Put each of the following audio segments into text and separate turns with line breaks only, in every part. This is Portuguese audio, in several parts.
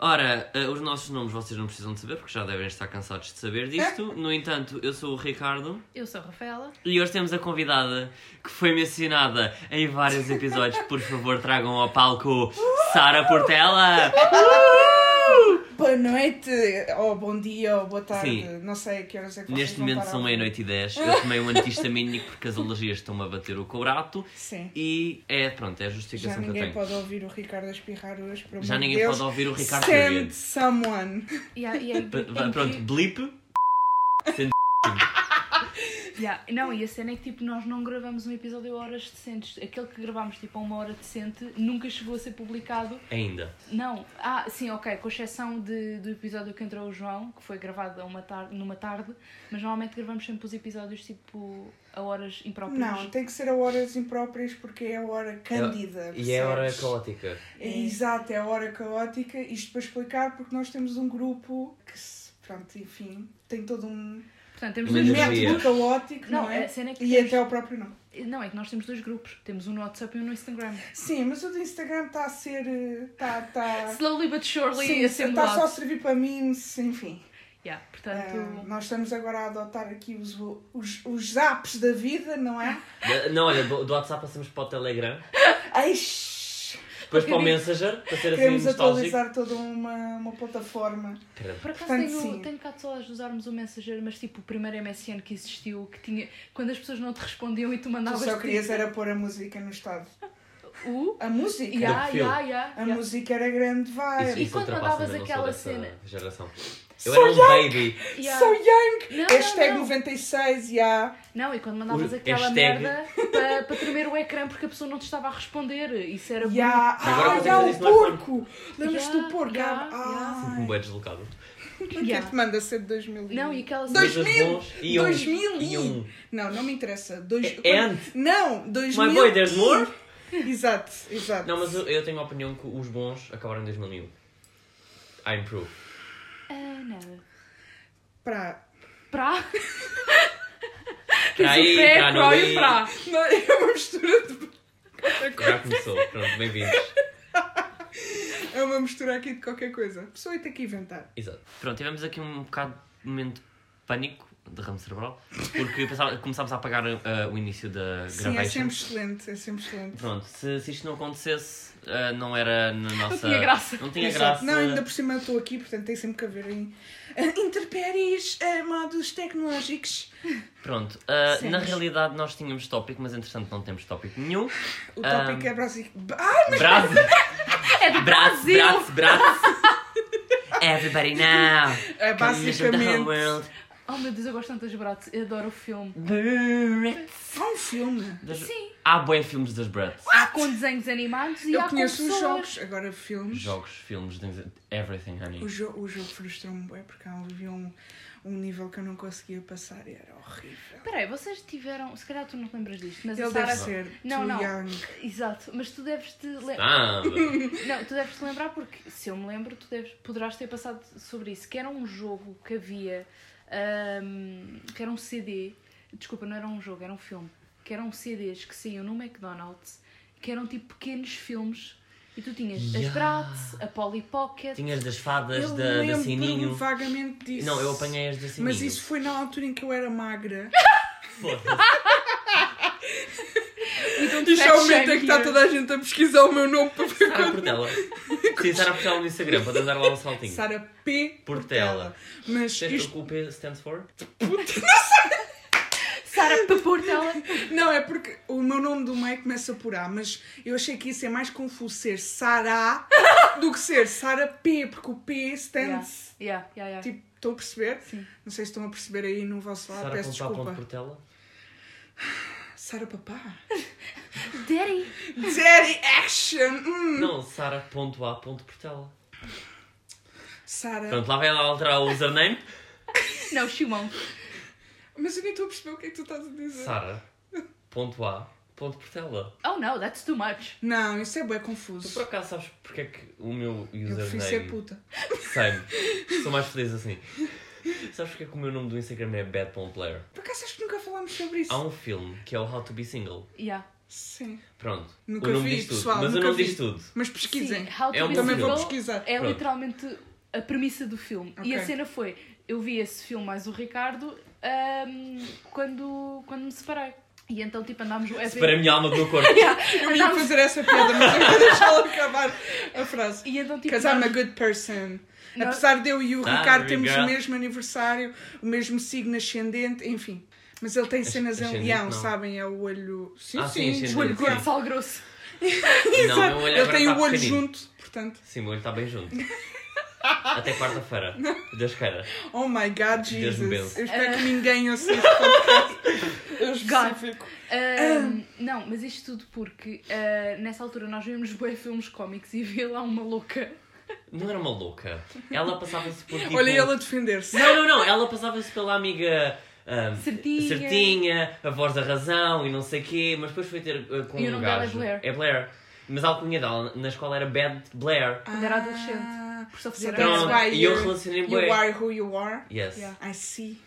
Ora, eh, os nossos nomes vocês não precisam de saber, porque já devem estar cansados de saber
É.
disto. No entanto, eu sou o Ricardo
Eu sou a Rafaela.
e hoje temos a convidada que foi mencionada em vários episódios. Por favor, tragam ao palco Sara Portela!
Boa noite, ou bom dia, ou boa tarde,
Sim.
não sei que horas é que vocês
Neste
vão
momento
parar.
são meia-noite e dez. Eu tomei um antihistamínico porque as alergias estão-me a bater o cobrato.
Sim.
E é, pronto, é a
Já
justificação que eu
ninguém
tenho.
pode ouvir o Ricardo a espirrar hoje, por
Já ninguém pode ouvir o Ricardo
Send
Send...
someone.
E há- e é- é
Pronto,
incrível-
blip.
Yeah, Não, e a cena é que tipo, nós não gravamos um episódio a horas decentes. Aquele que gravámos tipo a uma hora decente nunca chegou a ser publicado.
Ainda.
Não, ah, sim, ok, com exceção de, do episódio que entrou o João, que foi gravado a uma tarde, numa tarde, mas normalmente gravamos sempre os episódios tipo a horas impróprias.
Não, tem que ser a horas impróprias porque é a hora cândida.
E é hora
percebes?
caótica.
É, Exato, é a hora caótica. Isto para explicar porque nós temos um grupo que, se- pronto, enfim, tem todo um
Portanto, temos
Uma
dois
energia.
grupos.
método caótico, não,
Não,
é?
a cena é que
E
temos-
até o próprio nome.
Não, é que nós temos dois grupos. Temos um no WhatsApp e um no Instagram.
Sim, mas o do Instagram está a ser. eh, Está. Tá...
Slowly but surely
Sim,
a ser
está só a
mudado.
servir para memes, enfim.
Yeah, portanto,
Ah, nós estamos agora a adotar aqui os, os, os apps da vida, não é?
Da- Não, olha, do, do WhatsApp passamos para o Telegram,
Ai,
depois para o
Ok.
Messenger, para ser assim
queremos
nostálgico.
atualizar toda uma, uma plataforma.
Pera,
Por acaso
Portanto,
tenho,
sim.
tenho cá de saudades de usarmos o Messenger, mas tipo o primeiro MSN que existiu, que tinha. Quando as pessoas não te respondiam e tu
Tu
mandavas.
só querias
tipo,
era pôr a música no estado.
O.
A música?
Ya,
perfil.
ya, ya.
A música era grande, vai.
Isso,
E
isso
quando
ultrapassa
mandavas
ainda, não sou
aquela
dessa
cena?
Geração. Eu era um baby.
ya.
So young!
Não,
Hashtag
não, não.
96, yeah.
Não, e quando mandavas
O
aquela
hashtag.
merda para, para tremer o ecrã porque a pessoa não te estava a responder. Isso era
Yeah.
Agora
Ah,
consegues
já
fazer
o
isso no iPhone.
porco! Lembras-te
Ya,
do porco?
ya,
ah,
Um bem deslocado.
bonito.
Porquê
Ya.
é te manda ser de 2000?
Não, e aquela
Dois-
cena.
Coisas
2000,
bons e um.
2000 e-
E um.
Não, não me interessa. Dois...
É- é antes.
Não, 2000.
My boy, there's more.
Exato, exato.
Não, mas eu, eu tenho a opinião que os bons acabaram em 2001. I'm pro.
Ah, nada.
Pra...
Pra.
Pra aí,
Tens o pré,
pra
pro
não
e o
ir.
pra.
Não, é uma mistura de...
Já começou. Pronto, bem-vindos.
É uma mistura aqui de qualquer coisa. A pessoa tem que inventar.
Exato. Pronto, tivemos aqui um bocado de momento de pânico, derrame cerebral, porque pensava- começámos a apagar ah, o início da
Sim, é
gravação.
sempre excelente, é sempre excelente.
Pronto, se, se isto não acontecesse, ah, não era na nossa.
tinha graça.
Não tinha
Exato.
é graça.
Não, ainda por cima eu estou aqui, portanto tem sempre que haver eh, em... Interpéries armados eh, tecnológicos.
Pronto, ah,
Sim,
na
mas-
realidade nós tínhamos tópico, mas entretanto não temos tópico nenhum.
O
Ah.
tópico é Brasil. Ah,
Bravo!
É do
Braço,
Brasil!
braço, braço! Everybody now!
é basicamente...
Oh meu Deus, eu gosto tanto das Bratz. Eu adoro o filme.
Há um filme.
Sim.
Há bué filmes das Brats.
Há com desenhos animados e há
Eu
com
conheço os
pessoas.
jogos, agora filmes.
Jogos, filmes, desenhos, everything, honey.
O, jo o jogo frustrou-me bem porque havia um, um nível que eu não conseguia passar e era horrível.
Peraí, vocês tiveram. Se calhar tu não te lembras disto, mas
Ele
a Sara.
deve ser
Não,
too
não.
young.
Exato, mas tu deves te lembrar.
Ah,
Não, tu deves te lembrar porque, se eu me lembro, tu deves... poderás ter passado sobre isso. Que era um jogo que havia. ahm, que era um CD. Desculpa, não era um jogo, era um filme. Que eram CDs que saíam no McDonald's, que eram tipo pequenos filmes. E tu tinhas
Yeah.
as Bratz, a Polly Pocket.
tinhas das fadas,
Eu
da, da
lembro-me
Sininho.
vagamente disso.
Não, eu apanhei as da Sininho.
Mas isso foi na altura em que eu era magra.
Foda-se.
E já o
Fact
momento é que
shame
está
here.
toda a gente a pesquisar o meu nome para ver
Sara
quando...
Portela. Sim, Sara Portela no Instagram, para dar lá um saltinho.
Sara P.
Portela.
Mas
Sabes
isto...
o que o P stands for?
Sara Paportela.
Não, é porque o meu nome do meio começa por A, mas eu achei que isso é mais confuso ser Sara do que ser Sara P, porque o P
Yeah,
stands...
yeah, yeah, yeah.
Tipo, estão a perceber?
Sim.
Não sei se estão a perceber aí no vosso lado,
Sara
peço
Pontá, ponto
desculpa.
Portela.
Sara Papá.
Daddy.
Daddy Action! hum.
Não, Sara ponto A ponto Portela.
Sara.
Pronto, lá vai ela alterar o username.
Não, Shimon.
Mas eu nem estou a perceber o que é que tu estás a dizer.
Sara ponto A ponto Portela.
Oh no, that's too much.
Não, isso é bué
Tu
confuso.
por acaso sabes porque é que o meu
Eu prefiro
username
ser puta.
Sei-me. Sou mais feliz assim. Sabes porque é que o meu nome do Instagram é Bad Pong Player?
Por acaso acho que nunca falámos sobre isso?
Há um filme que é o How to Be Single.
Yeah.
Sim.
Pronto.
Nunca
o nome
vi,
diz tudo.
pessoal,
mas o
nunca
nome
vi.
diz tudo.
Mas pesquisem.
Sim, How to
É um
Be
Também vou
Single
pesquisar.
É
Pronto.
literalmente a premissa do filme. E a
Ok.
cena foi: eu vi esse filme mais o Ricardo ahm, quando, quando me separei. E então, tipo, andámos. É
Para a minha alma do meu corpo.
Eu ia fazer essa piada, mas eu vou deixá-la acabar a frase.
E então, tipo,
Because I'm a
nós-
good person.
Não.
Apesar de eu e o
Ah,
Ricardo termos o
obrigado.
mesmo aniversário, o mesmo signo ascendente, enfim. Mas ele tem cenas em
ascendente
leão,
não.
sabem? É o olho. Sim,
Ah, sim,
sim,
ascendente,
o olho
sim.
grosso.
sal grosso.
Não, meu olho
Ele
agora
tem
está
o um olho
pequenino.
junto, portanto.
Sim, o meu olho está bem junto. Até quarta-feira. Deus queira.
Oh my god,
Deus me
Jesus.
benze.
Eu espero que ninguém ouça este podcast. Eu específico.
Tipo-
Ahm, não, mas isto tudo porque ah, nessa altura nós vimos bué filmes cómicos e vi lá uma louca.
Não era uma louca. Ela passava-se por tipo...
Olha ele a defender-se.
Não, não, não. Ela passava-se pela amiga... ahm,
Certinha.
certinha, a voz da razão e não sei quê, mas depois foi ter ah, com
E o
um
nome dela é
gajo.
Blair.
É Blair. Mas a alcunha dela na escola era Bad Blair.
Quando era
Ah,
adolescente. Por só fazer
That's
Pronto,
why
e eu
you're-
relacionei-me
eh, You
bué.
are who you are.
Yes.
Yeah.
I see.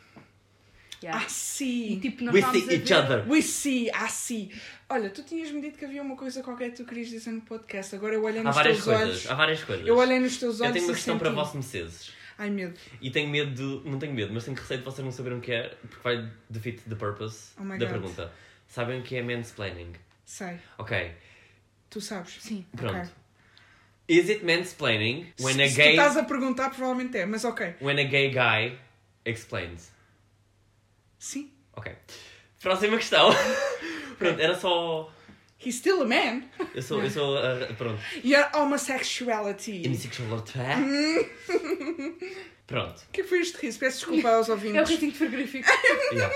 Yeah.
I see.
E tipo, nós
We
estávamos
see
a
Ah, each
ver-
other.
We see, I see. Olha, tu tinhas-me dito que havia uma coisa qualquer que tu querias dizer no podcast. Agora eu olhei
Há
nos
várias
teus
coisas.
olhos.
Há várias coisas.
Eu olhei nos teus olhos.
Eu tenho uma
e
questão para
senti-
vossos meceses.
Ai, medo.
E tenho medo de. Não tenho medo, mas tenho receio de vocês não saberem o que é, porque vai defeat the purpose
Oh my
da
God.
pergunta. Sabem o que é mansplaining?
Sei.
Ok,
Tu sabes.
Sim.
pronto.
Ok.
Is it mansplaining when
se,
a
se
gay
tu estás a perguntar, provavelmente é. Mas ok.
when a gay guy explains?
Sim.
Ok. Próxima questão. pronto, era só.
He's still a man.
Eu sou. Eu sou ah, pronto.
Your homosexuality.
Insexual Pronto.
O que foi este riso? Peço desculpa aos
É o
ouvintes.
rating frigorífico.
Yeah.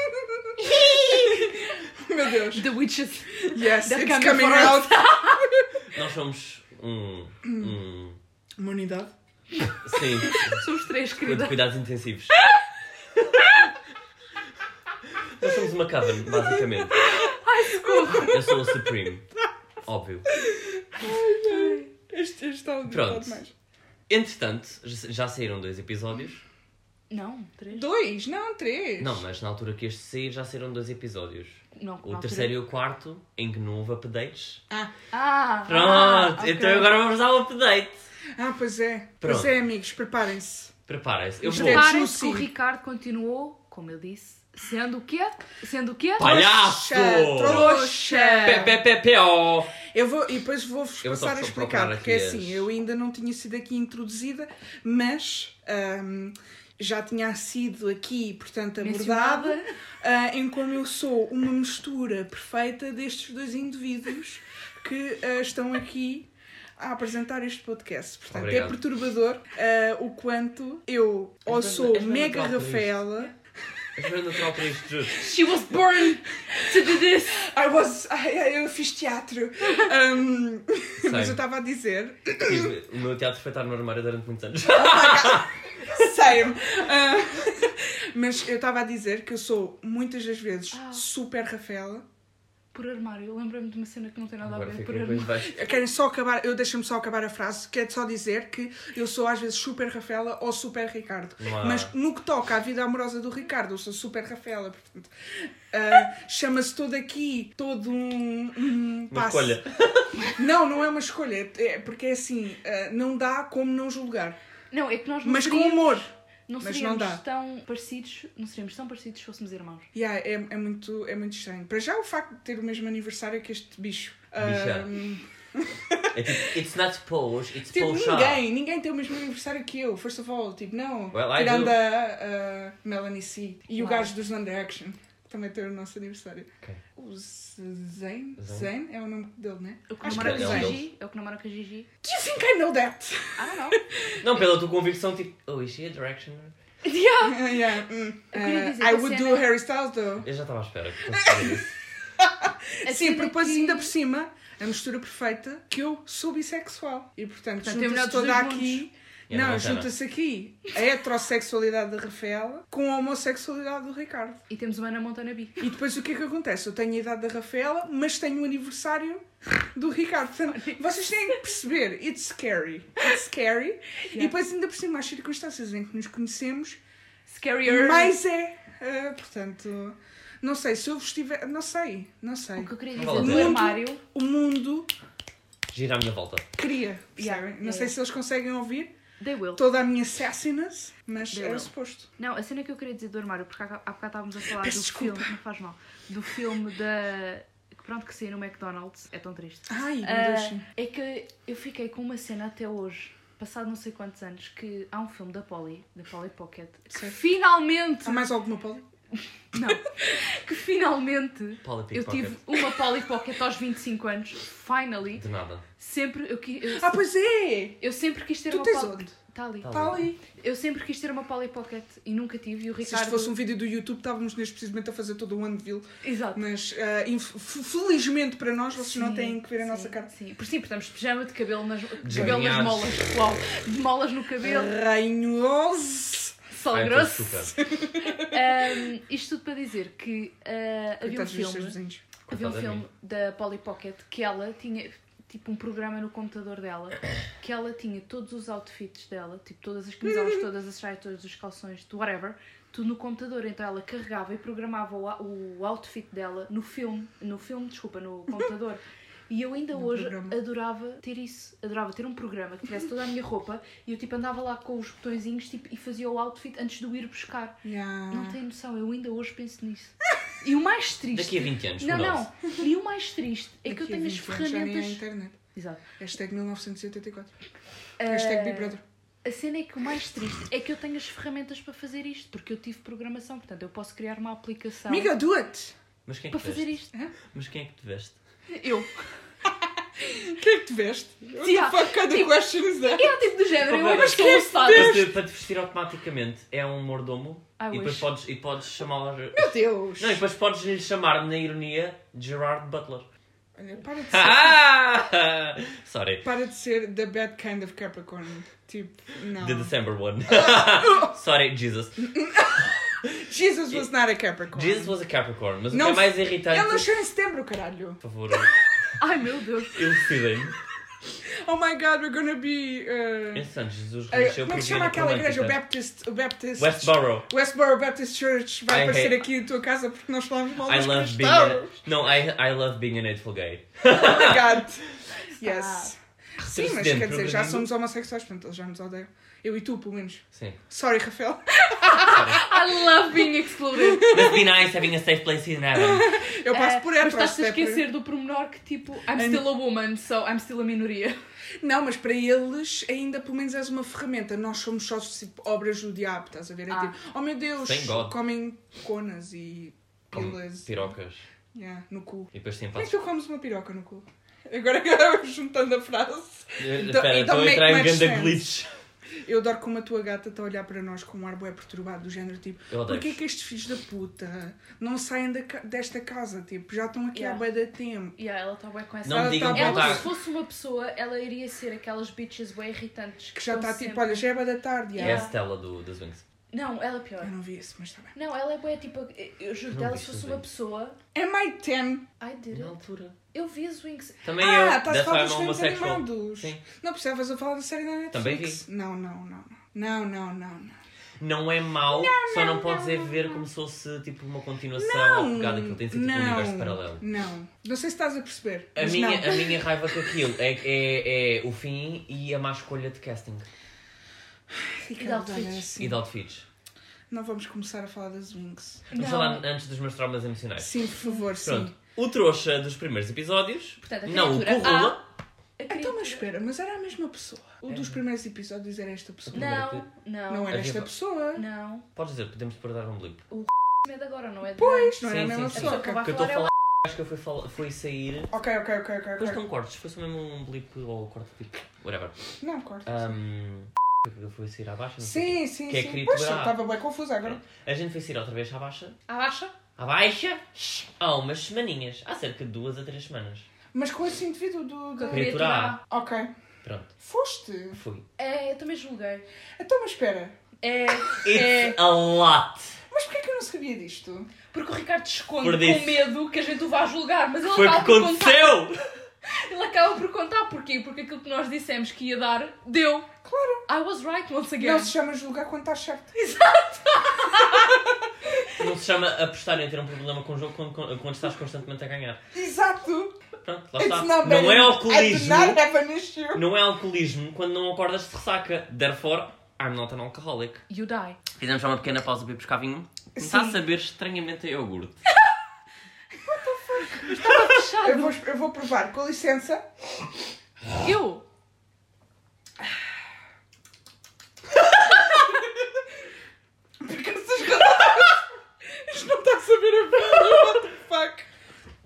Meu Deus.
The Witches.
Yes,
Da
it's
câmara
coming
fora.
out.
Nós somos um. um
Uma unidade.
sim,
Somos três,
de
querida.
cuidados intensivos. Nós somos uma coven, basicamente. Eu sou o Supreme. Óbvio.
Este, este áudio
Pronto.
está demais.
Entretanto, já já saíram dois episódios.
Não, três.
Dois? Não, três.
Não, mas na altura que este sair já saíram dois episódios. O
Não, na altura-
terceiro e o quarto, em que não houve updates.
Ah,
Ah!
Pronto,
ah, ok.
então agora vamos ao update.
ah pois é. Pois
Pronto.
é, amigos. Preparem-se.
Preparem-se, eu
Mas
vou.
espera.
Reparem-se que o
Sim.
Ricardo continuou, como eu disse, sendo o quê? Sendo o quê?
Palhaço!
Trouxa!
Pé, pé, pé, pé, ó!
Eu vou, e depois vou-vos
Eu vou só
passar a
procurar
explicar, porque é
aqui as-
assim, eu ainda não tinha sido aqui introduzida, mas ahm, já tinha sido aqui, portanto, abordada
Mencionada.
ah, em como eu sou uma mistura perfeita destes dois indivíduos que ah, estão aqui a apresentar este podcast. Portanto, é
Obrigado.
perturbador ah, o quanto eu ou
És bem-
sou
és bem
mega
natural para isto.
Rafaela.
Mas não é natural para isto, juro.
She was born to do this!
I was, I- eu fiz teatro. Ahm, mas eu estava a dizer
Tive- Tipo, O meu teatro foi estar no armário durante muitos anos.
Same. Ah, mas eu estava a dizer que eu sou muitas das vezes
Ah.
super Rafaela.
Por armário, eu lembro-me de uma cena que não tem nada a
Agora
ver.
fica
Por
com
armário.
baixo.
Querem só acabar, eu deixo-me só acabar a frase. Quero só dizer que eu sou às vezes super Rafaela ou super Ricardo.
Não há-
Mas no que toca à vida amorosa do Ricardo, eu sou super Rafaela. Portanto, ah, chama-se todo aqui, todo um, um
Uma
passo.
escolha.
Não, não é uma escolha. É porque é assim, ah, não dá como não julgar.
Não, é que nós não
Mas com
seríamos,
humor.
não
mas não
seríamos
dá.
tão parecidos, não seríamos tão parecidos se fôssemos irmãos.
Yeah, é, é, muito, é muito estranho. Para já o facto de ter o mesmo aniversário que este bicho.
Bicha.
Ahm,
É tipo, it's not pose, it's
tipo,
pose
ninguém, ninguém tem o mesmo aniversário que eu, first of all, tipo, não.
Well, I
Tirando
do.
a, a Melanie C. E o
Uau.
gajo dos Under Action, que também tem o nosso aniversário.
Ok.
O Zayn?
Zayn?
Zayn é o nome dele, né?
Eu que
Acho
namoro
que
com a
é um
Gigi. Eu que namoro com a Gigi.
Do you think I know that?
I don't know.
Não, pela tua convicção, tipo, oh, is she a directioner?
yeah.
yeah, mm.
Eu queria
Uh,
dizer
I
que a
would do
cena-
Harry Styles, though.
Eu já estava à espera que fosse fazer isso.
A
Sim,
cena é
porque depois
que-
ainda por cima, a mistura perfeita, que eu sou bissexual. E portanto,
Portanto, tem o melhor
junta-se
dos
toda
dois
aqui,
Eu
não,
entendo.
junta-se aqui a heterossexualidade da Rafaela com a homossexualidade do Ricardo.
E temos uma Ana Montana Bi.
E depois o que é que acontece? Eu tenho a idade da Rafaela, mas tenho o aniversário do Ricardo. Portanto, vocês têm que perceber, it's scary. It's scary. E depois ainda por cima as circunstâncias em que nos conhecemos,
Scarier.
mais é. Ah, portanto, não sei, se eu vos tiver. Não sei, não sei.
O que eu queria
Não vale
dizer
a
do
pena.
armário.
O mundo
Gira à minha volta.
cria,
Yeah,
percebem?
yeah,
Não sei
yeah.
se eles conseguem ouvir
They will.
toda a minha sassiness, mas
They
era
will.
suposto.
Não, a cena que eu queria dizer do armário, porque há, há bocado estávamos a falar
Peço
do
desculpa.
filme, não faz mal, do filme da. que Pronto, que saiu no McDonald's, é tão triste.
Ai, não
Ah,
deixem.
é que eu fiquei com uma cena até hoje, passado não sei quantos anos, que há um filme da Polly, da Polly Pocket, que
Certo.
finalmente,
Há mais alguma Paulo?
não, que finalmente
Polly
eu
Pickpocket.
tive uma Polly Pocket aos 25 anos, finally,
De nada.
sempre, eu, qui- eu,
Ah, pois é!
eu sempre quis ter
Tu
uma
tens
Polly...
onde?
Tá ali.
Tá
Está ali.
Eu sempre quis ter uma Polly Pocket e nunca tive, e o
Se isto
Ricardo...
fosse um vídeo do YouTube, estávamos neste precisamente a fazer todo o Anvil,
Exato.
mas ah, inf- f- felizmente para nós, vocês não
Sim,
têm que ver a
sim,
nossa cara.
Sim, por sim, portanto, de pijama de cabelo nas, de
De
cabelo nas
alinhados.
molas. Uau, de molas no cabelo,
Rainhose!
sol
Ah. Ai,
grosso.
muito açúcar.
Ahm, isto tudo para dizer que ah, havia um
Coitados dos seus
filme,
vizinhos.
havia um
Coitada de
filme da Polly Pocket que ela tinha tipo um programa no computador dela que ela tinha todos os outfits dela, tipo todas as
Uhum.
camisolas, todas as saias, todos os calções, tudo, whatever, tudo no computador. Então ela carregava e programava o, a- o outfit dela no filme, no filme, desculpa, no computador. E eu ainda hoje
programa.
adorava ter isso, adorava ter um programa que tivesse toda a minha roupa e eu tipo andava lá com os botõezinhos tipo, e fazia o outfit antes de o ir buscar.
Yeah.
Não tem noção, eu ainda hoje penso nisso. E o mais triste.
Ah. Daqui a 20 anos,
Não,
who knows?
não. E o mais triste é que eu
Daqui a
tenho as
20 anos um, já nem há
ferramentas.
internet.
Exato.
Hashtag 1984.
Ah,
Hashtag Big Brother.
a cena é que o mais triste é que eu tenho as ferramentas para fazer isto, porque eu tive programação, portanto eu posso criar uma aplicação
Amiga, do it!
Mas quem é
para
que te
fazer
veste?
isto.
Mas quem é que te veste?
Eu.
O que é que te veste? What
Yeah.
the fuck kind of
Tipo-
question is that?
É o tipo do género, eu
Mas
mas estou usada.
Para te, para te vestir automaticamente é um mordomo
Ah,
I
e depois
wish.
podes, e podes chamar.
Meu Deus!
Não, e depois podes lhe chamar, na ironia, Gerard Butler.
Olha, para de ser.
Ah! Sorry.
Para de ser the bad kind of Capricorn. Tipo, não.
The December one. Sorry, Jesus.
Jesus was not a Capricorn.
Jesus was a Capricorn, mas
Não
o que é mais
Ele
irritante.
nasceu em setembro, caralho.
Por favor,
Ai meu Deus.
elucidem-me.
Oh my god, we're gonna be. Uh,
Santos, Jesus
uh,
nasceu
como é
por
que se chama
vida
aquela igreja? O
romântica.
Baptist. O Baptist.
Westboro.
Westboro Baptist Church vai
I
aparecer
hate-
aqui em tua casa porque nós falamos mal
I
dos
love being a...
cristãos.
No, I, I love being a hateful gay.
Oh my god. Yes.
Ah.
Sim, mas
Retrocedendo,
quer dizer, já
progredindo.
somos homossexuais, portanto eles já nos odeiam. Eu e tu, pelo menos.
Sim.
Sorry, Rafael.
I love being exploded.
Must be nice having a safe place in heaven.
Eu passo por
É, Mas estás-te
hétero.
a
se der por-
esquecer do pormenor que tipo, I'm still a woman, so I'm still a minoria.
Não, mas para eles ainda pelo menos és uma ferramenta. Nós somos só tipo, obras do diabo, estás a ver? É
Ah.
tipo, oh meu Deus,
Thank God.
comem conas e
Com
pílulas
pirocas.
Yeah, no cu.
E depois sim,
Como é que
fazes...
tu comes uma piroca no cu? Agora que eu juntando a frase.
Eh, Espera,
então
estou a
make
entrar em
much
ganda
sense.
glitch.
Eu adoro como a tua gata está a olhar para nós com um ar bué perturbado, do género tipo,
Eu odeio.
porquê que estes filhos da puta não saem da ca- desta casa? Tipo, já estão aqui
Yeah.
há bué de tempo.
E yeah, ela está bem com essa
Não me digam
Ela tá
que
Ela,
não
boa.
se
está.
fosse uma pessoa, ela iria ser aquelas bitches bem irritantes.
Que já
estão
está tipo,
sempre-
olha, já é bué da tarde.
É a
Yeah.
Yeah.
Stella do, das Wings.
Não, ela é pior.
Eu não vi isso, mas está bem.
Não, ela é boa, tipo, eu juro
Não
dela,
vi
se fosse
isso,
uma
gente.
pessoa.
Am I 10?
Ai, did
Na
it.
altura.
Eu vi as Wings.
Também eu.
Ah, estás a
That's
falar
why I'm
dos filmes
homosexual.
animados.
Sim.
Não precisavas a falar da série da Netflix.
Também
Não, não, não. Não, não, não, não.
Não é mau, só não, podes é ver como se fosse tipo uma continuação ou
Não,
pegada que tem sido tipo um universo paralelo.
Não. Não sei se estás a perceber.
A
mas
minha,
não.
a minha raiva com aquilo é, é, é o fim e a má escolha de casting
Fica
E de
a
outfits.
olhar assim.
e de outfits.
Não vamos começar a falar das Wings.
Vamos
Não.
falar antes dos meus traumas emocionais.
Sim, por favor,
É. Pronto.
sim.
O trouxa dos primeiros episódios.
Portanto, a
não, o
criatura
corrula.
A
Então, mas
criatura-
espera, mas era a mesma pessoa. O dos primeiros episódios era esta pessoa.
É. Não.
Não, não.
Não
Não é.
era esta
Havia-
pessoa.
Não.
Podes dizer, podemos depois dar um blip.
Medo agora, não é? de-
Pois, não era
Sim,
a mesma
sim, sim.
A pessoa
pessoa.
que
ok.
vai
Que eu estou a
falar é
falar, acho que eu fui, falar, fui sair.
Ok, ok, ok, ok.
Depois
ok.
não cortes, foi só mesmo um blip ou corte tipo. Whatever.
Não, corta.
Um, eu fui sair à baixa. não sei o quê.
Sim, sim,
Que é
sim.
querido
Pois,
lá.
estava bem confusa agora.
A gente foi sair outra vez à baixa.
a baixa.
À baixa? Há umas semaninhas. Há cerca de duas a três semanas.
Mas com esse indivíduo do...
Com a
do-
Criatura
criatura
A.
A.
Ok.
Pronto,
Foste?
fui.
É, eu também julguei.
Então, mas espera.
É, é,
It's a lot.
Mas porquê que eu não sabia disto?
porque o Ricardo esconde
Por
com
disso.
medo que a gente o vá julgar, mas ele
Foi o que
acaba por contar.
aconteceu!
Ele acaba por contar porquê? Porque aquilo que nós dissemos que ia dar, deu. Claro. I was right once again.
Não se chama julgar quando estás certo.
Não se chama apostar em ter um problema com o jogo quando, quando- quando estás constantemente a ganhar.
Exato.
Pronto, lá está.
It's not
Não é
bad. I do
alcoolismo.
not have an issue.
Não é alcoolismo quando não acordas de ressaca. Therefore, I'm not an alcoholic.
You die.
Fizemos já uma pequena pausa para ir buscar vinho. Está a saber estranhamente a iogurte.
Fechado.
Eu vou, eu vou provar, com licença.
Eu?
Porque vocês relatam. Isto não está a saber a vida. What the fuck?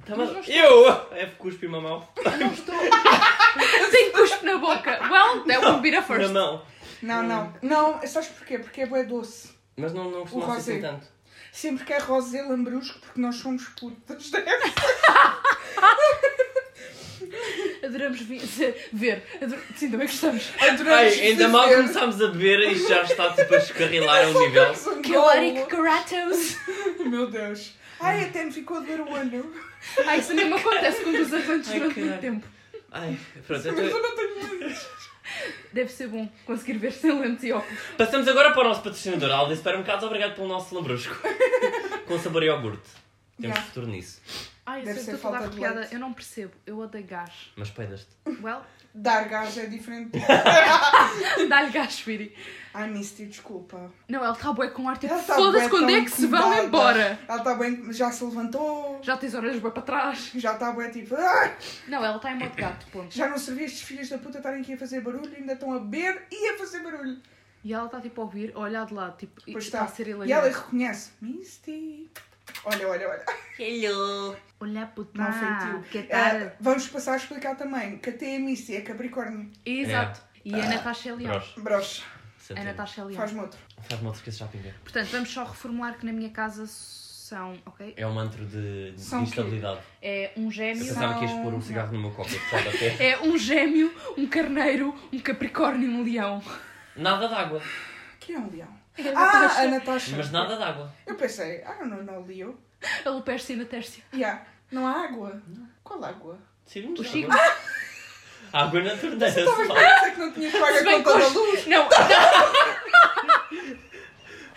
Mas não estou-
Tá Eu! É cuspe uma mão.
Não estou. Eu tenho cuspo na boca. Well, that would be the
Na
first.
mão.
Não, não. Não, sabes porquê? Porque é bué doce.
Mas não, não
O
costuma ser assim
Rosé.
tanto.
Sempre que é rosé lambrusco, porque nós somos putas né? dessas.
Adoramos vi- ver. Ador... Sim, também gostamos.
Adoramos
Ai, ainda mal
viver.
começámos a beber e já está tipo a descarrilar a um nível.
Somos um
Chaotic
golo. Oh,
Karatos.
Meu Deus. Ai, até me ficou a doer o olho.
Ai, isso mesmo acontece com os avanços
Ai,
durante muito
caralho.
tempo.
Ai, pronto.
Mas eu
Então,
não tenho medo.
Deve ser bom conseguir ver sem lentes e óculos.
passamos agora para o nosso patrocinador, Aldi Supermercados. Obrigado pelo nosso lambrusco. Com sabor a iogurte. Temos
Yeah.
futuro nisso.
Ai,
Deve
eu
ser
estou toda
falta de
arrepiada.
leite.
Eu não percebo. Eu odeio gás.
Mas peidas-te.
Well,
Dar gás é diferente.
dá-lhe gás, Firi.
Ai, Misty, desculpa.
Não, ele está bué com ar tipo,
Ela tá
foda-se
bué
quando
tão
é que se vão
incomodada.
embora.
Ela está bem, já se levantou.
Já tens orelhas bué para trás.
Já está bué tipo... "Ah,
Não, ela está em modo gato, ponto.
Já não servi estes filhos da puta estarem aqui a fazer barulho, ainda estão a beber e a fazer barulho.
E ela está tipo a ouvir, a olhar de lado, tipo, e
Pois
está
tá.
a ser
E ela
elegante.
reconhece. Misty. Olha, olha, olha.
Hello!
Olha puto,
Não
ah,
feitio.
que
Ah,
tal?
vamos passar a explicar também que até a Misty é Capricórnio.
Exato. E a Natasha é Leão.
Bros.
Broche,
A Natasha é Leão.
faz-me outro.
Faz-me outro que esse já pinguei.
Portanto, vamos só reformular que na minha casa são, ok?
É um antro de, de
São
instabilidade.
É um
Eu
gêmeo.
São-
pensava que ias pôr um cigarro no meu copo. eu gostava até.
É um gêmeo, um carneiro, um capricórnio e um leão.
Nada d'água.
Quem é o leão?
É a
Ah, a
Natasha.
Natasha.
Mas nada d'água.
Eu pensei, I don't know, no Leo.
A Lupercia e a Natércia.
Yeah. Não há água? Qual água?
Decidimos
O
água.
Chico. tá
Água na torneira.
Estavas
só.
a pensar que não tinhas pago a
Se bem
conta
que
da
hoje-
luz?
Não.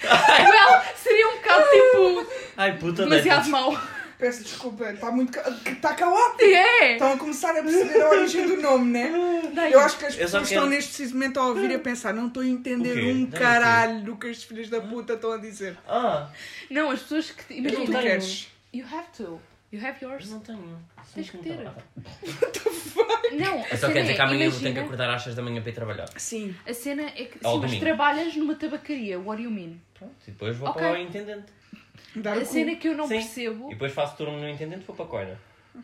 well, seria um bocado tipo
Ai puta
demasiado
deitas.
mau.
Peço desculpa, está muito... ca- que Está caótico.
É!
Estão a começar a perceber a origem do nome, né? Eu acho que as
Eu só
pessoas
quero-
estão neste preciso momento a
Ah.
ouvir e a pensar, não estou a
O
entender
quê?
um
Não,
caralho do que estes filhos da puta estão a dizer.
Ah,
Não, as pessoas que. te-
Eu
Tu
tenho.
Imagina.
queres?
You have to. You have
mas
yours.
não tenho. Sou
Tens que ter.
muito mal.
Não, a
Eu só
cena
quero dizer
é,
que amanhã eu
imagina-
tenho que acordar às 6 da manhã para ir trabalhar.
Sim.
A cena é que.
Ao
Sim, mas
domingo.
trabalhas numa tabacaria. What do you mean?
Pronto, e depois vou
Ok.
para o intendente.
Dar
A
o cu.
cena é que eu não
Sim.
percebo.
E depois faço turno no intendente e vou para a coina.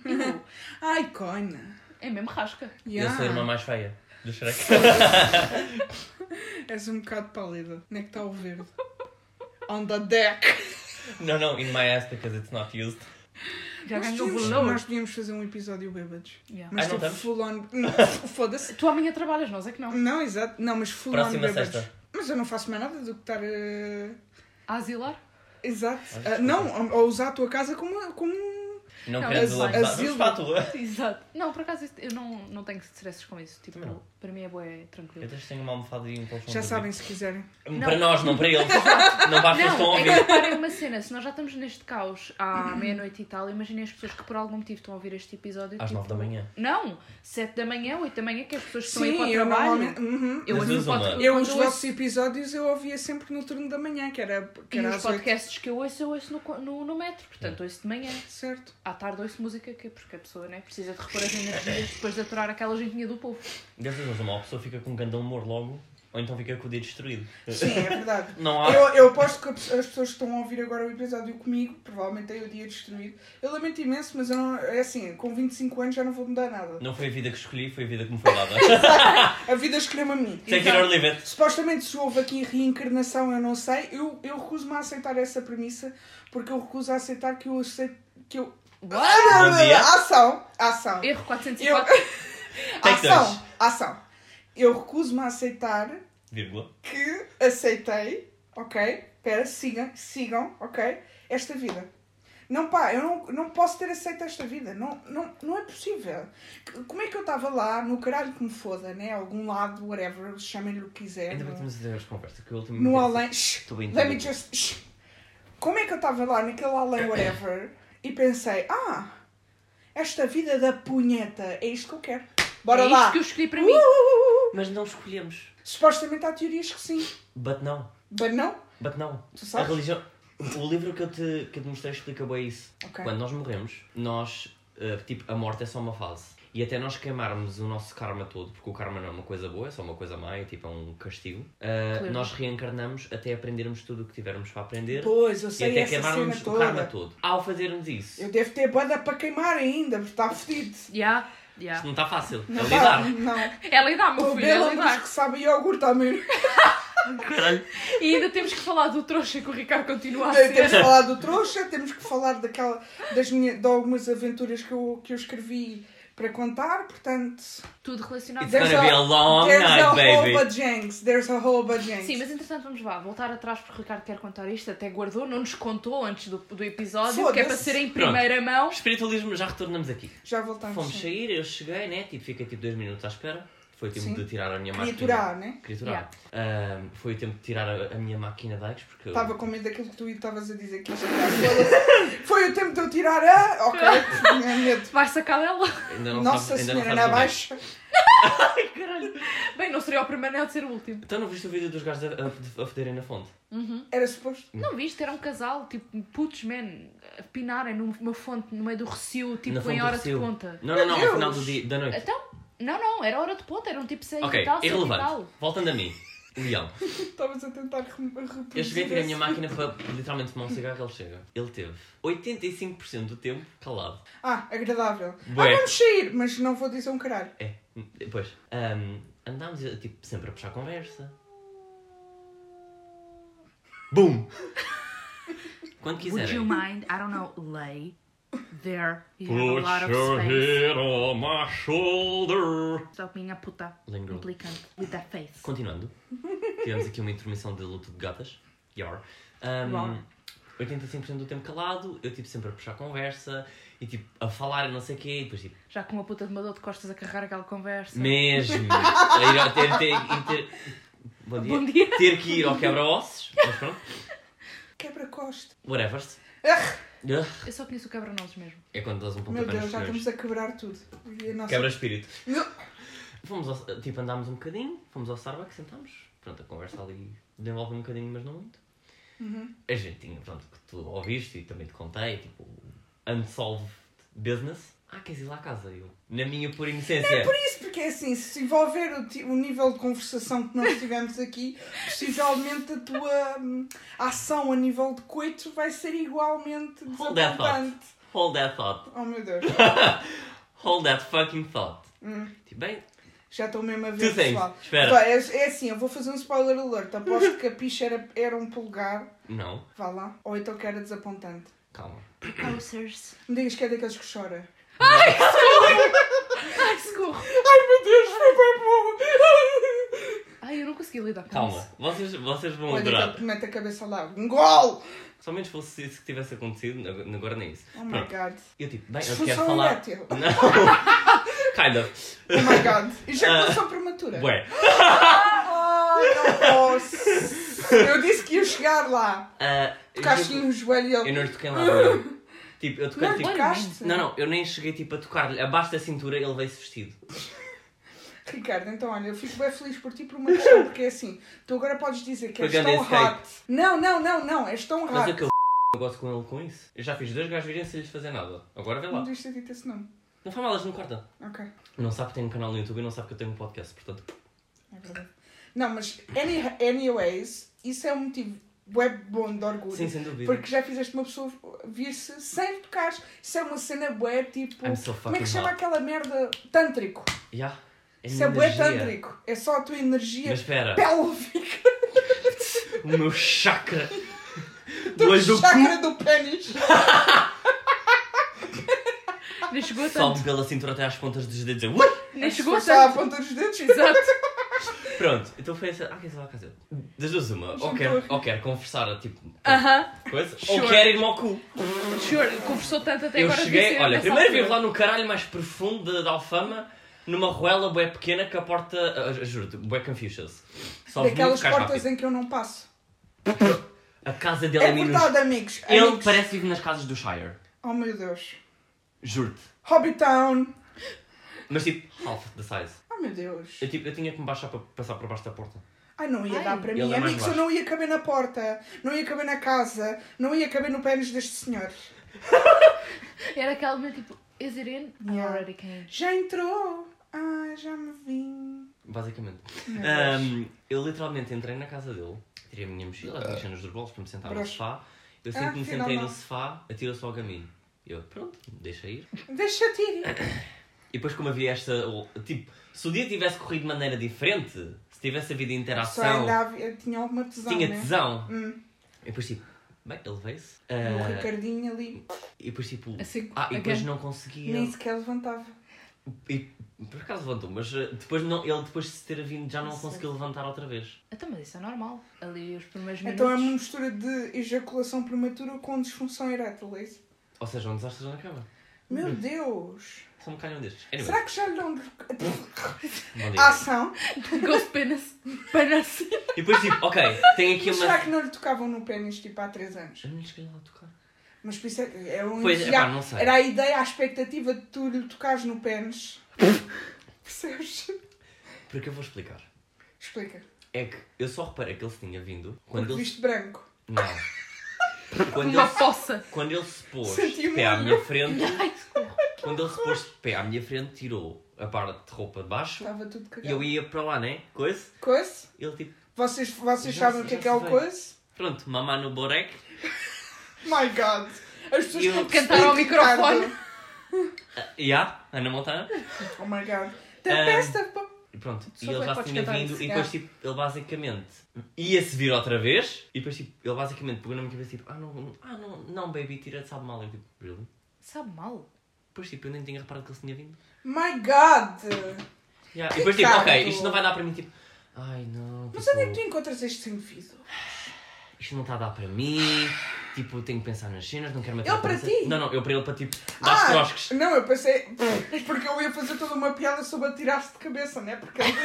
eu-
Ai, coina.
Tipo.
É mesmo rasca.
Eu sou a irmã
Yeah.
mais feia do Shrek.
És um bocado pálida. Onde é que está o verde? On the deck.
não, não, in my ass because it's not used.
Já
nós,
ganhou
podíamos,
Tá valor.
nós podíamos fazer um episódio bêbados.
Yeah.
Mas
Ah, não
tipo,
estamos?
full on. Foda-se.
Tu amanhã trabalhas, nós é que não.
Não, exato. Não, mas full
Próxima
on bêbados.
sexta.
Mas eu não faço mais nada do que estar. eh,
A asilar?
Exato.
Ah,
Ah, não, ou usar a tua casa como. como...
Não,
Não,
quero
mas-
desvalorizar.
Asilo.
Vamos para a tua.
Exato. Não, por acaso isso- eu não, não tenho stresses com isso. Tipo,
Também não.
para mim é boé
Eu
tranquilo.
até tenho uma almofada e um colchão.
Já
de
sabem se quiserem.
dormir.
Não.
Para nós, não para eles. não basta eles estão a
Não, é que
ouvir.
reparem uma cena, se nós já estamos neste caos à meia-noite e tal, imaginem as pessoas que por algum motivo estão a ouvir este episódio.
Às
tipo,
9 da manhã.
Não, 7 da manhã, 8 da manhã, que as pessoas estão a ir para o
Sim, eu
trabalho.
é normalmente. Uhum.
Eu
Mas
ouço
usa uma.
pod-
Eu
quando
os
eu
vossos
ouço-
episódios eu ouvia sempre no turno da manhã, que era, que
E
era
os
às oito.
podcasts que eu ouço, eu ouço no, co- no, no metro, portanto, ouço de manhã.
Certo.
À tarde ouço música, que, porque a pessoa né, precisa de repor as energias depois de aturar aquela gentinha do povo.
Dessas duas, uma ou a pessoa fica com um grande humor logo, ou então fica com o dia destruído.
Sim, é verdade.
Não há.
Eu, eu aposto que a pe- as pessoas que estão a ouvir agora o episódio comigo, provavelmente têm o dia destruído. Eu lamento imenso, mas eu não, é assim, com 25 anos já não vou mudar nada.
Não foi a vida que escolhi, foi a vida que me foi dada.
A vida escreve-me a mim.
Take it
Então,
or leave it.
supostamente se houve aqui reencarnação, eu não sei. Eu, eu recuso-me a aceitar essa premissa, porque eu recuso a aceitar que eu aceito. Que eu... Ah,
Bom dia.
Ação! Ação!
Erro
Eu...
404.
Take
Ação! Ação! eu recuso-me a aceitar
Vírgula.
que aceitei, ok? Espera, sigam, sigam, ok? Esta vida. Não, pá, eu não, não posso ter aceito esta vida. Não, não, não é possível. C- Como é que eu estava lá, no caralho que me foda, né? Algum lado, whatever, chamem-lhe o que quiserem.
Ainda bem que estamos a ter esta conversa, que o último.
No além. Shh,
Estou bem
Let me
entendido.
just. shh. Como é que eu estava lá naquele além whatever e pensei, ah, esta vida da punheta é isto que eu quero. Bora
é
lá.
isto que eu escolhi para
Uh,
mim.
uh, uh, uh.
Mas não escolhemos.
Supostamente há teorias que sim.
But não.
Mas não.
But não.
Tu sabes?
A religião. O livro que eu te, que eu te mostrei explica bem isso.
Ok.
Quando nós morremos, nós. eh, tipo, a morte é só uma fase. E até nós queimarmos o nosso karma todo, porque o karma não é uma coisa boa, é só uma coisa má, é tipo é um castigo. eh,
Claro.
nós reencarnamos até aprendermos tudo o que tivermos para aprender.
Pois, eu
E
sei
até
essa cena
queimarmos o karma
toda.
todo. Ao fazermos isso,
Eu devo ter banda para queimar ainda, porque está fedido.
Já, já.
isto não está fácil. é
Não dá,
lidar.
não.
Ela e dá, meu
Estou
filho, ela
bela,
e
mas
dá.
que sabe iogurte tá ao menos.
Caralho.
E ainda temos que falar do trouxa que o Ricardo continua a
Temos
ser.
que falar do trouxa, temos que falar daquela, das minha, de algumas aventuras que eu, que eu escrevi para contar, portanto.
Tudo relacionado
It's gonna be a long
there's
night,
a
baby.
whole bajanks, there's a whole bajanks.
Sim, mas entretanto vamos lá, voltar atrás porque o Ricardo quer contar isto, até guardou, não nos contou antes do, do episódio,
Foda-se.
que é para ser em
Pronto.
primeira mão.
Espiritualismo, já retornamos aqui.
Já voltamos.
Fomos
sim.
sair, eu cheguei, né? Tipo, fiquei tipo dois minutos à espera. Foi o tempo
Sim.
de tirar a minha
Queria
máquina.
aturar, né?
Criaturar. Ahm, foi o tempo de tirar a, a minha máquina de eggs, porque eu-
Estava com medo daquilo que tu estavas a dizer que isto era- Foi o tempo de eu tirar a. Ok, tinha medo.
Vai sacar dela.
ainda não
Nossa
sabes, ainda não
Senhora,
sabes
na
o resto.
baixa.
Bem, não seria o primeiro nem há de ser o último.
Então não viste o vídeo dos gajos a, a, a federem na fonte?
Era suposto.
Hum.
Não viste? Era um casal, tipo, putos, man, a pinarem numa fonte no meio do recio,
na
tipo,
fonte
em
do
hora de
Rossio.
ponta.
Não, não, não,
Meu
ao final
Deus.
do dia, da noite.
Então, não, não, era hora de ponta, era um tipo 6
Ok,
e tal, 7 e
irrelevante.
tal.
Voltando a mim, o leão.
Estavas a tentar re- reproduzir.
Eu cheguei, tirei a minha
esse-
máquina para literalmente fumar um cigarro, ele chega. Ele teve 85% do tempo calado.
Ah, agradável.
Bué.
Ah, vamos sair, mas não vou dizer um caralho.
É, depois. ahm, andámos, eh, tipo, sempre a puxar conversa. Boom! Quando
Would
quiserem.
you mind, I don't know, lay there, you have a
Put
lot of
your
space.
head on my shoulder.
Stop minha puta,
Lingo.
implicante, with that face.
Continuando. Tivemos aqui uma intermissão de luto de gatas. Yar. Ahm,
Uau.
85% do tempo calado, eu tipo sempre a puxar conversa e tipo a falar e não sei o quê, e depois tipo,
Já com uma puta de uma dor de costas a carregar aquela conversa.
mesmo! a ir ao- ter, ter, ter- bom, dia.
Bom dia.
Ter que ir ao quebra-ossos, mas pronto,
Quebra-costa.
whatever.
Ah,
Eu só conheço o quebra-nozes mesmo.
É quando dás um
meu
pontapé
Deus,
nos
já
senhores.
estamos a quebrar tudo. E a nossa-
Quebra espírito.
Não.
Fomos ao, tipo, andámos um bocadinho, fomos ao Starbucks, sentámos. Pronto, a conversa ali desenvolve um bocadinho, mas não muito.
Uhum.
A gente tinha, pronto, que tu ouviste e também te contei, tipo, unsolved business. Ah, queres ir lá à casa? Eu, na minha pura inocência.
Por isso, porque é assim, se envolver o, ti- o nível de conversação que nós tivemos aqui, possivelmente a tua hum, ação a nível de coito vai ser igualmente
Hold that thought.
desapontante.
Hold that thought.
Oh meu Deus.
Hold that fucking thought.
Hum.
Tipo, bem,
Já estou mesmo a
Two
ver,
things.
pessoal.
Espera.
Então, é, é assim, eu vou fazer um spoiler alert. Aposto que a picha era, era um polegar.
não,
Vá lá. Ou então que era desapontante.
calma.
Posers.
Me digas que é daqueles que chora.
Ai, socorro.
Ai meu Deus, foi bem bom!
Ai, eu não consegui lidar com
Calma,
isso.
vocês, vocês vão
Olha então- que ele
adorar.
te mete a cabeça lá. Um gol!
Somente fosse isso que tivesse acontecido, agora- agora nem isso.
Oh my
Pronto.
god.
Eu tipo, bem, eu
Disfunção
quero falar.
erétil.
Não! kind of.
Oh my god.
Ah.
Ejaculação prematura.
Ué.
Ah, não posso. Eu disse que ia chegar lá.
ah, eu
Tocaste
juro-
no joelho e
Eu
ele.
não lhe toquei lá. não. tipo, eu toquei
Não
tipo.
tocaste?
Não, não, eu nem cheguei tipo a tocar-lhe. Abaixo da cintura ele veio-se vestido.
Ricardo, então olha, eu fico bem feliz por ti por uma questão, porque é assim, tu agora podes dizer que
Foi
és
grande
tão
escape.
hot. Não, não, não, não, és tão
Mas
hot.
é que eu negócio com ele com isso. Eu já fiz dois gajos virem sem lhes fazer nada. Agora vê
Não
lá.
devias ter dito esse nome.
Não faz mal, eles não cortam.
Ok.
Não sabe que tenho um canal no YouTube e não sabe que eu tenho um podcast, portanto.
É verdade. Não, mas any, anyways, isso é um motivo web bom de orgulho.
Sim, sem dúvida.
Porque já fizeste uma pessoa vir-se sem tocar. Isso é uma cena bué, tipo.
I'm so
como é que
fucking
chama
hot.
aquela merda? Tântrico.
Yeah, é
Isso é
minha
bué
energia.
tântrico. É só a tua energia
Mas espera,
pélvica.
o meu chakra. do
Do
olho do
chakra do pênis.
Nem chegou a tanto.
Salve pela cintura até às pontas dos dedos. Ui!
Nem chegou a
Só
tanto.
apontar os dedos.
Exato.
Pronto, então foi essa. Ah, quer lá a casa dele. Das duas, uma. Ou
Juntou.
quer, ou quer conversar, tipo,
Aham,
coisa,
Ah, Sure.
ou quer ir-me ao cu.
sure, conversou tanto até
Eu
agora.
cheguei,
disse,
olha,
nessa
primeiro vivo
altura.
lá no caralho mais profundo da, da Alfama, numa ruela bué pequena que a porta. ah, ah, Juro-te, bué Confucius. Só vos muito
Daquelas
cais
portas
rápido.
em que eu não passo.
A casa dele
É
é minúscula.
verdade, amigos.
Ele
amigos.
parece que vive nas casas do Shire.
Oh meu Deus.
Juro-te.
Hobbitown.
Mas tipo, half the size.
Oh meu Deus.
Eu, tipo, eu tinha que me baixar para passar por baixo da porta.
Ai, não ia
Ai.
dar para
Ele
mim.
é mais
amigos, eu
baixo.
não ia caber na porta. Não ia caber na casa. Não ia caber no pênis deste senhor.
Era aquela mulher tipo, is it in? I
Yeah.
already came.
Já entrou. Ah, já me vim.
Basicamente.
Meu Deus.
Ahm, eu literalmente entrei na casa dele, tirei a minha mochila, deixei nos dorbolos para me sentar no
Broxa.
sofá. Eu
Ah,
sempre me
afinal
sentei
não.
no sofá, atirou-se logo a mim. Eu, pronto, deixa ir.
Deixa te ir.
E depois, como havia esta. o- Tipo, se o dia tivesse corrido de maneira diferente, se tivesse havido
Só
interação,
andava, tinha alguma tesão,
tinha
né?
tesão.
Hum,
E depois, tipo, bem, ele veio-se.
o
Ah,
Ricardinho ali
e depois, tipo.
Assim,
Ah, e depois
again.
não conseguia.
nem sequer levantava.
E, por acaso levantou, mas ah, depois não, ele depois de se ter vindo já não
Não sei.
conseguiu levantar outra vez.
Então, mas isso é normal. Ali os primeiros minutos.
Então é uma mistura de ejaculação prematura com disfunção erétil, é isso?
Ou seja, um desastre na cama. Hum.
Meu Deus!
Só me calham destes. Anyway,
Será Ah, que já lhe dão
Hum. bom dia.
a ação?
Ghost penis. Penis.
E depois tipo, ok, tem aqui
Mas
uma.
será que não lhe tocavam no pênis tipo há 3 anos?
Eu não lhe cheguei lá a tocar.
Mas por isso é, é um
Pois,
entusiasmo.
epá, não sei.
Era a ideia, a expectativa de tu lhe tocares no pênis. Percebes?
Porque eu vou explicar.
Explica.
É que eu só reparei que ele se tinha vindo quando
Porque
ele.
viste branco.
Não. Quando
Uma
ele,
fossa.
quando ele se pôs
Senti
de pé à
um
minha frente,
Ai, socorro.
quando ele se pôs de pé à minha frente, tirou a parte de roupa de baixo
Estava tudo
e
cagado.
eu ia para lá, né? Coisa.
Coice?
Ele tipo,
Vocês, vocês
Já
sabem o
se-
que é
já
que é o
se vê.
coice?
pronto, mamá no boreque.
My God! As pessoas
Eu-
não
Cantaram ao
percebem, Ricardo.
microfone.
E yeah, Ana Montana.
Oh my God.
Ah.
Tempesta, pô.
E pronto,
Só
e ele
tu é que
já se
podes
tinha
cantar
vindo
isso,
e
já.
depois tipo, ele basicamente ia-se vir outra vez e depois tipo, ele basicamente pegou na minha cabeça tipo, ah não, ah não, não baby, tira-te, sabe mal. Eu tipo, really?
Sabe mal.
Depois tipo, eu nem tinha reparado que ele se tinha vindo.
My God!
Yeah. E
Que
depois tipo,
caro.
ok, isto não vai dar para mim, tipo, ai não,
Mas
tipo,
onde é que tu encontras este indivíduo?
isto não está a dar para mim, tipo, tenho que pensar nas cenas, não quero matar
Ele
a
para
criança.
ti?
Não, não, eu para ele para tipo, dar os trosques.
Ah, não, eu pensei. Porque eu ia fazer toda uma piada sobre atirar-se de cabeça, né? Porque ele,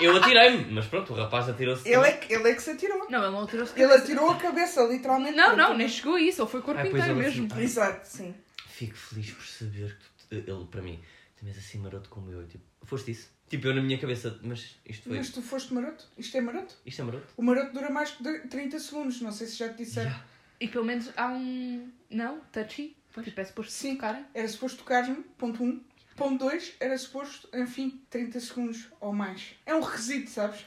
Eu atirei-me, mas pronto, o rapaz atirou-se. tipo,
ele, é, que- ele é que se atirou.
Não, ele não atirou-se. de
Ele assim,
cabeça.
atirou a cabeça, literalmente.
Não,
Portanto,
não, nem chegou a isso. Ou foi o corpo
Ah, pois
inteiro
ele
mesmo.
assim-
Exato, sim.
Fico feliz por saber que tu- ele, para mim, também és assim maroto como eu. Tipo, foste isso? Tipo, eu na minha cabeça, mas isto foi.
Mas tu foste maroto? Isto é maroto?
Isto é maroto?
O maroto dura mais que 30 segundos, não sei se já te disseram.
Yeah.
E pelo menos há um. Não? Touchy? Tipo, é suposto
Sim.
se tocarem.
Era suposto tocar-me, ponto 1. Um. Ponto 2, era suposto, enfim, 30 segundos ou mais. É um requisito, sabes?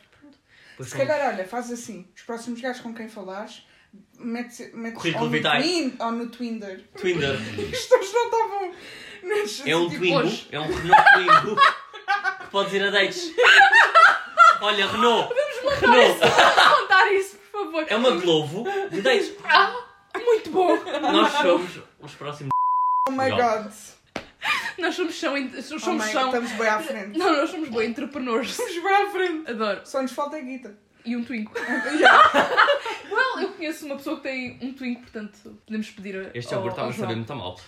Pois
Se
não.
calhar, olha, faz assim. Os próximos gajos com quem falares, mete-se mete
Currículo
ou, no
vitae.
Twin- ou no Twinder.
Twinder.
Estes não estavam... Mas,
É um
tipo,
Twingo.
hoje.
É um Renault Twingo. que podes ir a dates. Olha, Renault. Renault.
Contar isso, por favor.
É uma Glovo de dates.
Ah, muito bom.
Nós somos os próximos.
Oh my
Não.
God.
Nós somos são. Somos
Oh my
são.
Estamos bem à frente.
Não, nós somos bons entrepreneurs.
Estamos bem à frente.
Adoro.
Só nos falta a guita.
E um twingo.
Já.
Well, eu conheço uma pessoa que tem um twingo, portanto, podemos pedir a.
Este é o
ao-
Oh,
Bertão,
ao
mas
João.
sabe muito mal.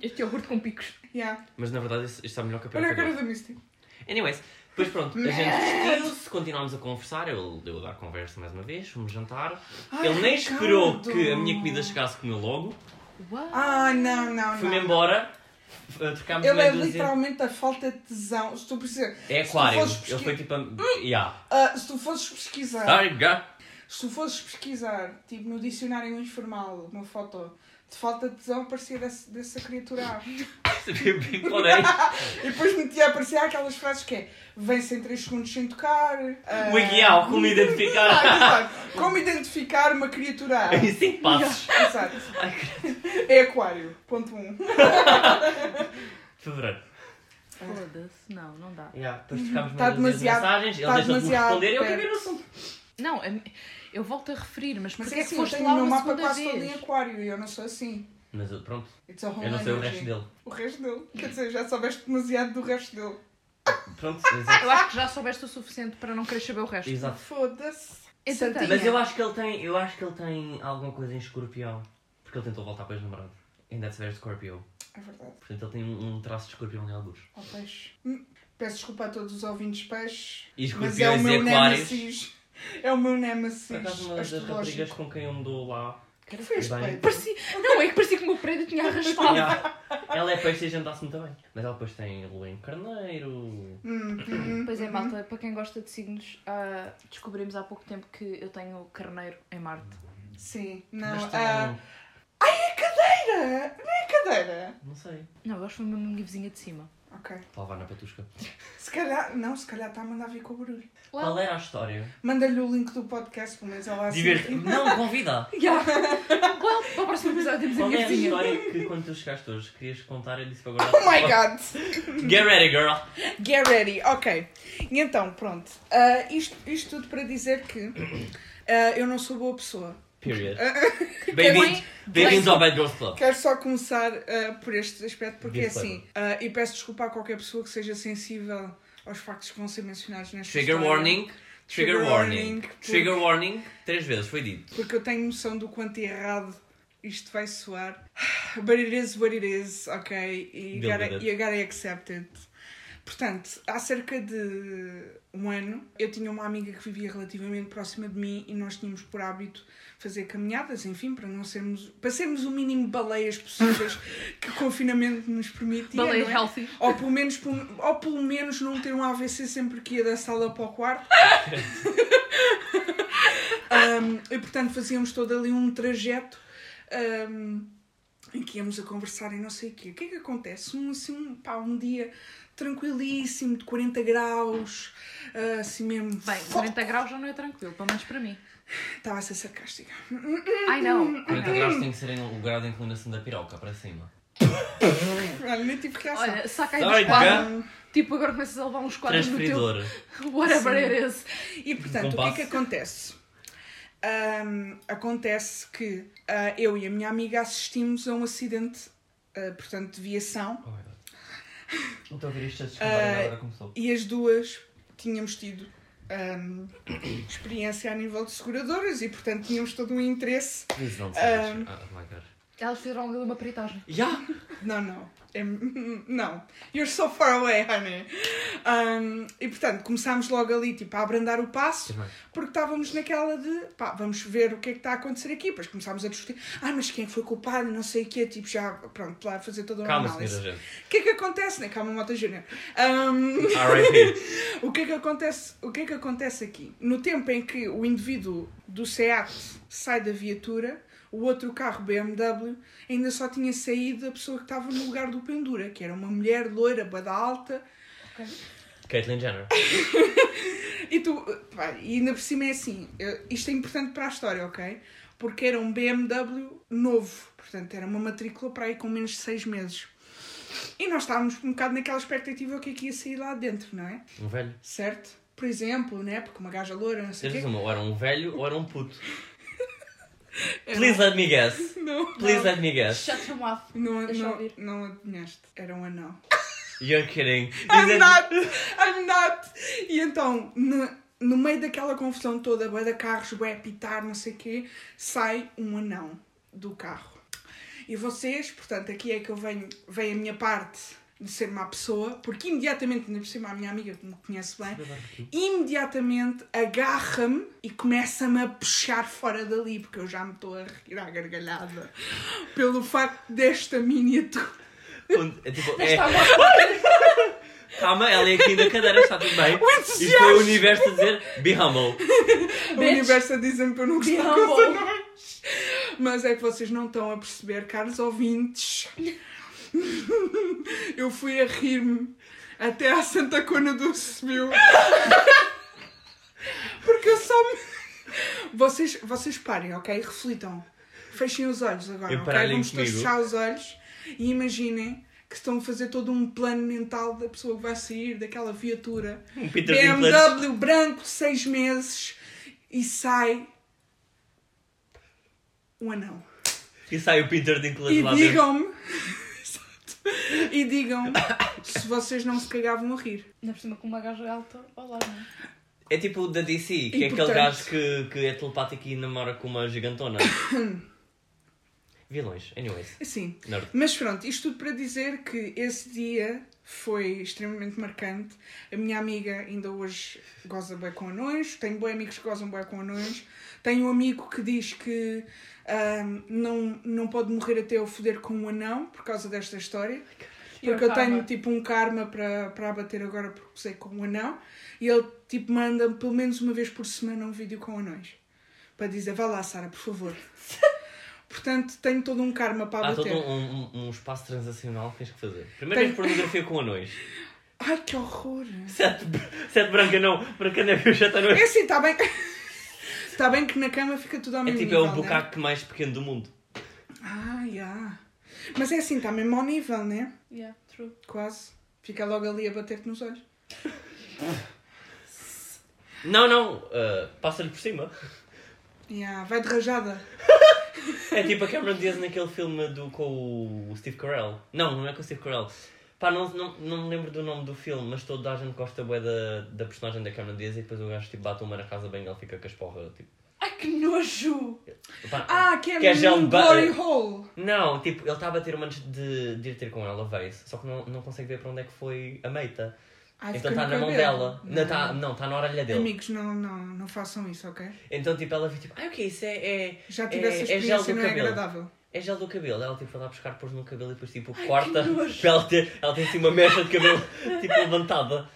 Este é o Gordo com picos.
Yeah.
Mas na verdade, isto está melhor que a
Olha a cara
pera.
da Misty.
Anyways, depois pronto, a gente vestiu-se, continuámos a conversar. Eu deu a dar conversa mais uma vez, fomos jantar.
Ai,
Ele nem esperou
Ricardo.
que a minha comida chegasse, comeu logo.
What?
Ah, não, não,
Fui-me
não.
embora. f- eh, Trocámos
Ele é
meia dúzia-
literalmente a falta de tesão. Se tu precisas...
É
Se tu
aquário.
fosses pesqui-
Ele foi tipo. a- Yeah.
Ah, se tu fosses pesquisar...
Sorry, girl.
Se tu fosses pesquisar, tipo, no dicionário informal, uma foto de falta de tesão, parecia desse- dessa criatura A.
Bipolar.
E depois metia a aparecer aquelas frases que é Vem-se em 3 segundos sem tocar. ah,
O é ideal, como identificar.
ah, exato. Como identificar uma criatura A.
Em 5 passos.
Exato.
Ai, credo.
É aquário. Ponto 1. Um.
Fevereiro.
Foda-se. Não, não dá.
Yeah, depois trocámos
Tá
mais umas
demasiado-
mensagens,
tá
ele deixou de me
demasiado
responder e eu caguei no
perto.
assunto.
Não, a mi- eu volto a referir, mas
Mas
porquê
é
é que
assim, eu
foste
tenho
lá
o meu
uma
mapa
segunda
quase todo em
vez?
aquário e eu não sou assim.
Mas eu- pronto,
It's a whole
eu não sei o
energy.
resto dele.
O resto dele. Quer dizer, já soubeste demasiado do resto dele.
Pronto, exato.
Eu acho que já soubeste o suficiente para não querer saber o resto. Então,
exato.
Foda-se.
Entretanto-
Mas
Santinha.
eu acho que ele tem, eu acho que ele tem alguma coisa em escorpião, porque ele tentou voltar para as namorado. And that's very Scorpio.
É verdade.
Portanto, ele tem um, um traço de escorpião em alguns.
Ó peixe. Hum, Peço desculpa a todos os ouvintes peixes.
E
Mas é o
escorpiões e
meu
aquários.
nemesis. É o meu
Por acaso,
nemesis
uma das raparigas
astrológico.
com quem eu me dou lá.
O que foi este
Bem.
peito?
Parecia... Não, é que parecia que o meu prédio tinha arrastado.
Ela é peixe e a gente dá-se muito bem. Mas ela depois tem lua em carneiro.
Hum, hum,
Pois é,
hum.
malta, para quem gosta de signos, ah, descobrimos há pouco tempo que eu tenho carneiro em Marte.
Sim. Não,
Mas tá tem,
ah, cadeira! Não é cadeira?
Não sei. Está
Não, eu acho que foi mesmo a minha vizinha de cima.
Ok.
a levar na patusca.
Se calhar, não, se calhar está a mandar vir com o barulho.
Uau.
Qual era a história?
Manda-lhe o link do podcast, pelo menos ela assim.
Diverte. Não, convida!
Yeah. Qual? Para o próximo episódio temos a
Qual é
minha
a
vizinha.
história que quando tu chegaste hoje querias contar? Eu disse para guardar.
Oh my god!
Get ready, girl!
Get ready, ok. E então, pronto. Ah, isto, isto tudo para dizer que ah, eu não sou boa pessoa.
Period.
Bem-vindos-
Bem-vindos
bem-vindos
ao Bad Girls Club.
Quero só começar ah, por este aspecto, porque é
Disclaimer.
assim, ah, e peço desculpa a qualquer pessoa que seja sensível aos factos que vão ser mencionados nesta
Trigger
história,
warning. Trigger
Trigger warning,
warning.
porque-
Trigger warning. Três vezes, foi dito.
Porque eu tenho noção do quanto errado isto vai soar. But it is what it is, ok? E
Deal
gotta,
with it.
you gotta accept it. Portanto, há cerca de um ano, eu tinha uma amiga que vivia relativamente próxima de mim e nós tínhamos por hábito fazer caminhadas, enfim, para não sermos, para sermos o mínimo baleias possíveis que o confinamento nos permitia.
Baleias
não é?
healthy.
Ou pelo, menos, ou pelo menos não ter um AVC sempre que ia da sala para o quarto. Um, e portanto fazíamos todo ali um trajeto um, em que íamos a conversar e não sei o quê. O que é que acontece? Um, assim, um, pá, um dia tranquilíssimo, de 40 graus, uh, assim mesmo.
Bem, 40 graus já não é tranquilo, pelo menos para mim.
Estava a ser sarcástica.
Ai não.
40 graus tem que ser em o grau de inclinação da piroca para cima.
Olha, nem tive reação.
Olha, saca aí
Ai,
dos quadros. Tipo, agora começas a levar uns quadros no teu.
Transferidor.
Whatever it is.
E portanto, o que é que
Compasso.
acontece? Ahm, acontece que ah, eu e a minha amiga assistimos a um acidente, ah, portanto, de viação,
Oh my god. Eh, Não estou a ver isto a descambar,
Ah,
agora começou.
e as duas tínhamos tido ahm, experiência a nível de seguradoras e, portanto, tínhamos todo um interesse.
Please don't
say ah, this.
Oh my god.
Elas fizeram ali uma peritagem.
Yeah!
Não, não. É- não. You're so far away, honey. Ahm, e, portanto, começámos logo ali, tipo, a abrandar o passo. porque estávamos naquela de pá, vamos ver o que é que está a acontecer aqui. Depois começámos a discutir, ah, mas quem é que foi culpado? Não sei o quê, tipo, já, pronto, lá a fazer toda uma
Calma,
análise.
senhora gente.
O que é que acontece, né? Calma, Mota Júnior. Ahm,
R.I.P.
o que é que acontece o que é que acontece aqui no tempo em que o indivíduo do Seat sai da viatura o outro carro BMW ainda só tinha saído a pessoa que estava no lugar do pendura que era uma mulher loira bada alta
Caitlyn Jenner.
E tu, pá, e ainda por cima é assim, eu- isto é importante para a história, ok? Porque era um BMW novo, portanto era uma matrícula para aí com menos de 6 meses. E nós estávamos um bocado naquela expectativa o que é que ia sair lá dentro, não é?
Um velho.
Certo? Por exemplo, né? Porque uma gaja loura, não sei o
Seres
quê.
uma, ou era um velho ou era um puto. Please let me guess.
Não,
Please let me guess.
Shut your mouth.
não,
Deixa eu
não,
ouvir.
não adivinhaste. Era um anão.
You're kidding.
I'm not, I'm not. E então, no, no meio daquela confusão toda, bué de carros, bué a pitar, não sei o quê, sai um anão do carro. E vocês, portanto, aqui é que eu venho, vem a minha parte de ser má pessoa, porque imediatamente, ainda por cima, a minha amiga que me conhece bem, imediatamente agarra-me e começa-me a puxar fora dali, porque eu já me estou a retirar à gargalhada pelo facto desta miniatura.
Onde- é tipo, é-
Está bom.
Calma, ela é aqui na cadeira, está tudo bem.
entusiasmo.
Isto foi o universo a dizer be humble.
O
Bitch.
universo a dizer-me para eu não
Be
gostar de
humble.
coisa nós. Mas é que vocês não estão a perceber, caros ouvintes. Eu fui a rir-me até à Santa Cona do Subiu. Porque eu só me... Vocês, vocês parem, ok? Reflitam. Fechem os olhos agora,
E
ok?
parem
Vamos todos
comigo.
fechar os olhos e imaginem que estão a fazer todo um plano mental da pessoa que vai sair daquela viatura.
Um Peter Dinklage.
BMW branco, seis meses, e sai um anão.
E sai o Peter Dinklage
E
lá dentro.
digam-me. Exato. E digam se vocês não se cagavam a rir.
Ainda por cima com uma gaja alta ao lado, não é?
É tipo o da DC, que é aquele
portanto-
gajo que, que é telepático e namora com uma gigantona. Vilões, anyways.
Assim.
Nerd.
Mas pronto, isto tudo para dizer que esse dia foi extremamente marcante. A minha amiga ainda hoje goza bem com anões, tenho bem amigos que gozam bem com anões. Tenho um amigo que diz que ahm, não, não pode morrer até eu foder com um anão por causa desta história.
E é o
Porque eu
karma?
tenho tipo um karma para, para abater agora porque sei com um anão. E ele tipo manda pelo menos uma vez por semana um vídeo com anões. Para dizer, vá lá Sara, por favor. Portanto, tenho todo um karma para
Há
abater.
todo um, um, um espaço transacional que tens que fazer. Primeiro
Tem-
tens pornografia com anões.
Ai, que horror!
Sete, sete branca não, branca neve já está no...
É assim, está bem. Está bem que na cama fica tudo ao
É
mesmo
tipo, é
nível.
o
né?
bucaque mais pequeno do mundo.
Ah, já. Mas é assim, está mesmo ao nível, né?
Yeah, true.
Quase. Fica logo ali a bater-te nos olhos.
Não, não, ah, passa-lhe por cima.
Ya, vai de rajada.
É tipo a Cameron Diaz naquele filme do, com o Steve Carell. Não, não é com o Steve Carell. Pá, não, não, não me lembro do nome do filme, mas toda a gente gosta bué da, da personagem da Cameron Diaz e depois o gajo tipo, bate uma na casa bem e ele fica com a esporra. Tipo,
Ai, que nojo!
pá,
Ah, que é
Que é gel
um
ba-
glory hole.
Não, tipo, ele estava a ter uma antes de, de ir ter com ela, veio Só que não, não consegue ver para onde é que foi a meita.
Ai,
então
fica
está
no
na mão
cabelo.
dela. Não, está não, tá na orelha dele.
Amigos, não, não, não façam isso, ok?
Então, tipo, ela fica tipo, ai, o que é isso? É, é,
Já
É-
tive essa
é
experiência,
gel do
não é
cabelo.
agradável.
é gel do cabelo. Ela, tipo, foi lá buscar, pôs no cabelo e depois, tipo,
que
corta.
nojo.
Para ela ter, ela tem, assim, uma mecha de cabelo, tipo, levantada.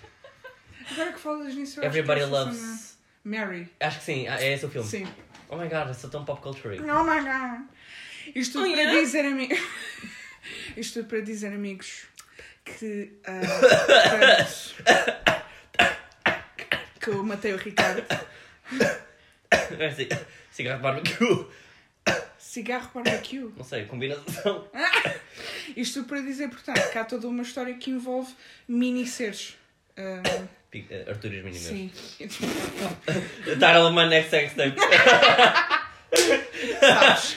Agora que falas nisso, eu acho que
Everybody
essa cena-
Loves...
Mary.
Acho que sim, ah, é esse o filme.
Sim.
Oh my god, eu sou tão pop culture.
Oh my god! Isto tudo
Oh,
para
yeah?
dizer amigos. Isto tudo para dizer amigos que. ah, portanto, que eu matei o Ricardo.
É assim, cigarro de barbecue.
Cigarro barbecue.
Não sei, combinação.
Isto tudo para dizer, portanto, que há toda uma história que envolve mini seres. Ah,
Pic- eh, Arturas mínimas.
sim.
Daryl Man XX Tape.
Sabes?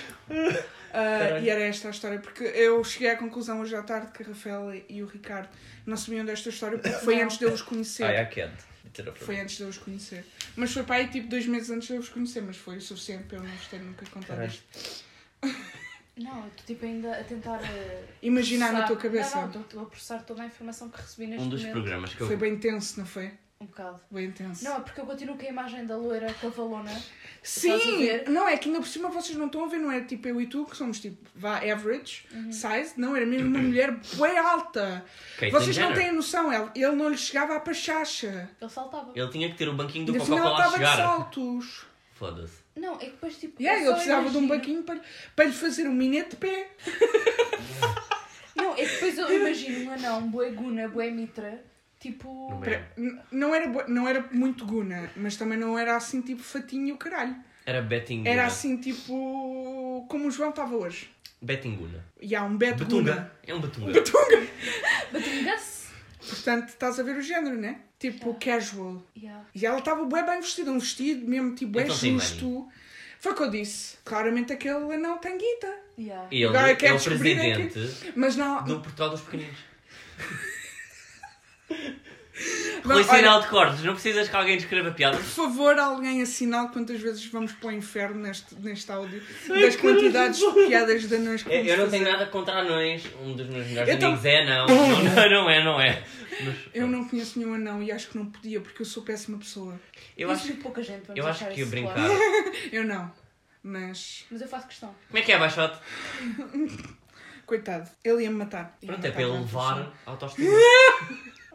Ah,
Caralho.
e era esta a história, porque eu cheguei à conclusão hoje à tarde que a Rafaela e o Ricardo não sabiam desta história porque foi
Não.
antes de eu os conhecer.
Ai, I can't. Tira pra
Foi
mim.
antes de eu os conhecer. Mas foi para aí tipo dois meses antes de eu os conhecer, mas foi o suficiente para eu não vos ter nunca contado
Caralho.
isto.
Não, eu estou tipo ainda a tentar. eh,
Imaginar na
processar-
tua cabeça.
Não, não, estou- estou a processar toda a informação que recebi neste
Um dos
momento.
programas que eu.
Foi bem tenso, não foi?
Um bocado.
Bem tenso.
Não, é porque eu continuo com a imagem da loira cavalona. estás a
Sim!
ver?
Não, é que ainda por cima vocês não estão a ver, não é tipo eu e tu, que somos tipo, vá, average,
Uhum.
size. Não, era mesmo uma mulher bué alta.
Caitlyn
vocês não
Jenner.
têm noção, ele, ele não lhe chegava à pachacha.
Ele saltava.
Ele tinha que ter o banquinho do
Ainda por cima ela
Coca-Cola a
estava de
chegar.
saltos.
Foda-se.
Não, é que depois tipo.
E
eu
aí,
só
ele precisava de um
imagino-
banquinho para, para lhe fazer um minete de pé.
Não, é que depois eu imagino um anão, boé guna, boé mitra, tipo.
No meio.
Pra- n- Não era, bo- não era muito guna, mas também não era assim tipo fatinho o caralho.
Era Betinguna.
Era assim tipo. Como o João estava hoje.
Betinguna.
E há um Beto Guna.
Betunga. É um Betunga.
Batingas?
Portanto, estás a ver o género, né? Tipo casual.
Yeah.
E ela estava bem bem vestida, um vestido mesmo tipo é
Então sim,
justo. Foi o que eu disse. Claramente aquele anão tem guita.
Yeah.
E ele
Agora
é
quero
o
descobrir aqui.
presidente
Mas não.
do Portugal dos Pequeninos.
não,
Rui
olha,
Sinal de Cortes, não precisas que alguém escreva piadas.
por favor, alguém assinale quantas vezes vamos para o inferno neste, neste áudio. das quantidades de piadas de anões que
É, Eu,
vamos
eu não
fazer.
tenho nada contra anões. Um dos meus melhores
Então-
amigos é não. Não, não é, não é. Mas,
Eu não conheço nenhum anão e acho que não podia porque eu sou péssima pessoa.
eu
Isso
acho,
muito pouca gente vamos
eu acho
achar
que ia
isso
brincar.
claro.
Eu não. Mas.
Mas eu faço questão.
Como é que é, Baixote?
Coitado, ele ia me matar. Ia
Pronto, é
matar
para ele
uma
levar
pessoa.
a autoestima.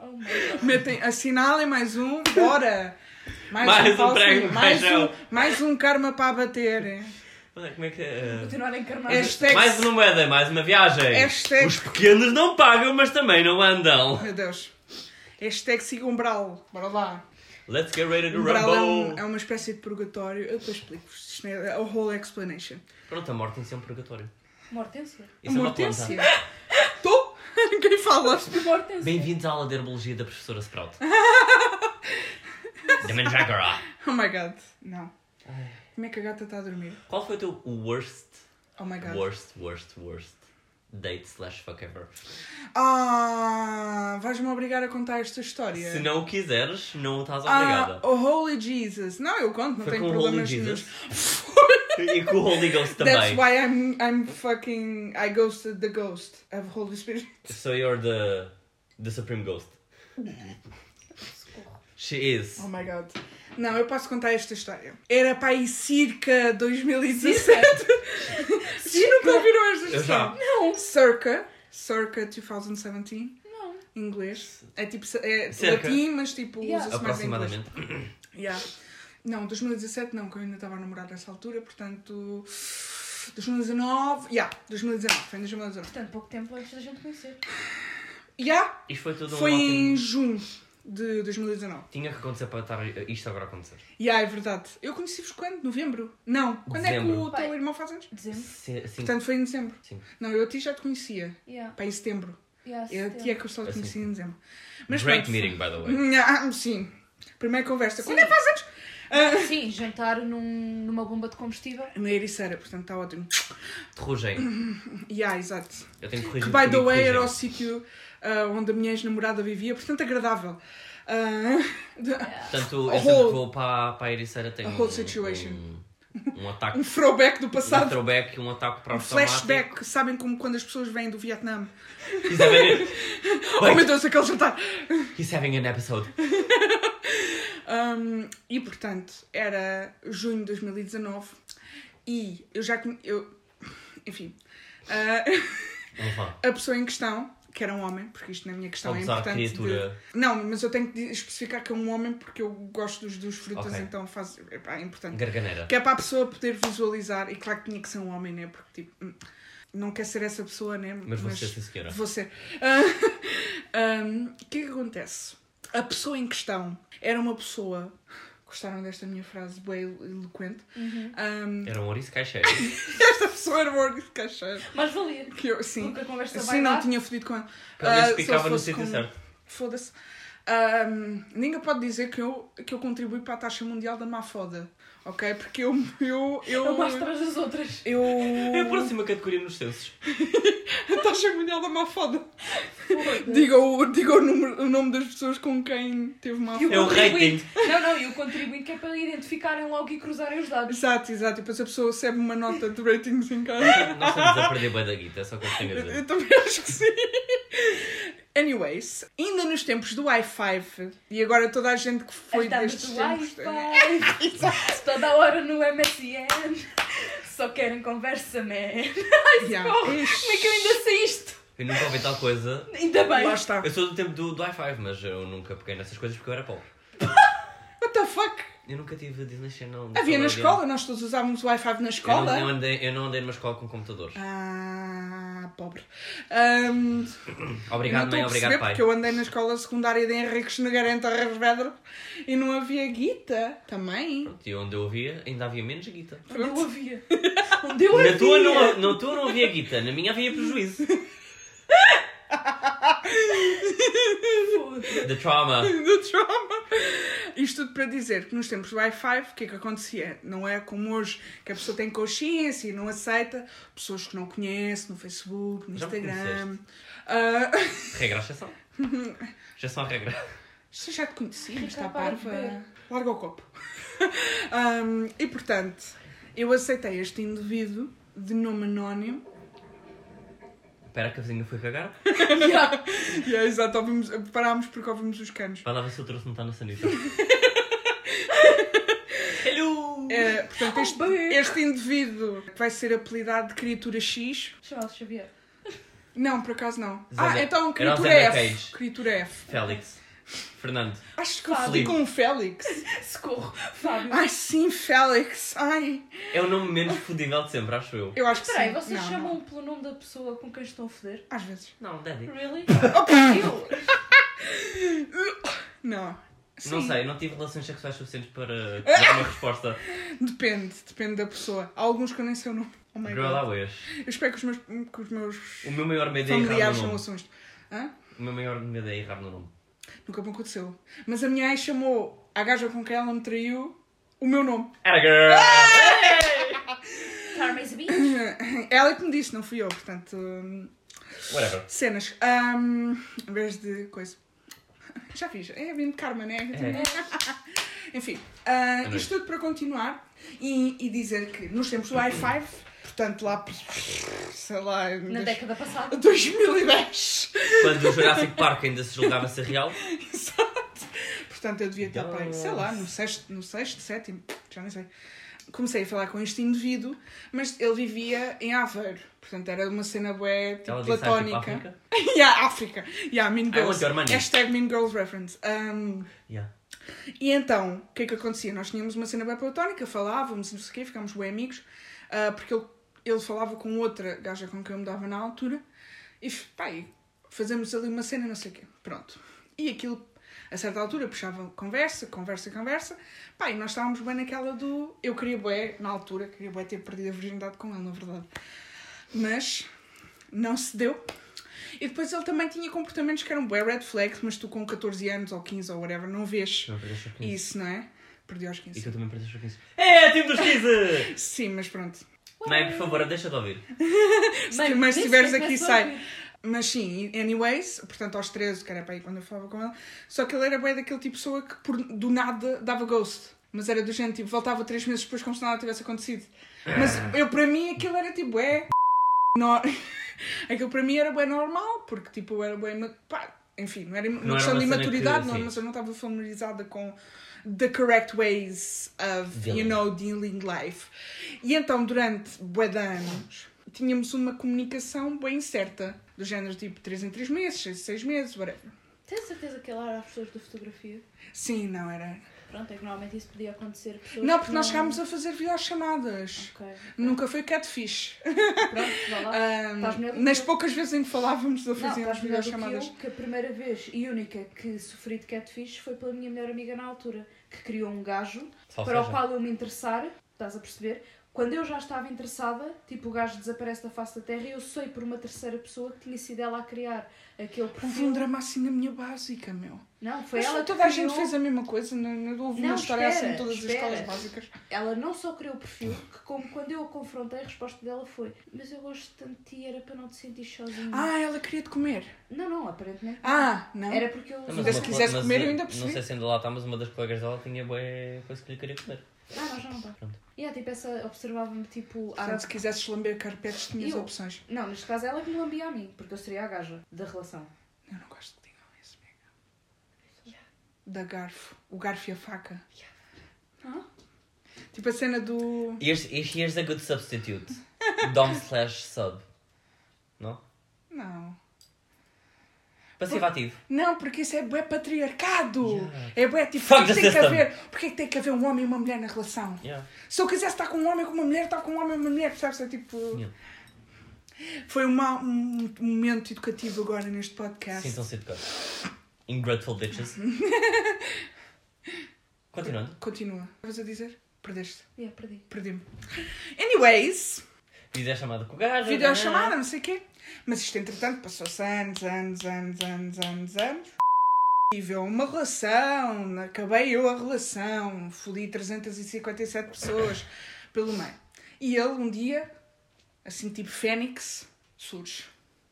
Oh my god.
Metem, assinalem mais um, bora! Mais,
Mais um
falso,
prego,
mais,
paixão.
um, mais um karma para abater.
Olha, Como é que é?
Continuar encarnado.
Hashtag.
Mais uma moeda, mais uma viagem.
Hashtag-
Os pequenos não pagam, mas também não andam.
Meu Deus. Hashtag siga umbral. Bora lá.
Let's get ready to
Umbral é, um-
rumble.
é uma espécie de purgatório. Eu depois explico-vos. Isto é a whole explanation.
Pronto, a morte tem sempre um purgatório.
Mortência?
Isso é uma planta.
Mortência. Tu? Quem fala?
Mortência.
Bem-vindos à aula de Herbologia da professora Sprout. The Mandragora.
Oh my god. Não. Como é que a gata está a dormir?
Qual foi o teu worst,
Oh my god.
worst, worst, worst date slash fuck ever.
Ah, vais-me obrigar a contar esta história.
Se não o quiseres, não estás
ah,
obrigada.
oh, Holy Jesus. Não, eu conto, não
Foi
tenho
com o Holy
problemas nenhum.
Jesus. e com o Holy Ghost
That's
também.
why I'm, I'm fucking. I ghosted the ghost of Holy Spirit.
So you're the, the Supreme Ghost.
Socorro.
She is.
Oh my god. Não, eu posso contar esta história. Era para aí circa 2017.
Circa.
Vocês nunca ouviram esta
Eu já.
história?
Não,
Circa. Circa 2017.
não.
Em inglês. É tipo. É
Cerca.
latim, mas tipo.
Yeah.
Usa-se mais em inglês.
Aproximadamente.
Yeah. Não, 2017 não, que eu ainda estava a namorar nessa altura, portanto. 2019. Yeah, 2019. Foi em 2019.
Portanto, pouco tempo antes da gente conhecer.
Yeah,
Isto foi tudo um
foi em
ótimo-
junho de 2019.
Tinha que acontecer para estar eh, isto agora a acontecer.
Yeah, é verdade. Eu conheci-vos quando? Novembro? Não. Quando é que
Dezembro.
o teu
Vai.
irmão faz anos?
Dezembro?
Sim, sim,
Portanto, foi em dezembro.
sim.
Não, eu a ti já te conhecia.
Yeah.
Para em setembro.
Yeah,
Eu a
setembro.
ti é que eu só te
Assim.
conhecia em dezembro.
Great
pronto.
meeting, by the way.
Ah, sim. Primeira conversa. Quando é que faz anos? Ah,
Sim, jantar num- numa bomba de combustível.
na Ericeira, portanto, está ótimo.
Terrugem.
Yeah, exato.
Eu tenho que
Que,
corrigir.
by the
comigo,
way, era o
Terrugem.
sítio ah, onde a minha ex-namorada vivia, portanto, agradável. Ah, de-
Portanto,
A
eu sempre
whole-
que vou para, para a Ericeira tenho.
a whole
um-
situation.
Um, um ataque.
um throwback do
um
passado.
throwback, um ataque para
Um
o automático.
flashback, sabem como quando as pessoas vêm do Vietnã.
He's having,
Oh meu
wait,
Deus, aquele jantar!
he's having an episode.
Um, e portanto, era junho de 2019 e eu já conhe- eu Enfim, uh,
Vamos lá.
a pessoa em questão, que era um homem, porque isto na minha questão é
Vamos à
importante. de-
criatura.
Não, mas eu tenho que especificar que é um homem porque eu gosto dos, dos frutas,
Ok.
então faz, epá, é importante.
Garganeira.
Que é para a pessoa poder visualizar, e claro que tinha que ser um homem, né? Porque tipo, hum, não quer ser essa pessoa, né?
Mas você, é sim senhora.
Vou ser. Ah, um, O que é que acontece? A pessoa em questão era uma pessoa. Gostaram desta minha frase bem eloquente? Um,
Era um ouriço caixeiro.
esta pessoa era uma de caixeiro.
Mas valia.
Que eu, sim.
Porque a conversa vai
Assim não
dar.
tinha fodido com ela.
Pelo menos
Ah, se
picava no
eu fosse
sítio
com-
certo.
Foda-se. Ah, ninguém pode dizer que eu, que eu contribuí para a taxa mundial da má foda. Ok? Porque eu. Eu. Eu.
Eu mais atrás das outras.
eu-
É a próxima categoria nos censos.
a taxa mundial da má foda.
Foda-se.
Diga, o, diga o, número, o nome das pessoas com quem teve má
E
foda.
É o
contribuinte. Não, não, e o contribuinte que é para identificarem logo e cruzarem os dados.
Exato, exato. E depois a pessoa recebe uma nota de ratings em casa.
Nós estamos a perder bem da guita, é só que eu tenho a
Eu,
dizer.
eu também acho que sim. Anyways, ainda nos tempos do i5, e agora toda a gente que foi
Andamos
destes
do
tempos. né?
Wi-Fi. Toda hora no MSN. Só querem conversa, man.
Yeah.
Como é que eu
Ixi,
ainda sei isto?
Eu nunca ouvi tal coisa.
Ainda bem.
Lá está.
Eu sou do tempo do, do i5, mas eu nunca peguei nessas coisas porque eu era pobre.
What the fuck?
Eu nunca tive Disney Channel.
Havia na
Nickelodeon.
escola, nós todos usávamos o i5 na
é Eu não,
escola.
eu andei, eu não andei numa escola com computadores.
Ah, pobre. Ahm,
Obrigado,
não
mãe,
estou a
obrigado, pai.
perceber porque Ah. eu andei na escola secundária de Henriques Nogueira em Torres Vedras e não havia guita também.
Pronto, E onde eu via, ainda havia menos guita.
Onde eu havia? Onde eu
assim?
havia?
Na tua não, na tua não havia guita, na minha havia prejuízo.
Foda-se.
The trauma.
do trauma. Isto tudo para dizer que nos tempos do i5, o que é que acontecia? Não é como hoje que a pessoa tem consciência e não aceita pessoas que não conhece no Facebook, no
Já me
Instagram. Ah,
Regra à exceção. Exceção à regra.
Isto eu já te conheci, mas está
Ricardo, para de
parva.
beber.
Larga o copo. Ahm, e portanto, eu aceitei este indivíduo de nome anónimo.
Espera que a vizinha foi cagar.
Yeah.
E é exato, ouvimos, parámos porque ouvimos os canos.
Vai lá ver se o troço não está na sanita. Hello!
É, portanto, este,
Oh, bem.
este indivíduo que vai ser apelidado de criatura X.
Chamava-se Xavier.
Não, por acaso não.
Zé
Ah,
Ma-
então,
Era o
criatura
Zé
F.
Maqueis.
Criatura F.
Félix. Fernando.
Acho que eu fui
Fábio.
com o Félix.
Socorro.
Ah,
Fábio.
Ai, sim, Félix. Ai,
É o nome menos fodível de sempre, acho eu.
eu acho que
Espera aí,
sim.
vocês
Não,
chamam
não.
pelo nome da pessoa com quem estão a foder?
Às vezes.
Não, Daddy.
Really?
Não. Sim.
Não sei, não tive relações sexuais suficientes para dar uma resposta.
Oh Depende, depende da pessoa. Há alguns que eu nem sei o nome. Oh my
Girl,
god.
I wish.
Eu espero que os meus, que os meus
é O meu maior medo é errar
familiares
no
não
nome.
ouçam isto. Hã?
O meu maior medo é errar no nome.
Nunca me aconteceu. Mas a minha ex chamou a gaja com quem ela me traiu o meu nome.
Era girl!
Ah!
Carmen's Beach?
Ela é que me disse, não fui eu, portanto. hum,
Whatever.
Cenas. Ahm, em vez de coisa. Já fiz. É vindo de karma, né? Enfim, ah,
noite.
isto tudo para continuar e, e dizer que nos tempos do i5, portanto lá, sei lá,
Na
dois-
década passada.
2010.
Quando o Jurassic Park ainda se julgava ser real,
Exato. Portanto, eu devia estar para aí, sei lá,
Yes.
no sexto, no sexto, sétimo, já nem sei. Comecei a falar com este indivíduo, mas ele vivia em Aveiro. Portanto, era uma cena bué, tipo,
ela disse à tipo
platónica.
África. Ah, é
Yeah, África. Yeah,
I
Mean
want
Girls.
your money.
Hashtag Mean Girls reference. Um,
Yeah.
e então, o que é que acontecia? Nós tínhamos uma cena bem platónica, falávamos e não sei o quê, ficámos bem amigos, ah, porque ele, ele falava com outra gaja com quem eu me dava na altura, e f- pá, e fazemos ali uma cena, não sei o quê. Pronto. E aquilo, a certa altura, puxava conversa, conversa, conversa, pá, e nós estávamos bem naquela do. Eu queria bué, na altura, queria bué ter perdido a virgindade com ele, na verdade. Mas não se deu. E depois ele também tinha comportamentos que eram bué red flags, mas tu com 14 anos ou 15 ou whatever não vês.
Não, perdeste aos 15.
Isso, não é? Perdi aos
E
15.
tu também perdeste aos 15. É, time dos 15!
Sim, mas pronto.
Mãe, é, por favor, deixa de ouvir.
tu- mas se
nem
tiveres
sei como
aqui,
é que
sai.
eu sou.
Mas sim, anyways, portanto aos 13, que era para aí quando eu falava com ele, só que ele era bem daquele tipo de pessoa que por, do nada dava ghost. Mas era do género, tipo, voltava 3 meses depois como se nada tivesse acontecido. Mas eu, para mim, aquilo era tipo, é... No... aquilo para mim era bem normal, porque tipo, eu era bem... ma- Pá, enfim, não era uma
era
questão
uma
de
cena
imaturidade,
que-
não,
sim.
mas eu não estava familiarizada com the correct ways of, you
Dealing.
know, dealing life. E então, durante bué de anos, tínhamos uma comunicação bem certa, do género tipo 3 em 3 meses, 6 em 6 meses, whatever.
Tens certeza que ele era as pessoas da fotografia?
Sim, não era.
Pronto, é que normalmente isso podia acontecer. pessoas
Não,
que
porque nós chegámos a fazer videochamadas.
Ok.
Nunca foi catfish.
Pronto, vá
Ah,
lá.
Ahm,
Estás melhor do que
nas
eu.
poucas vezes em que falávamos ou
Não,
fazíamos
estás melhor do
videochamadas.
que eu, que a primeira vez e única que sofri de catfish foi pela minha melhor amiga na altura, que criou um gajo para o
Salseja.
qual eu me interessar, estás a perceber? Quando eu já estava interessada, tipo, o gajo desaparece da face da terra e eu sei por uma terceira pessoa que tinha sido ela a criar aquele
Houve um
perfil.
drama assim na minha básica, meu.
Não, foi
Mas
ela
toda a
que criou...
gente fez a mesma coisa, não, não houve uma
Não,
história assim
espera,
em todas
espera.
as escolas básicas.
Ela não só criou o perfil, que como quando eu a confrontei, a resposta dela foi Mas eu gosto tanto de ti, era para não te sentir sozinha.
Ah, ela queria te comer.
Não, não, aparentemente não.
Ah, não.
Era porque eu...
Não,
Ainda se
uma-
quisesse
mas,
comer, eu
eh,
ainda percebi.
Não sei se ainda lá está, mas uma das colegas dela tinha boa coisa que lhe queria comer.
Ah, não, já não dá.
Pronto.
E yeah, tipo, essa observava-me, tipo, árabe.
Portanto, Ah, se quisesses lamber carpetes, tinhas
Eu?
opções.
Não, neste caso ela é que me lambia a mim, porque eu seria a gaja da relação.
Eu não gosto que digam isso, amiga. Da garfo. O garfo e a faca.
Ah?
Tipo a cena do.
Here's, here's a good substitute. Dom slash sub. Não?
Não.
Passivo ativo.
Não, porque isso é bué patriarcado.
Yeah.
É bué tipo.
Fuck the
Porquê que, tem que
system.
haver, porquê que tem que haver um homem e uma mulher na relação?
Yeah.
Se eu quisesse estar com um homem e com uma mulher, estava com um homem e uma mulher, percebes? É tipo.
Yeah.
Foi uma- um momento educativo agora neste podcast.
Sintam-se educados. Ingrateful bitches. Continuando.
Continua. Estavas a dizer? Perdeste.
Yeah, é, perdi.
Perdi-me. Anyways.
Vídeo chamada com o gajo. né?
videochamada, não sei o quê. Mas isto, entretanto, passou-se anos, anos, anos, anos, anos, anos. Tive eu uma relação, acabei eu a relação, fodi 357 pessoas pelo meio. E ele, um dia, assim tipo fênix, surge,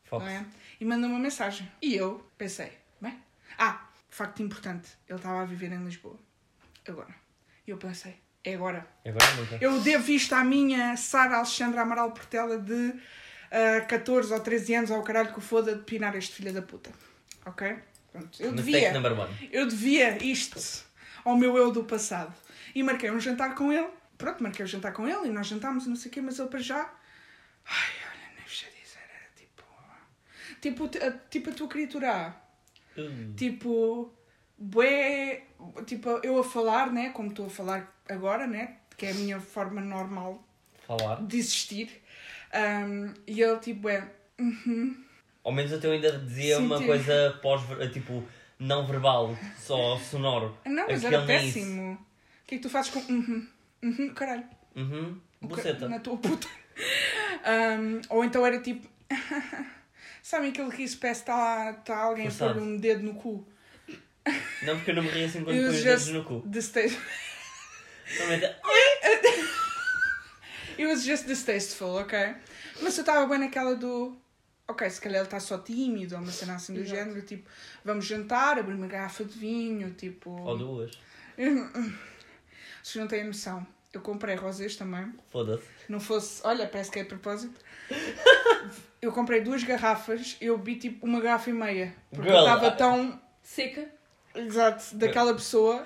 Fox.
não é? E manda uma mensagem. E eu pensei, bem, ah, facto importante, ele estava a viver em Lisboa. Agora. E eu pensei, é agora.
E agora nunca.
Eu devo isto à minha Sara Alexandra Amaral Portela de ah, 14 ou 13 anos, ao caralho que o foda, de pinar este filho da puta. Ok? Pronto. Eu
Mistake
devia,
number one.
eu devia isto ao meu eu do passado. E marquei um jantar com ele. Pronto, marquei o jantar com ele e nós jantámos e não sei o quê, mas ele para já. Ai, olha, nem vos sei dizer, era tipo. Tipo, t- a- tipo a tua criatura A.
Uh,
Tipo, bué, tipo, eu a falar, né, como estou a falar agora, né, que é a minha forma normal
Falar.
de existir. Ahm, e ele, tipo, é, uhum,
Ao menos até eu ainda dizia
Sim,
uma
sim.
coisa pós... Tipo, não verbal. Só sonoro.
não, mas
Aquele
era
nem isso.
péssimo. O que é que tu fazes com, uhum, uhum, caralho,
Uhum.
o ca-
Buceta.
na tua puta. Ahm, ou então era tipo, sabem aquele riso, parece que está tá alguém a pôr
Forçado.
um dedo no cu.
Não, porque eu não me ri assim quando
It
põe
was
os dedos
just
no cu.
dista-
Normalmente é,
It was just distasteful, ok? Mas eu estava bem naquela do. Ok, se calhar ele está só tímido, ou uma cena assim do
Exato.
género, tipo, vamos jantar, abrir uma garrafa de vinho, tipo.
Ou duas.
Vocês não têm noção. Eu comprei rosés também.
Foda-se.
Não fosse. Olha, parece que é de propósito. Eu comprei duas garrafas, eu bebi tipo uma garrafa e meia. Porque eu
Girl,
estava
I-
tão.
Seca.
Exato, daquela pessoa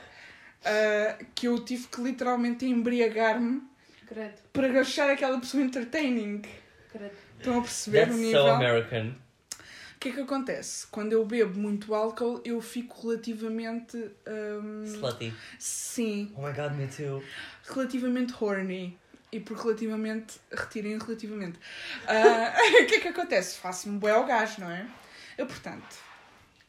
ah, que eu tive que literalmente embriagar-me
Credo,
para achar aquela pessoa entertaining.
credo.
Estão a perceber
That's
o
so
nível?
American.
O que é que acontece? Quando eu bebo muito álcool, eu fico relativamente. hum,
Slutty.
sim,
Oh my god, me too.
relativamente horny. E por relativamente, retirem relativamente. Ah, O que é que acontece? Faço-me bué ao gás, não é? Eu, portanto,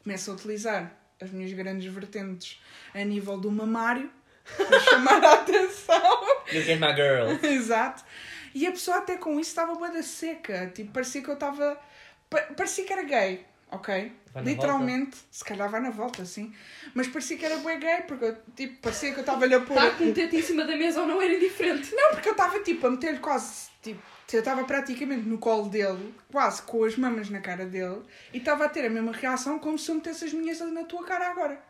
começo a utilizar as minhas grandes vertentes a nível do mamário para chamar a atenção.
Look at my girl.
Exato. E a pessoa até com isso estava bué da seca. Tipo, parecia que eu estava... pa- Parecia que era gay, ok?
Vai na
Literalmente. Se calhar vai na volta, sim. Mas parecia que era bué gay, porque eu, tipo, parecia que eu estava-lhe a pôr...
Tá
Está com um teto em cima da mesa ou não era indiferente?
Não, porque eu estava tipo a meter-lhe quase. Tipo, eu estava praticamente no colo dele, quase com as mamas na cara dele, e estava a ter a mesma reação como se eu metesse as minhas na tua cara agora.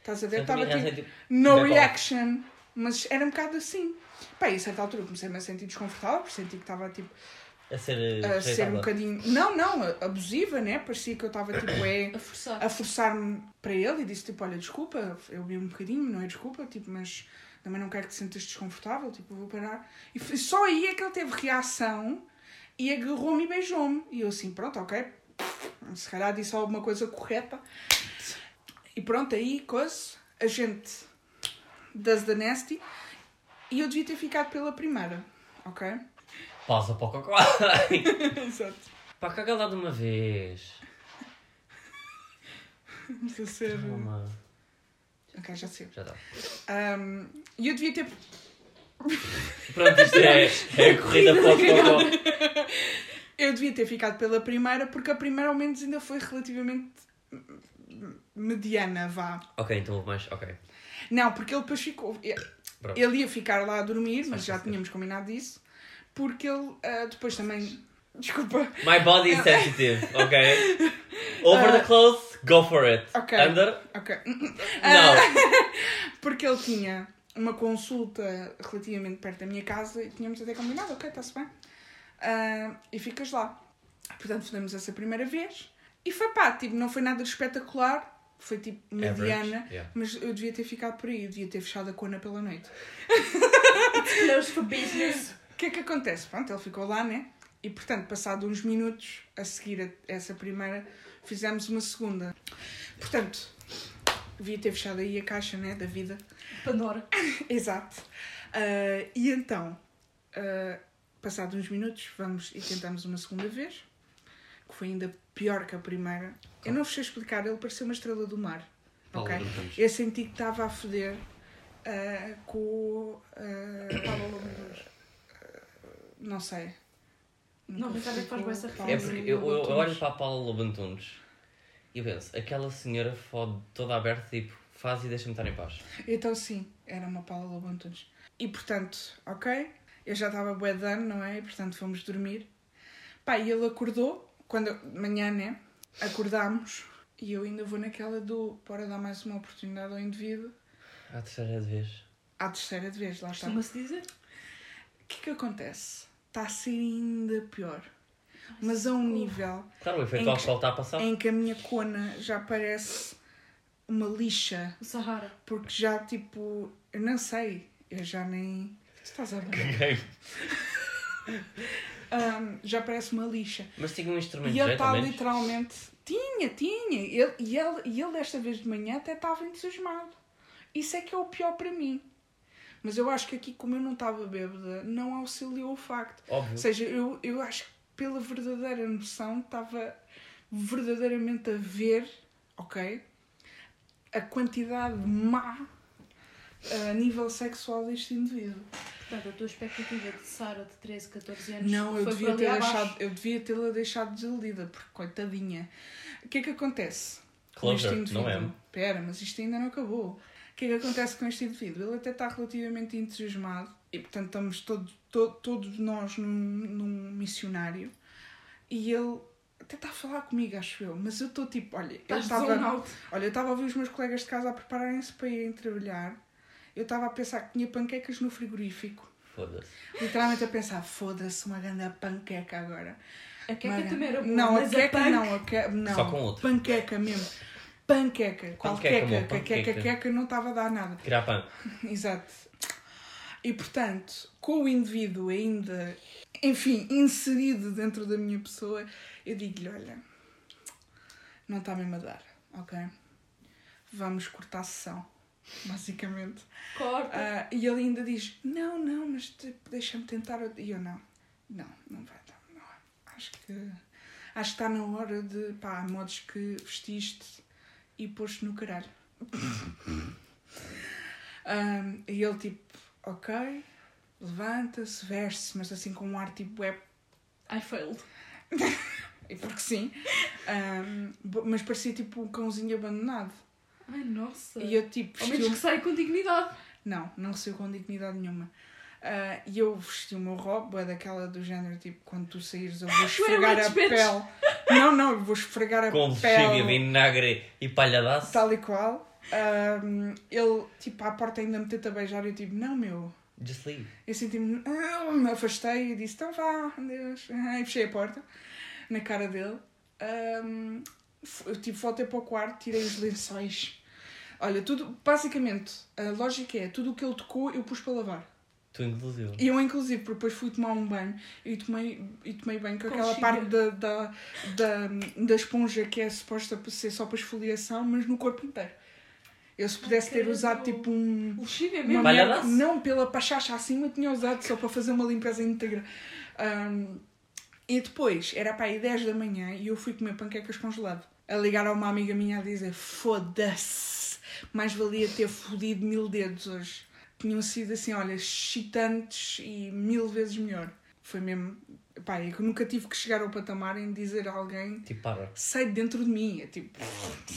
Estás a ver?
Sempre
Estava
me
tipo.
arranja, tipo,
No
back off.
reaction. Mas era um bocado assim. Pá, e a certa altura comecei-me a sentir desconfortável, porque senti que estava tipo
A ser. eh,
a ser um
rejeitada.
bocadinho. Não, não, a- abusiva, né? Parecia que eu estava tipo, é
A forçar.
a forçar-me para ele e disse tipo, olha, desculpa, eu vi um bocadinho, não é desculpa, tipo, mas também não quero que te sintas desconfortável, tipo, eu vou parar. E foi- só aí é que ele teve reação e agarrou-me e beijou-me. E eu assim, pronto, ok, se calhar disse alguma coisa correta. E pronto, aí, coisa, a gente does the nasty e eu devia ter ficado pela primeira, ok?
Pausa para o cocó.
Exato.
Pá, caga lá de uma vez.
Deve ser...
Uma.
é- Ok, já sei.
Já dá.
Ahm, E eu devia ter
Pronto, isto é, é a corrida para o cocó.
Eu devia ter ficado pela primeira, porque a primeira ao menos ainda foi relativamente hum, hum, mediana, vá.
Ok, então houve mais. Ok.
Não, porque ele depois ficou.
Pronto.
Ele ia ficar lá a dormir, mas
Sim,
já
sim.
tínhamos combinado disso. Porque ele ah, depois também. Desculpa.
My body is sensitive, ok? Over
Uh,
the clothes, go for it.
ok.
Under,
Ok. Uh,
no.
Porque ele tinha uma consulta relativamente perto da minha casa e tínhamos até combinado, ok, está-se bem. Ah, e ficas lá. Portanto, fizemos essa primeira vez. E foi pá, tipo, não foi nada de espetacular. Foi tipo mediana.
Average, yeah.
Mas eu devia ter ficado por aí, eu devia ter fechado a cona pela noite.
Close for business.
O que é que acontece? Pronto, ele ficou lá, né? E portanto, passado uns minutos a seguir a essa primeira, fizemos uma segunda. Portanto, devia ter fechado aí a caixa, né? Da vida.
Pandora.
Então. Exato. Ah, e então, ah, passado uns minutos, vamos e tentamos uma segunda vez, que foi ainda pior que a primeira. Eu não vos sei explicar, ele pareceu uma estrela do mar.
Paulo,
Ok.
levantamos.
Eu senti que estava a foder ah, com. o, ah, não sei.
Não, Ricardo é que faz bem essa
É
referência.
porque eu, eu- eu olho para a Paula Lobantunes e penso, aquela senhora fode toda aberta, tipo, faz e deixa-me estar em paz.
Então sim, era uma Paula Lobo Antunes. E portanto, ok, eu já estava bué de ano, não é? E portanto fomos dormir. Pá, e ele acordou, quando eu- de manhã, né? Acordámos e eu ainda vou naquela do bora dar mais uma oportunidade ao indivíduo.
À É terceira vez.
À terceira de vez, lá está. O
Costuma-se dizer.
que é que acontece? Está a ser ainda pior. Mas a um nível
Claro, o efeito
Em que-
álcool está a passar.
em que a minha cona já parece uma lixa,
O Sahara.
porque já tipo, eu não sei, eu já nem. Tu estás a ver?
Caguei.
Ahm, já parece uma lixa.
Mas tinha um instrumento
E
de
ele
jeito, ao
está
menos.
literalmente. Tinha, tinha. Ele, e, ele, e ele, desta vez de manhã, até estava entusiasmado. Isso é que é o pior para mim. Mas eu acho que aqui, como eu não estava bêbada, não auxiliou o facto. Ou
Óbvio.
seja, eu, eu acho que pela verdadeira noção, estava verdadeiramente a ver, ok? A quantidade má eh, a nível sexual deste indivíduo.
Portanto, a tua expectativa de Sara de 13, 14 anos
Não, eu
foi
devia,
por ali
ter
abaixo.
achado, eu devia tê-la deixado desiludida, porque coitadinha. O que é que acontece
Closure, não é?
Pera, mas isto ainda não acabou. O que é que acontece com este indivíduo? Ele até está relativamente entusiasmado e, portanto, estamos todo, to- todos nós num, num missionário e ele até está a falar comigo, acho eu, mas eu estou tipo, olha, eu
Estás zone
estava
out.
olha, eu estava a ouvir os meus colegas de casa a prepararem-se para irem trabalhar. Eu estava a pensar que tinha panquecas no frigorífico.
Foda-se.
Literalmente a pensar, foda-se, uma grande panqueca agora.
A queca
Uma
também era boa,
Não,
mas
a queca
pan-
não, a que... não.
Só com outra.
Panqueca mesmo. Panqueca. Qual
Panqueca,
queca?
amor,
Que a queca,
panqueca.
queca não estava a dar nada.
Tirar pão.
Exato. E portanto, com o indivíduo ainda, enfim, inserido dentro da minha pessoa, eu digo-lhe: olha, não está mesmo a dar, ok? Vamos cortar a sessão, basicamente.
Corta.
Ah, e ele ainda diz: não, não, mas tipo, deixa-me tentar. outra." E eu: não, não, não vai dar, não. Acho que, acho que está na hora de, pá, modos que vestiste e pôs-te no caralho. Ahm, e ele tipo, ok, levanta-se, veste-se, mas assim com um ar tipo, é
I failed.
é porque sim. Ahm, bo- mas parecia tipo um cãozinho abandonado.
Ai, nossa.
E eu tipo,
Ao menos
vestiu-
que saia com dignidade.
Não, não saiu com dignidade nenhuma. Ah, E eu vesti o meu robe, é daquela do género tipo, quando tu saíres eu vou esfregar a
rich bitch.
pele. Não, não, eu vou esfregar a
Com lexívia,
pele.
vinagre e palhadaço.
Tal e qual. Ahm, ele, tipo, à porta ainda me tenta beijar e eu tipo, não, meu.
Just leave.
Eu senti-me, ah, me afastei e disse, então vá, adeus. E fechei a porta na cara dele. Ahm, f- eu tipo, voltei para o quarto, tirei os lençóis. Olha, tudo, basicamente, a lógica é, tudo o que ele tocou eu pus para lavar.
Tu, inclusive.
E eu, inclusive, porque depois fui tomar um banho e tomei, e tomei banho
Com
com aquela
lexívia.
parte da, da, da, da esponja que é suposta para ser só para esfoliação, mas no corpo inteiro. Eu, se pudesse ter
credo.
usado tipo um.
Lexívia
Uma
é mesmo.
Mas-
merda-
Palhaço?
não, pela pachacha acima eu tinha usado só para fazer uma limpeza íntegra. Ahm, e depois, era para aí 10 da manhã e eu fui comer panquecas congelado. A ligar a uma amiga minha a dizer: foda-se, mais valia ter fodido mil dedos hoje. Tinham sido assim, olha, excitantes e mil vezes melhor. Foi mesmo. Pá, eu nunca tive que chegar ao patamar em dizer a alguém:
Tipo, para.
sai de dentro de mim. É tipo.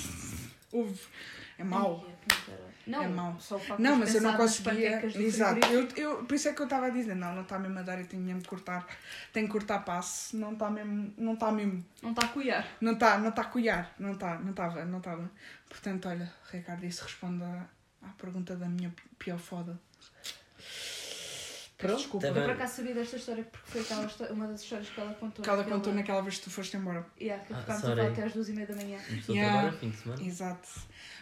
Ouve. É mau.
Ai, cara. Não,
É mau.
Só o facto
Não,
de
mas eu não
pensar nas
conseguia.
panquecas do
Exato.
frigorífico.
Eu, eu, por isso é que eu estava a dizer, não, não está mesmo a dar, eu tenho mesmo que cortar. Tenho que cortar passo, não está mesmo, não está mesmo.
Não está a cuiar.
Não está, não está a colhar, não está, não estava, não estava. Portanto, olha, Ricardo, isso responde à, à pergunta da minha pior foda. Peço
Pronto,
desculpa.
tá
Eu por
bem.
acaso sabia desta história porque foi aquela histó- uma das histórias que ela contou.
Que ela contou naquela vez que tu foste embora.
Yeah, que
Ah,
ficámos a
sorry.
falar até às duas e meia da manhã.
Uma pessoa
Yeah.
trabalha ao fim de semana.
Exato.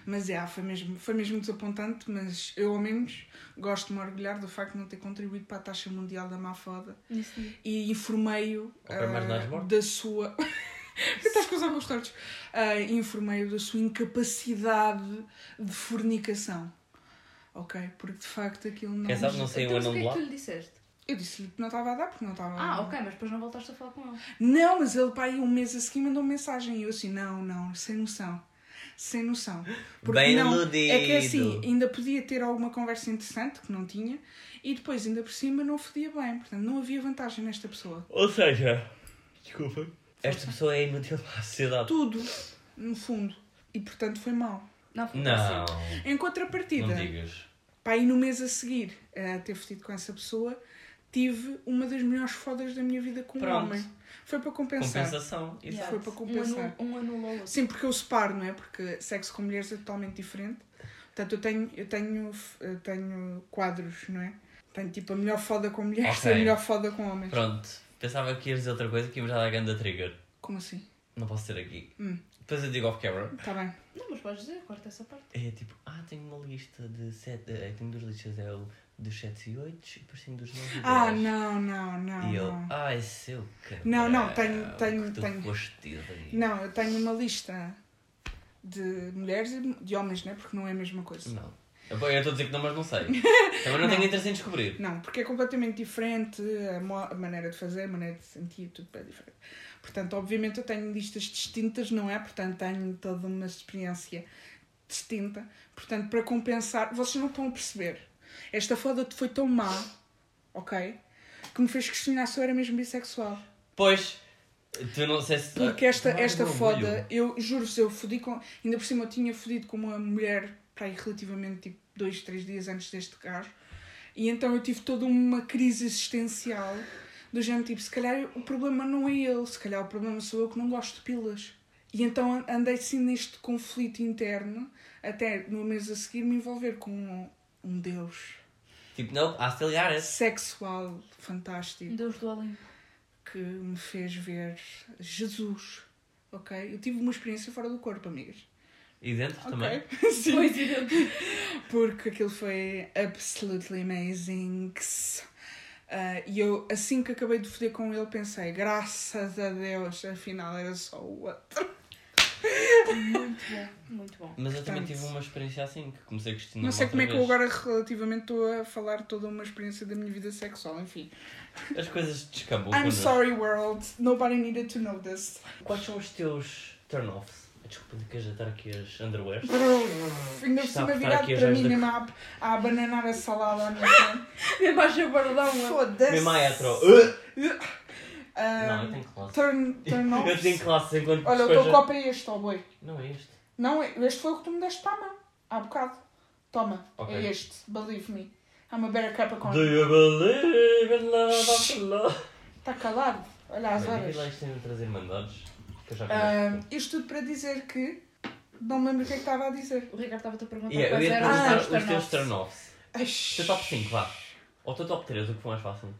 Mas é, foi mesmo, foi mesmo desapontante, mas eu ao menos gosto de me orgulhar do facto de não ter contribuído para a taxa mundial da má foda.
Nesse dia.
e informei-o
Ok, mas
ah,
não és morto.
da sua. Estás com os óculos tortos. Ah, informei-o da sua incapacidade de fornicação. Ok? Porque de facto aquilo não.
Quem sabe não saiu
então,
o
mas o
anão
que
de
é
lá.
que tu lhe disseste?
Eu disse-lhe que não estava a dar porque não estava a
Ah, ok, mas depois não voltaste a falar com ela.
Não, mas ele, pai, um mês a seguir mandou uma mensagem e eu assim: não, não, sem noção. Sem noção.
Bem
não, É que
iludido.
assim, ainda podia ter alguma conversa interessante, que não tinha, e depois, ainda por cima, não fodia bem. Portanto, não havia vantagem nesta pessoa.
Ou seja, desculpa. Esta pessoa é inútil para a sociedade.
tudo, no fundo. E portanto foi mal.
Não, foi
Não,
assim.
Em
não
contrapartida,
digas.
para aí no mês a seguir a ter fodido com essa pessoa, tive uma das melhores fodas da minha vida com um
Pronto.
homem. Foi para compensar.
Compensação. Isso.
Yeah.
Foi para
Um
compensar.
anul- um anulou o outro.
Sim, porque eu separo, não é? Porque sexo com mulheres é totalmente diferente. Portanto, eu tenho, eu tenho, eu tenho quadros, não é? Tenho tipo a melhor foda com mulheres
Ok.
e a melhor foda com homens.
Pronto. Pensava que ias dizer outra coisa que íamos já dar ganda trigger.
Como assim?
Não posso ter aqui.
Hum.
Depois eu digo off camera.
Está bem.
Não, mas podes dizer, corta essa parte.
É tipo, ah, tenho uma lista de sete. eh, tenho duas listas, é o dos 7 e 8 e depois tenho dos 9 e 10.
Ah, não, não, não.
E ele,
não.
ah, é seu cara.
Não, não, tenho- tenho-
tu
tenho.
Foste tido aí.
Não, eu tenho uma lista de mulheres e de homens, né? Porque não é a mesma coisa.
Não. Eu eu estou a dizer que não, mas não sei. Também não tenho interesse em descobrir.
Não, porque é completamente diferente a, mo- a maneira de fazer, a maneira de sentir, tudo bem diferente. Portanto, obviamente eu tenho listas distintas, não é? Portanto, tenho toda uma experiência distinta. Portanto, para compensar, vocês não estão a perceber. Esta foda foi tão má, ok? Que me fez questionar se eu era mesmo bissexual.
Pois, tu não sei se.
Porque esta,
Não é
esta
um
foda,
orgulho.
eu juro-vos, eu fodi com. Ainda por cima eu tinha fodido com uma mulher para aí relativamente tipo dois, três dias antes deste gajo. E então eu tive toda uma crise existencial do género tipo, se calhar o problema não é ele, se calhar o problema sou eu que não gosto de pilas. E então an- andei assim neste conflito interno, até no mês a seguir me envolver com um, um deus
Tipo, não, I still got it.
sexual fantástico
Deus do Olimpo.
que me fez ver Jesus, ok? Eu tive uma experiência fora do corpo, amigas.
E dentro também.
Ok? Sim.
Pois é.
porque aquilo foi absolutely amazing. Ah, e eu, assim que acabei de foder com ele, pensei, graças a Deus, afinal era só o outro.
Muito bom, muito bom.
Mas eu também
Portanto.
tive uma experiência assim, que comecei a questionar
Não sei como é que eu agora relativamente estou a falar toda uma experiência da minha vida sexual, enfim.
As coisas descambam.
I'm
connosco.
sorry world, nobody needed to know this.
Quais são os teus turn-offs? Desculpa, queres deitar aqui as underwears?
Ainda por
Está a
cima
botar
virado
aqui as
para
redes
mim
da-
na app a abananar a salada à minha frente.
Embaixo a bardão. mano.
Foda-se.
Mesmo a hetero. Uh!
Ah,
Não, eu tenho classe.
turn, turn
Eu tenho
offs.
classe enquanto
Olha, o
despejo-
teu copo é este, ó boi.
Não é este.
Não, este foi o que tu me deste para a mão. Há bocado. Toma,
Ok.
é este. Believe me. I'm a better Capricorn.
Do you believe in love after love?
Está Tá calado. Olha as
Bem, diga lá
horas.
isto tem de trazer mandados. Que eu já
Ah,
conheço.
isto tudo para dizer que... Não me lembro o que é que estava a dizer.
O Ricardo estava-te a perguntar
Yeah, eu
quais
ia te
eram
perguntar
os
os teus
astronautas.
turn-offs.
Ai,
O teu é top 5, vá. Ou o teu top 3, o que for mais fácil.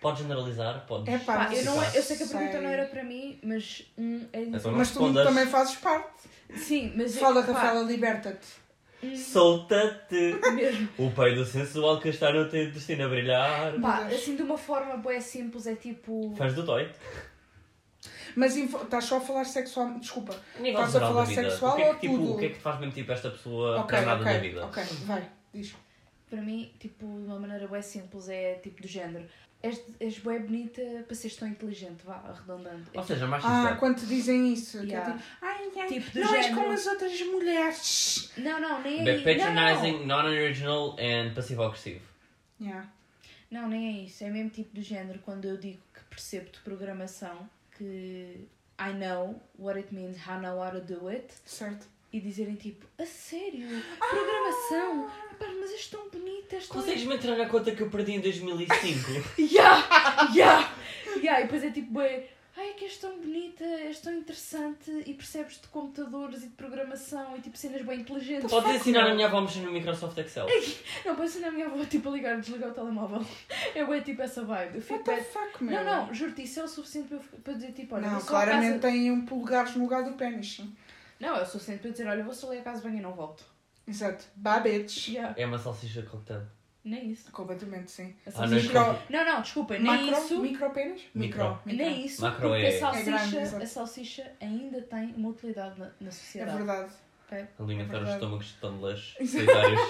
Podes generalizar, podes...
É pá,
Pá, eu, não, eu sei que a
Sei.
pergunta não era
Para mim, mas um é
Então não
Mas tu
respondas.
também fazes parte.
Sim,
é
mas
Fala,
pá,
Rafaela, liberta-te.
Solta-te!
é mesmo.
O peido sensual que está no teu destino a brilhar.
Pá,
Mas-
assim de uma forma boa simples, é tipo.
Faz do toy.
Mas info- estás só a falar sexual. Desculpa.
Nível
Estás a
geral da
falar
vida.
sexual
o que é que,
ou
tipo,
tudo?
O que é que te faz mesmo tipo esta pessoa
Ok,
okay, nada na
ok,
vida?
ok. Vai, diz.
Para mim, tipo, de uma maneira bem simples, é tipo do género. És, és bem bonita para seres tão inteligente, vá, arredondando. É
Ou seja, mais
Ah,
sincero.
quando te dizem isso. que é
Yeah.
tipo, Ai, ai,
Tipo do
não és
género.
como as outras mulheres.
tipo- Não, não, nem é
Be
isso. Não,
patronizing, non-original and passivo-agressivo.
Yeah.
não. não, nem é isso. É mesmo tipo do género quando eu digo que percebo de programação, que I know what it means, I know how to do it.
Certo.
E dizerem tipo, a sério? Programação? Rapaz, mas és tão bonita,
é?
és tão.
Consegues-me entrar na conta que eu perdi em 2005?
Yeah, yeah, yeah. E depois é tipo, bem, ai que és tão bonita, és tão interessante e percebes de computadores e de programação e tipo cenas bem inteligentes.
Podes ensinar a minha avó a mexer no Microsoft Excel?
Não, pode ensinar a minha avó tipo, a ligar, desligar o telemóvel. Eu é tipo essa vibe. Eu fico
What the
bué-
fuck, meu?
Não, não, juro-te, isso é o suficiente para eu fi- para dizer tipo, olha,
Não,
vou só à
claramente
casa...
tem um polegar no lugar do pênis. sim.
Não, é o suficiente para eu dizer, olha, vou só ali a casa de banho e não volto.
Exato. Babetes.
Yeah.
É uma salsicha cocktail.
Nem isso.
Completamente, sim.
A
Ah, não é
salsicha-
cocktail.
Não, não, desculpa, nem
Macro?
isso.
Micro pênis?
Micro.
Nem isso,
Macro
porque
é-
a, salsicha,
É grande, exato.
a salsicha ainda tem uma utilidade na, na
É
sociedade.
verdade.
ok?
Alimentar
É
os
verdade.
estômagos de tonelês solitários.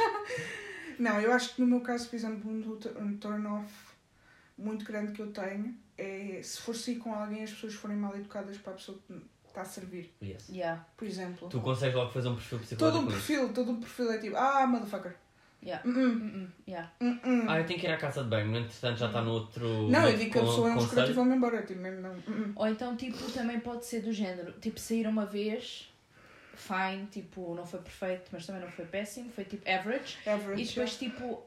Não, eu acho que no meu caso, por exemplo, um do- um turn-off muito grande que eu tenho é se for sair com alguém as pessoas forem mal educadas para a pessoa que me está a servir,
Yes.
Yeah,
por exemplo.
Tu consegues logo fazer um perfil
Todo
psicológico
um
com isso.
perfil, todo um perfil é tipo, ah, motherfucker.
yeah.
Mm-mm,
Mm-mm, yeah.
mm-mm.
Ah, eu tenho que ir à casa de banho, no entretanto já está no outro.
Hum. Não, eu
noutro
digo que a
con-
pessoa é um escroto e
conselho.
vão-me embora. eu Tipo, mesmo não. mm-mm.
Ou então, tipo, também pode ser do género, tipo, sair uma vez, fine, tipo, não foi perfeito, mas também não foi péssimo, foi tipo average.
Average.
E depois, tipo,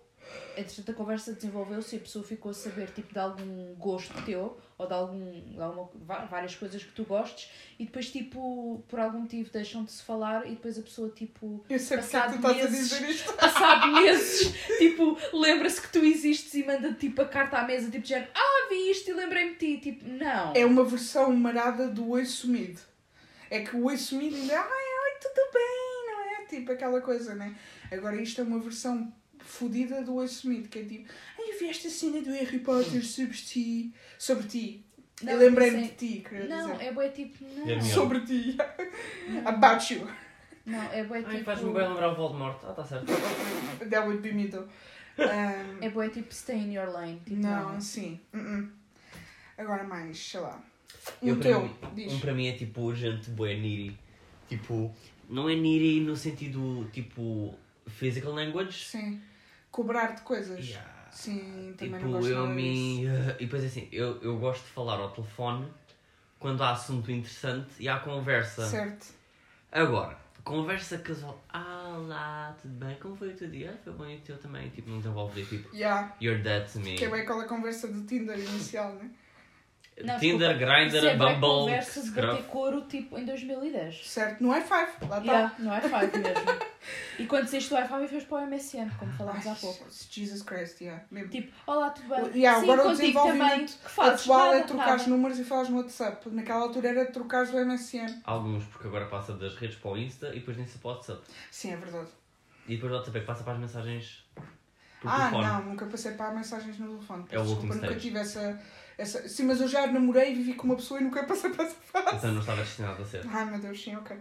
entretanto a conversa desenvolveu-se e a pessoa ficou a saber, tipo, de algum gosto teu, ou de, algum, de alguma, va- várias coisas que tu gostes, e depois, tipo, por algum motivo deixam de se falar e depois a pessoa, tipo,
Eu sei porque é que tu
passado
estás a
meses-
dizer isto.
passado meses, tipo, lembra-se que tu existes e manda, tipo, a carta à mesa, tipo, de género, ah, vi isto e lembrei-me de ti, tipo, não.
É uma versão marada do oi sumido. É que o oi sumido ainda é, ai, oi, tudo bem, não é? Tipo aquela coisa, né? Agora isto é uma versão fodida do oi sumido, que é tipo, ai, eu vi esta cena do Harry Potter sobre ti, sobre ti.
Não,
eu lembrei-me
isso
de ti, queria
Não,
dizer.
é bué tipo, não.
É melhor.
Sobre ti. About you.
Não, é bué
Ai,
tipo.
faz-me bem lembrar o Voldemort. Ah, está certo.
That would be me though. Um,
É bué tipo stay in your lane. Tipo,
não, sim. Uh-uh. Agora mais, sei lá.
Eu,
O
para
teu,
mim-
diz.
Um para mim é tipo urgente, boé, niri. Tipo, não é niri no sentido tipo physical language.
Sim. Cobrar-te coisas.
Yeah.
Sim, também não
Tipo,
gosto
eu a
nada disso.
mim. eh, E depois assim, eu, eu gosto de falar ao telefone quando há assunto interessante e há conversa.
Certo.
Agora, Conversa casual. Ah lá, tudo bem? Como foi o teu dia? "Ah, Foi bom e o teu também. Tipo, não desenvolve tipo,
Yeah.
you're dead to me.
Que é bem aquela conversa do Tinder inicial, né?
Não,
Tinder,
Isso é
Grindr,
bué
Bumble,
conversa de
Scruff.
bater couro tipo em 2010.
Certo? No i5, lá tá. está.
Yeah, não é five mesmo. E quando saíste do iPhone, fez para o MSN, como falámos há pouco.
Jesus Christ, yeah. Mesmo.
Tipo, olá, tudo bem?
Yeah, agora o
contigo também.
desenvolvimento
Que fazes?
atual é
Nada,
trocares
nada.
números e falas no WhatsApp. Naquela altura era trocares do MSN.
Alguns, porque agora passa das redes para o Insta e depois nem se para o WhatsApp.
Sim, é verdade.
E depois o WhatsApp é que passa para as mensagens por
ah,
telefone.
não, nunca passei para mensagens no telefone.
É o
Desculpa,
último
nunca
stage.
tive essa, essa. Sim, mas eu já namorei e vivi com uma pessoa e nunca passei para essa fase.
Então não estava destinado a ser.
Ai meu Deus, sim, ok.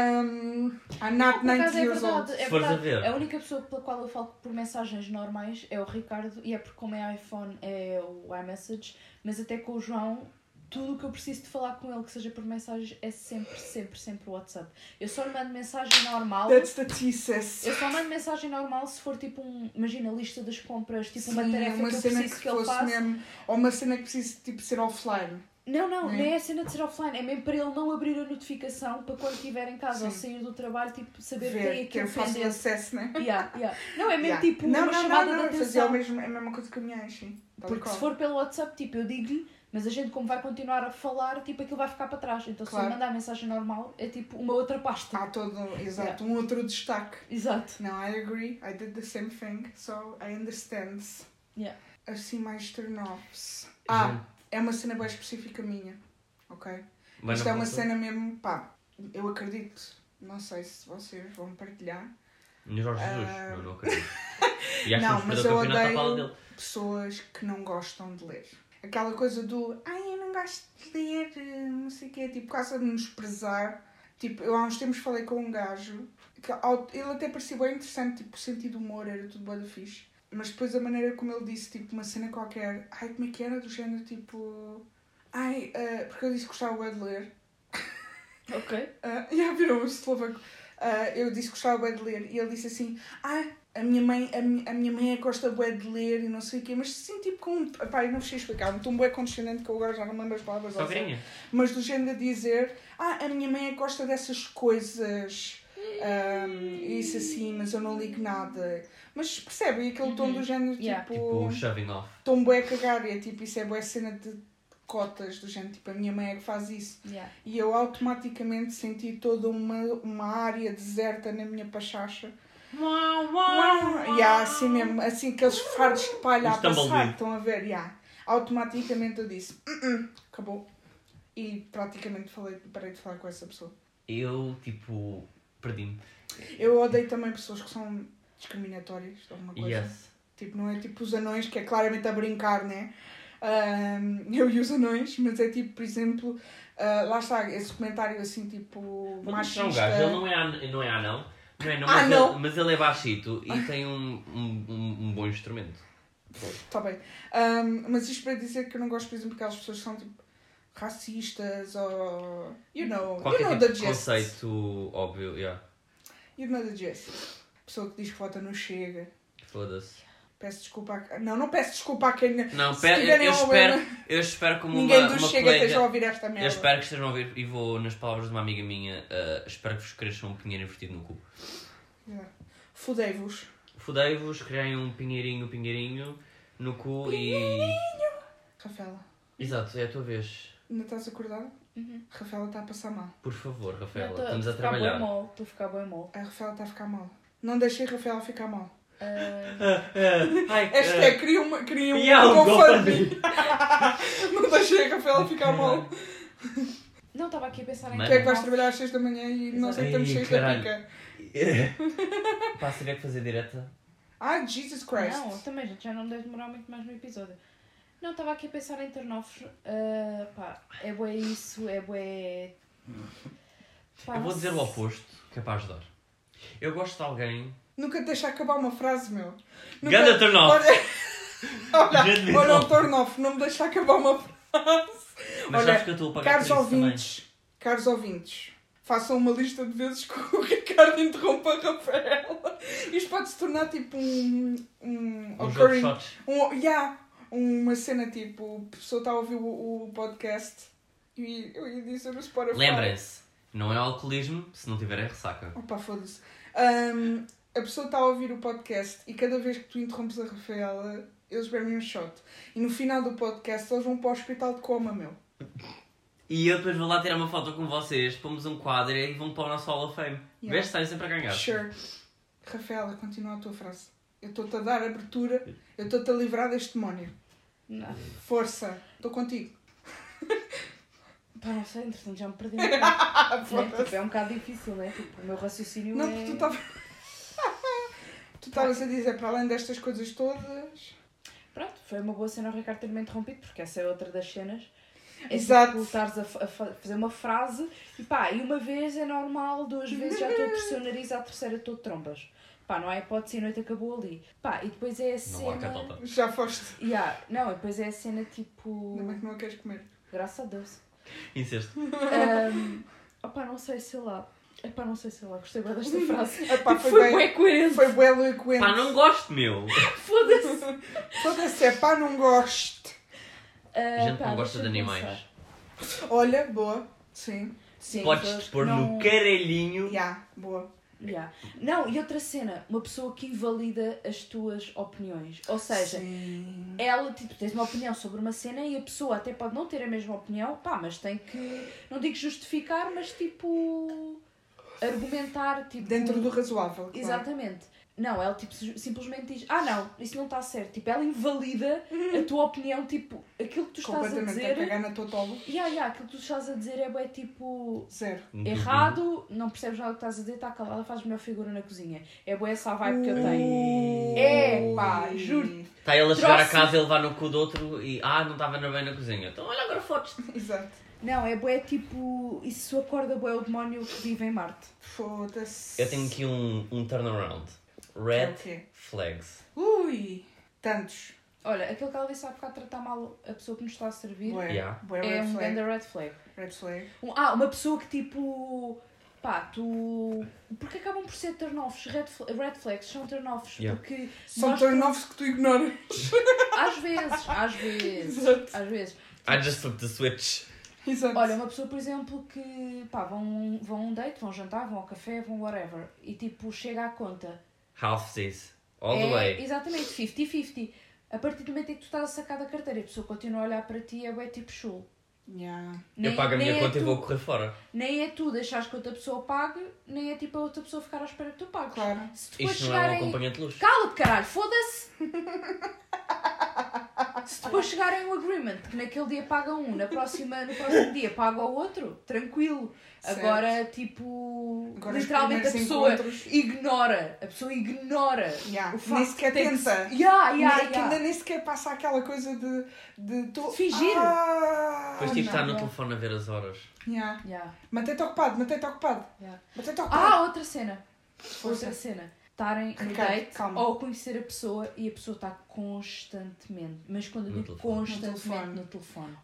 Um, I'm not
Por
90
acaso é
years
verdade,
old.
é
Se fores a
verdade.
ver.
A única pessoa pela qual eu falo por mensagens normais é o Ricardo e é porque como é iPhone é o iMessage, mas até com o João tudo o que eu preciso de falar com ele, que seja por mensagens, é sempre, sempre, sempre o WhatsApp. Eu só lhe mando mensagem normal.
That's the thesis.
Eu só mando mensagem normal se for tipo um, imagina, lista das compras, tipo uma
Sim,
tarefa
uma
que eu
cena
preciso que, ele faça.
mesmo. Ou uma cena que precise tipo, ser offline.
Não, não,
Né?
nem é a cena de ser offline, é mesmo para ele não abrir a notificação para quando estiver em casa
Sim.
ou sair do trabalho, tipo, saber que tem
Ver, é ter
aquilo
fácil
pendente.
acesso, né?
Yeah, yeah. Não, é mesmo
Yeah.
tipo
não,
uma
não,
chamada
não, não,
de
eu fazia
atenção.
o mesmo, é a mesma coisa que a minha, sim. Tal e
Porque se
qual.
for pelo WhatsApp, tipo, eu digo-lhe, mas a gente como vai continuar a falar, tipo, aquilo vai ficar para trás. Então se
Claro. Ah.
eu mandar mensagem normal, é tipo uma outra pasta.
Há todo, exato, um outro destaque.
Exato.
Não, I agree, I did the same thing, so I understand.
Yeah.
Assim mais turn-offs. Ah, é uma cena bem específica minha, ok?
Mas
Isto
não
é uma
posso-
cena mesmo, pá, eu acredito, não sei se vocês vão partilhar,
Melhor Jorge Jesus,
Ah.
não, não acredito. E acho
Não,
que
mas
vamos
eu
perder o campeonato à
odeio-
pala dele.
pessoas que não gostam de ler. Aquela coisa do, ai, eu não gosto de ler, eh, não sei o quê, tipo, quase de nos prezar. Tipo, eu há uns tempos falei com um gajo, que ao- ele até parecia bem interessante, tipo, o sentido do humor era tudo boa da fixe. Mas depois a maneira como ele disse, tipo, uma cena qualquer, ai, como é que era, do género, tipo... Ai, eh, porque eu disse que gostava bué de ler.
Ok.
Ah, já virou o eslovaco. Ah, eu disse que gostava bué de ler e ele disse assim: Ah, a minha mãe, a, mi- a minha mãe é que gosta bué de ler e não sei o quê, mas sim, tipo, com. Pá, eu não sei explicar, um tom bué condescendente que eu agora já não me lembro as palavras.
Só é?
ao certo.
ganha.
Mas do género de dizer: Ah, a minha mãe é que gosta dessas coisas. ah, e isso assim, mas eu não ligo nada. Mas percebem aquele tom do género
Yeah.
Tipo, shoving off.
Tom bué cagar, e é tipo, isso é bué cena de cotas, do género, tipo, a minha mãe é que faz isso.
Yeah.
E eu automaticamente senti toda uma, uma área deserta na minha pachacha. E há assim mesmo, assim aqueles fardos de palha
Um
a passar,
tumbleweed.
estão a ver, já. Automaticamente eu disse, "Uh-uh, acabou. E praticamente falei, parei de falar com essa pessoa.
Eu, tipo, perdi-me.
Eu odeio também pessoas que são discriminatórias, de alguma coisa.
Yes.
Tipo, não é tipo os anões, que é claramente a brincar, né? Ahm, eu e os anões, mas é tipo, por exemplo, ah, lá está, esse comentário assim, tipo,
Vou
machista.
mostrar um gajo, ele não é, an- não é anão. Não é, não, mas,
Anão.
Ele, mas ele é baixito e
Ah.
tem um, um, um, um bom instrumento.
Tá bem. Ahm, mas isto para dizer que eu não gosto, por exemplo, que aquelas pessoas que são tipo racistas ou. You know,
Qualquer
you know
tipo
the
de
gist.
conceito óbvio, yeah.
You know the gist. Pessoa que diz que vota não chega.
Foda-se.
Peço desculpa a... Não, não peço desculpa a quem.
Não,
Se
pera, eu,
tiverem
eu
ao
espero,
Ana-
eu espero como
Ninguém
uma,
dos
uma
chega esteja a né?
colega...
ouvir esta merda.
Eu espero que estejam a ouvir e vou, nas palavras de uma amiga minha, ah, espero que vos cresça um pinheiro invertido no cu.
Yeah. Fudei-vos.
Fudei-vos, criei um pinheirinho, pinheirinho no cu e.
Rafaela,
Exato, é a tua vez.
ainda estás acordada?
Uhum.
Rafaela está a passar mal.
Por favor, Rafaela,
Não, tô-
estamos
tô
a
ficar bué
trabalhar.
mole, Estou a ficar bem mole.
A Rafaela está a ficar mal. Não deixei a Rafaela ficar mal.
Ah,
Eh, Ai,
Esta é, cria uma. Cria um.
Yeah, um
GoFundMe. não deixei a Rafaela ficar mal.
não, estava aqui a pensar em...
Mas-
Tu é que vais trabalhar às 6 da manhã e nós
Exato.
estamos
Ei,
6 da
caralho.
pica.
Para saber que fazer direta.
Ah, Jesus Christ.
Não, também, gente, já não deve demorar muito mais no episódio. Não, estava aqui a pensar em turn-offs. Ah, pá, é bué isso, é bué... Pá,
Eu vou
não
dizer o
sei.
oposto, que é para ajudar. Eu gosto de alguém.
Nunca te deixa acabar uma frase, meu. Nunca...
Ganda turn off.
Olha,
Grande
olha, olha
turn
o turn off, não me deixa acabar uma frase.
Mas
Olha,
sabes que eu estou a pagar
Caros
por isso
ouvintes, caros ouvintes, façam uma lista de vezes que o Ricardo interrompa a Rafaela. Isto pode se tornar tipo um. Um,
também. Um jogo de
occurring-
shots.
Um, yeah, uma cena tipo, a pessoa está a ouvir o, o podcast e eu ia dizer no Spotify.
Lembrem-se, Não é alcoolismo se não tiver a ressaca.
Opa, foda-se. Ahm, a pessoa está a ouvir o podcast e cada vez que tu interrompes a Rafaela, eles bebem um shot. E no final do podcast eles vão para o hospital de coma, meu.
E eu depois vou lá tirar uma foto com vocês, pomos um quadro e vão para o nosso Hall of Fame.
Yeah.
Vês? Saem sempre a ganhar.
Sure. Rafaela, continua a tua frase. Eu estou-te a dar abertura, eu estou-te a livrar deste demónio.
Não.
Força, estou contigo.
Pá, não sei, entretanto já me perdi. um bocado,
Ah,
né? tipo, é um bocado difícil, né? Tipo, o meu raciocínio
Não,
é...
porque tu tá- estavas. tu estavas a dizer, para além destas coisas todas.
Pronto, foi uma boa cena o Ricardo ter-me interrompido, porque essa é outra das cenas. É
Exato.
Exato. Estares a, fa- a fa- fazer uma frase e pá, e uma vez é normal, duas vezes já estou a torcer o nariz, à terceira estou de trombas. Pá, não há hipótese e a noite acabou ali. Pá, e depois é
Não
a
há
cena.
catota.
Já foste.
Yeah, não, e depois é a cena tipo.
Ainda bem que não a queres comer.
Graças a Deus.
Incesto.
Ahm, opá, não sei, sei lá. Epá, não sei, sei lá, gostei bem desta frase.
Epá,
Tipo,
foi
foi
bem-
bué coerente.
Foi bué eloquente.
Pá, não gosto, meu!
Foda-se.
Foda-se, é pá, não gosto.
Ah,
A gente
pá,
não gosta de
deixa-me
animais.
pensar.
Olha, boa. Sim.
Sim,
Podes-te
pessoas
pôr
não-
no caralhinho.
Já, boa.
Yeah. Não, e outra cena, uma pessoa que invalida as tuas opiniões. Ou seja,
Sim.
ela, tipo, tens uma opinião sobre uma cena e a pessoa até pode não ter a mesma opinião, pá, mas tem que, não digo justificar, mas tipo, argumentar, tipo.
Dentro do razoável. Claro.
Exatamente. Não, ela tipo su- simplesmente diz: Ah, não, isso não está certo. Tipo, ela invalida a tua opinião, tipo, aquilo que tu estás a
Uhum. Completamente. tá A
dizer.
cagar na tua tola.
Yeah, yeah, aquilo que tu estás a dizer é, bué, tipo,
Zero.
Uhum.
errado, não percebes nada do que estás a dizer, está calada, faz melhor figura na cozinha. É boa essa a vibe que eu tenho.
Uh.
É, pá, juro.
Está ele a chegar a
Trouxe.
casa e levar no cu do outro e. Ah, não estava bem na cozinha. Então olha agora fotos.
Exato.
Não, é boé tipo, isso acorda boé o demónio que vive em Marte.
Foda-se.
Eu tenho aqui um, um turnaround.
É
Red
o quê?
flags.
Ui. Tantos.
Olha, aquele que ela disse há bocado tratar mal a pessoa que nos está a servir
Bué.
Yeah.
Bué
é
red
um
flag.
grande red flag.
Red flag.
Um- ah, uma pessoa que tipo. Pá, tu. Porque acabam por ser turn-offs. Red, fl- red flags são turn-offs.
Yeah.
Porque.
São
mostram-
turn offs que tu ignoras.
Às vezes, às vezes.
Exato.
Às vezes.
I just flipped the switch.
Exato.
Olha, uma pessoa, por exemplo, que pá, vão, vão a um date, vão jantar, vão ao café, vão whatever, e tipo, chega à conta.
Half this. All the
É,
way.
Exatamente, 50-50. A partir do momento em que tu estás a sacar da carteira e a pessoa continua a olhar para ti, é bué tipo chulo.
Yeah.
Eu pago a minha
é
conta e
tu-
vou correr fora.
Nem é tu deixares que outra pessoa pague, nem é tipo a outra pessoa ficar à espera que tu pagues.
Claro.
Se depois
Isto não é um
chegarem.
acompanhante de luxo.
Cala-te, caralho, foda-se! Se depois chegarem a um agreement que naquele dia paga um, na próxima, no próximo dia paga o outro, tranquilo.
Certo.
Agora, tipo,
Agora os
literalmente a
primeiros
pessoa
encontros-
ignora. A pessoa ignora.
Yeah.
O facto
Nem sequer
de ter que-
tenta.
Yeah, yeah,
É que ainda
yeah.
nem sequer passa aquela coisa de. de tu...
Fingir.
Ah,
Depois tipo tá-
não.
estar no
não.
telefone a ver as horas.
Yeah.
Yeah,
Mantém-te ocupado, mantém-te ocupado.
yeah.
Mantém-te ocupado.
Ah, outra cena. Outra cena. Estarem no
Ricardo,
date
calma.
ou conhecer a pessoa e a pessoa está constantemente, mas quando eu
No
digo
telefone. No
constantemente
telefone.
no telefone.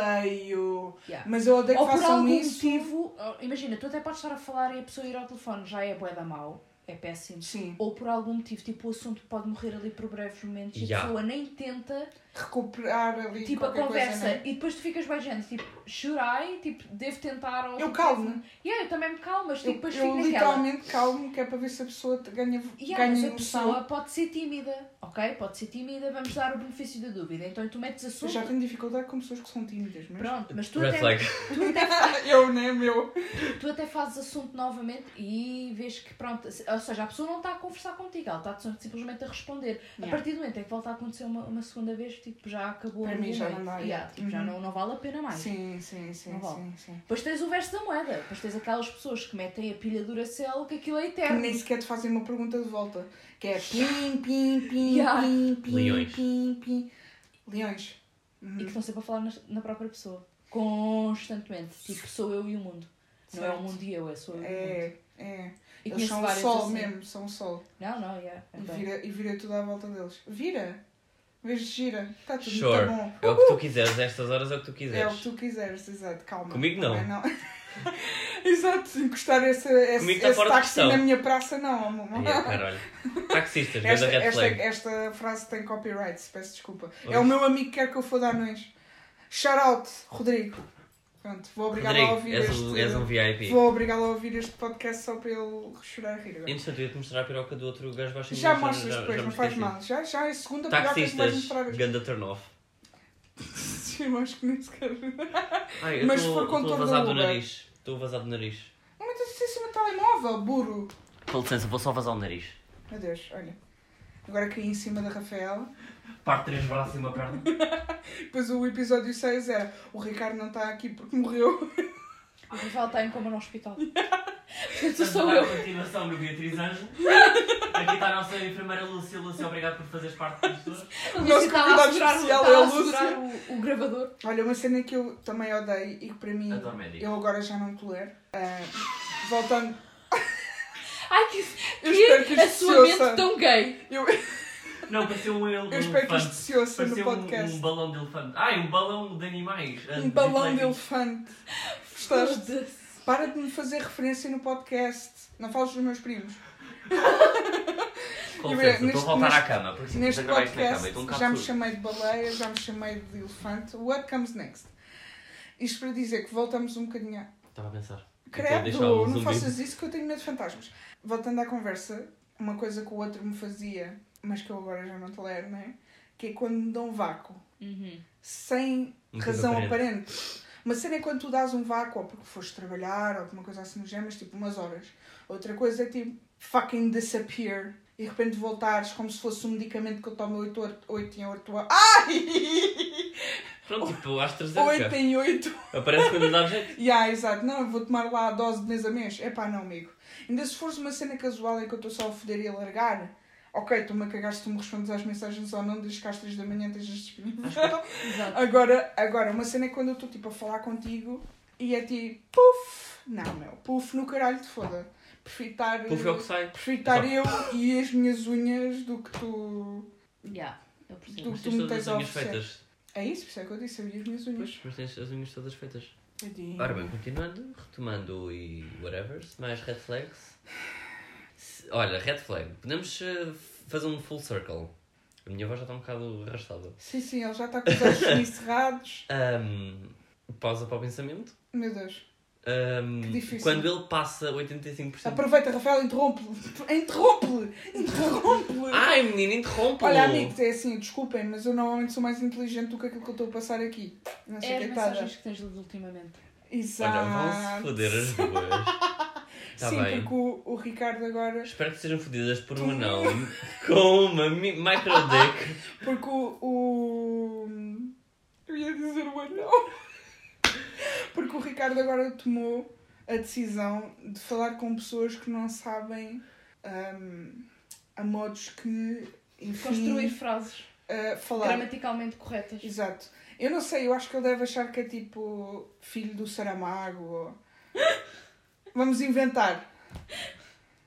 Odeio.
Yeah.
Mas eu odeio
Ah! Ou
que
por
façam
algum
isso.
motivo, ou- imagina, tu até podes estar a falar e a pessoa ir ao telefone já é bué da mau, é péssimo.
Sim.
Ou por algum motivo, tipo, o assunto pode morrer ali por breves momentos e
Yeah.
a pessoa nem tenta,
Recuperar ali.
tipo, a
qualquer
conversa.
Coisa, né?
E depois tu ficas bem gente, tipo, chorai, tipo, devo tentar ou...
Eu
tipo,
calmo.
devo- Yeah, eu também me calmo, mas tipo,
Eu,
depois
eu
fico naquela.
literalmente calmo, que é para ver se a pessoa te ganha,
Yeah,
ganha
mas a
emoção.
pessoa pode ser tímida, ok? Pode ser tímida, vamos dar o benefício da dúvida. Então tu metes
Eu
assunto,
já tenho dificuldade com pessoas que são tímidas, mas.
pronto, mas tu
Red
até,
flag.
tu até
Eu, né, meu?
Tu até fazes assunto novamente e vês que, pronto, se- ou seja, a pessoa não está a conversar contigo, ela está só- simplesmente a responder. A
Yeah.
partir do momento em que volta a acontecer uma, uma segunda vez, tipo, já acabou
Para
a
mim
minha
já
noite.
não dá,
Yeah,
yeah.
tipo, já
Uhum.
não, não vale a pena mais.
Sim, sim, sim,
Não
sim,
vale.
sim.
Depois tens o verso da moeda, depois tens aquelas pessoas que metem a pilha Duracell que aquilo é
Que
eterno.
nem sequer te fazem uma pergunta de volta. Que é pim, pim, pim,
Yeah.
pim, pim,
Leões.
pim, pim. Leões.
E que estão sempre a falar nas- na, própria pessoa. Constantemente. Tipo, sou eu e o mundo. Não é
Certo.
o mundo e eu, é sou eu e o mundo.
É, é.
E
Eles
conheço
são o
várias
sol
assim.
mesmo, são o sol.
Não, não, yeah, é
E
bem.
vira, e vira tudo à volta deles. Vira! Vês gira. Está tudo
Sure.
muito bom.
É o que tu quiseres, estas horas é o que tu
É o
quiseres.
que tu quiseres, exato, calma.
Comigo não.
Também exato, encostar esse, esse,
Comigo está
esse
fora de
táxi
questão.
na minha praça, não, amor.
Ai, é, caralho. Taxistas,
Esta,
ganda red
esta, é
flag.
esta frase tem copyrights, peço desculpa.
Oi.
É o meu amigo que quer que eu foda anões. Shout out, Rodrigo. Pronto, vou obrigá-lo a
Rodrigo,
ouvir
és, o- és um
este.
VIP.
Vou obrigá-lo a ouvir este podcast só para ele chorar e rir agora.
Entretanto, eu ia-te mostrar a piroca do outro gajo baixo
Já mostras depois, não faz mal. Já, já é a segunda piroca que vais
Taxistas,
mostrar hoje.
ganda turn off.
Sim, acho que nem sequer.
Ai, eu
Mas
estou
se for com
estou
todo
vazado do
Uber.
nariz. Estou vazado do nariz.
Mas isso é cima do telemóvel, burro.
Com licença, vou só vazar o nariz.
Meu Deus, olha. Agora caí em cima da Rafaela.
Parte três braços e uma perna.
Depois o episódio 6 era o Ricardo não está aqui porque morreu.
O rival está em coma no hospital. Portanto, sou eu.
continuação do Beatriz Anjo. Aqui está a nossa enfermeira Lúcia. Lúcia, obrigado por fazeres parte do tour.
A
nosso
Lúcia estava a
convidado
segurar, o,
especial
estava
é a
a segurar o, o gravador.
Olha, uma cena que eu também odeio e que para mim
Adoro médico.
eu agora já não tolero. Ah, voltando.
Ai, que,
Eu espero que
que a
isto
sua
se ouça.
mente tão gay.
Eu,
Não, pareceu um, ele- um
eu espero que isto
elefante.
se ouça no
Pareceu um,
podcast.
um balão de elefante. Ai, um balão de animais. Ah,
Um balão de
dislexia.
elefante. Gostaste?
Foda-se.
Para de me fazer referência no podcast. Não fales dos meus primos.
Com
E,
licença,
neste-
estou a voltar à
neste-
cama. Porque se
Neste
quiser gravar isto na cama,
podcast
então
já
cá
me
tudo.
chamei de baleia, já me chamei de elefante. What comes next? Isto para dizer que voltamos um bocadinho a...
Estava a pensar. Então
Credo,
deixa o
não
zumbi.
faças isso que eu tenho medo de fantasmas. Voltando à conversa, uma coisa que o outro me fazia, mas que eu agora já não tolero, não é? Que é quando me dão um vácuo,
Uhum.
sem
Nunca
razão
dou parede.
aparente. Uma cena é quando tu dás um vácuo, ou porque foste trabalhar, ou alguma coisa assim no género, mas tipo umas horas. Outra coisa é tipo fucking disappear. E de repente voltares como se fosse um medicamento que eu tomo 8, 8, 8 em 8 horas. Ai!
Pronto, tipo, às
8
300.
em 8.
Aparece quando lhe dá jeito.
Ya, exato. Não, eu vou tomar lá a dose de mês a mês. Epá, não, amigo. Ainda se fores uma cena casual em que eu estou só a foder e a largar, ok, tu-me a cagar se tu me respondes às mensagens ou não, desde que às 3 da manhã estejas disponível.
Exato.
Agora, agora, uma cena é quando eu estou tipo a falar contigo e é tipo, puf, não, meu, puf no caralho te foda. Prefiro estar- eh,
Puf, é o que sai.
prefiro estar eu e as minhas unhas do que tu.
Yeah, eu
Tu-
percebo.
Mas
tu
tens
me
todas
tens
as
a
unhas
oferecer.
feitas.
É isso, por isso é que eu disse, eu e as minhas unhas.
Pois, mas tens as unhas todas feitas.
Tadinho.
Ora bem, continuando, retomando e whatever, mais red flags. Se- Olha, red flag. Podemos eh, fazer um full circle. A minha voz já está um bocado arrastada.
Sim, sim, ele já está com os olhos semicerrados.
Ah. Ahm, pausa para o pensamento.
Meu Deus.
Ahm,
Que difícil.
Quando ele passa 85%.
Aproveita, Rafael, interrompe-lhe. Interrompe-lhe. Interrompe-lhe.
Ai, menino, interrompe
Olha, amigos, é assim, desculpem, mas eu normalmente sou mais inteligente do que aquilo que eu estou a passar aqui. Não
É
sei
as
deitada.
mensagens que tens lido ultimamente.
Exato.
Olha, vão-se foder as duas. Tá
Sim,
bem.
porque o, o Ricardo agora.
Espero que sejam fodidas por um anão com uma mi- micro dick.
Porque o. o... Eu ia dizer o anão. Porque o Ricardo agora tomou a decisão de falar com pessoas que não sabem ahm, a modos que. Enfim,
Construir frases
ah, falar.
gramaticalmente corretas.
Exato. Eu não sei, eu acho que ele deve achar que é tipo filho do Saramago. Ou... Vamos inventar.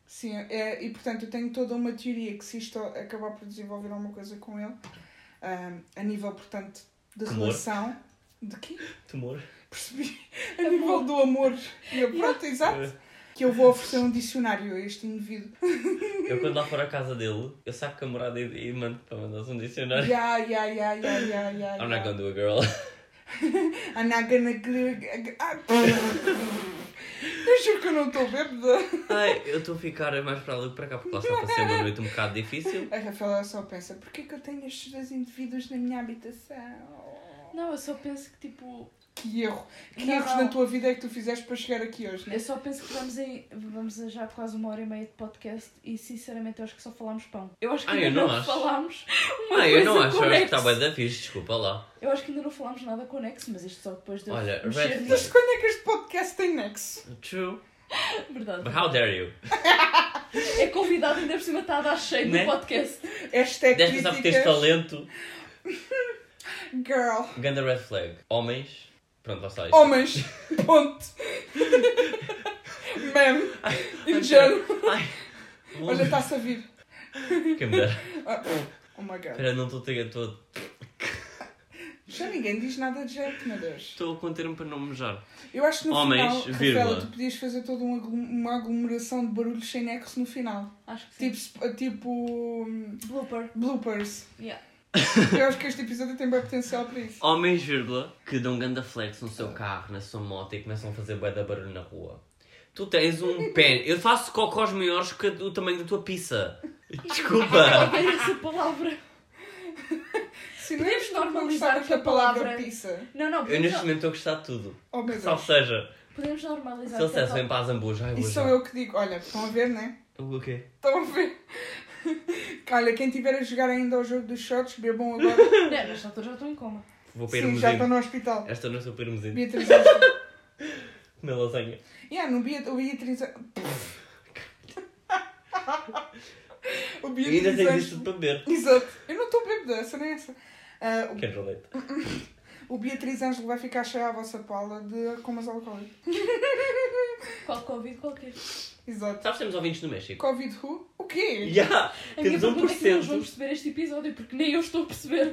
Sim, é, e portanto eu tenho toda uma teoria que se isto acabar por desenvolver alguma coisa com ele, ahm, a nível, portanto, de
Amor.
relação. De quê?
Tumor.
Percebi. A nível do amor. E eu,
É.
pronto, exato. Que eu vou oferecer um dicionário a este indivíduo.
Eu quando lá for à casa dele, eu saco com a morada e, e mando para mandar um dicionário.
Ya, ya, ya, ya, ya, ya.
I'm not
ya.
gonna do a girl.
I'm not gonna glue- Ah, Eu juro que eu não estou bêbada.
Ai, eu estou a ficar mais para lá do que para cá, porque lá está a ser uma noite um bocado difícil.
A Rafaela só pensa, porquê que eu tenho estes dois indivíduos na minha habitação?
Não, eu só penso que tipo.
Que erro. Que
Não,
erros
não.
na tua vida é que tu fizeste para chegar aqui hoje, não
Eu só penso que vamos, em, vamos a já quase uma hora e meia de podcast e sinceramente eu acho que só falámos pão. Eu acho que
Ah,
ainda
eu não
não,
acho.
falámos uma
Ai, eu não
coisa
acho, eu acho que tá
conexa.
está bem da fixe, desculpa lá.
Eu acho que ainda não falámos nada conexo, mas isto só depois de eu
Olha,
mexer
red
nisto.
Mas quando é que este podcast tem nexo?
True.
Verdade.
But how dare you?
É convidado ainda por cima está a dar cheio
Né?
no podcast.
Esta é
Desta sabe que tens
crítica.
talento.
Girl.
Ganda red flag. Homens. Pronto, lá está isto.
Homens. Ponto. Man. In general.
Ai.
Olha, está-se a vir.
Que merda.
Ah, Oh my god.
Espera, não estou a ter. estou-
Já ninguém diz nada de jeito, meu Deus.
Estou a conter-me para não mejar.
Eu acho que no
Homens,
final,
vírgula.
Rafaela, tu podias fazer toda um aglu- uma aglomeração de barulhos sem nexo no final. ah,
Acho que sim.
Tipo, sp- tipo hum,
Blooper.
bloopers.
Yeah.
Eu acho que este episódio tem bem potencial para isso.
Homens, vírgula, que dão ganda flex no seu carro, na sua moto e começam a fazer bué da barulho na rua. Tu tens um pé. Eu faço cocós maiores que o tamanho da tua pizza. Desculpa.
Odeio essa palavra.
Se não
Podemos
és tu que não
normalizar
gostava
esta
da palavra
palavra.
pizza.
Não, não,
Eu
podemos,
neste momento estou a gostar de tudo.
Oh meu
Salve
Deus.
seja.
podemos normalizar
Se ele
esta
dissesse vem
palavra.
para as Zambuja, ai, vou
Isso sou
já.
eu que digo. Olha, estão a ver, né?
O quê?
Estão a ver? Olha, quem estiver a jogar ainda ao jogo dos shots, bebam agora.
Não, nesta altura já estou em coma.
Vou para
Sim, já estão
Irmesino.
no hospital.
Esta noite vou para Irmesino.
Beatriz Ângela.
Comer lasanha.
yeah, no Beat- o Beatriz... o
E ainda
Beatriz
tens isto
Ângela.
para beber. é
Exato. Eu não estou bêbada, essa nem é essa. Ah, o
Quero leite.
O Beatriz Ângelo vai ficar cheia à vossa pala de comas alcoólicas.
Qual Covid, qualquer.
Exato.
Sabes que temos ouvintes no México?
Covid who? O quê?
Já!
A minha
Temos
pergunta é que nós
1%.
vamos perceber este episódio, porque nem eu estou a perceber.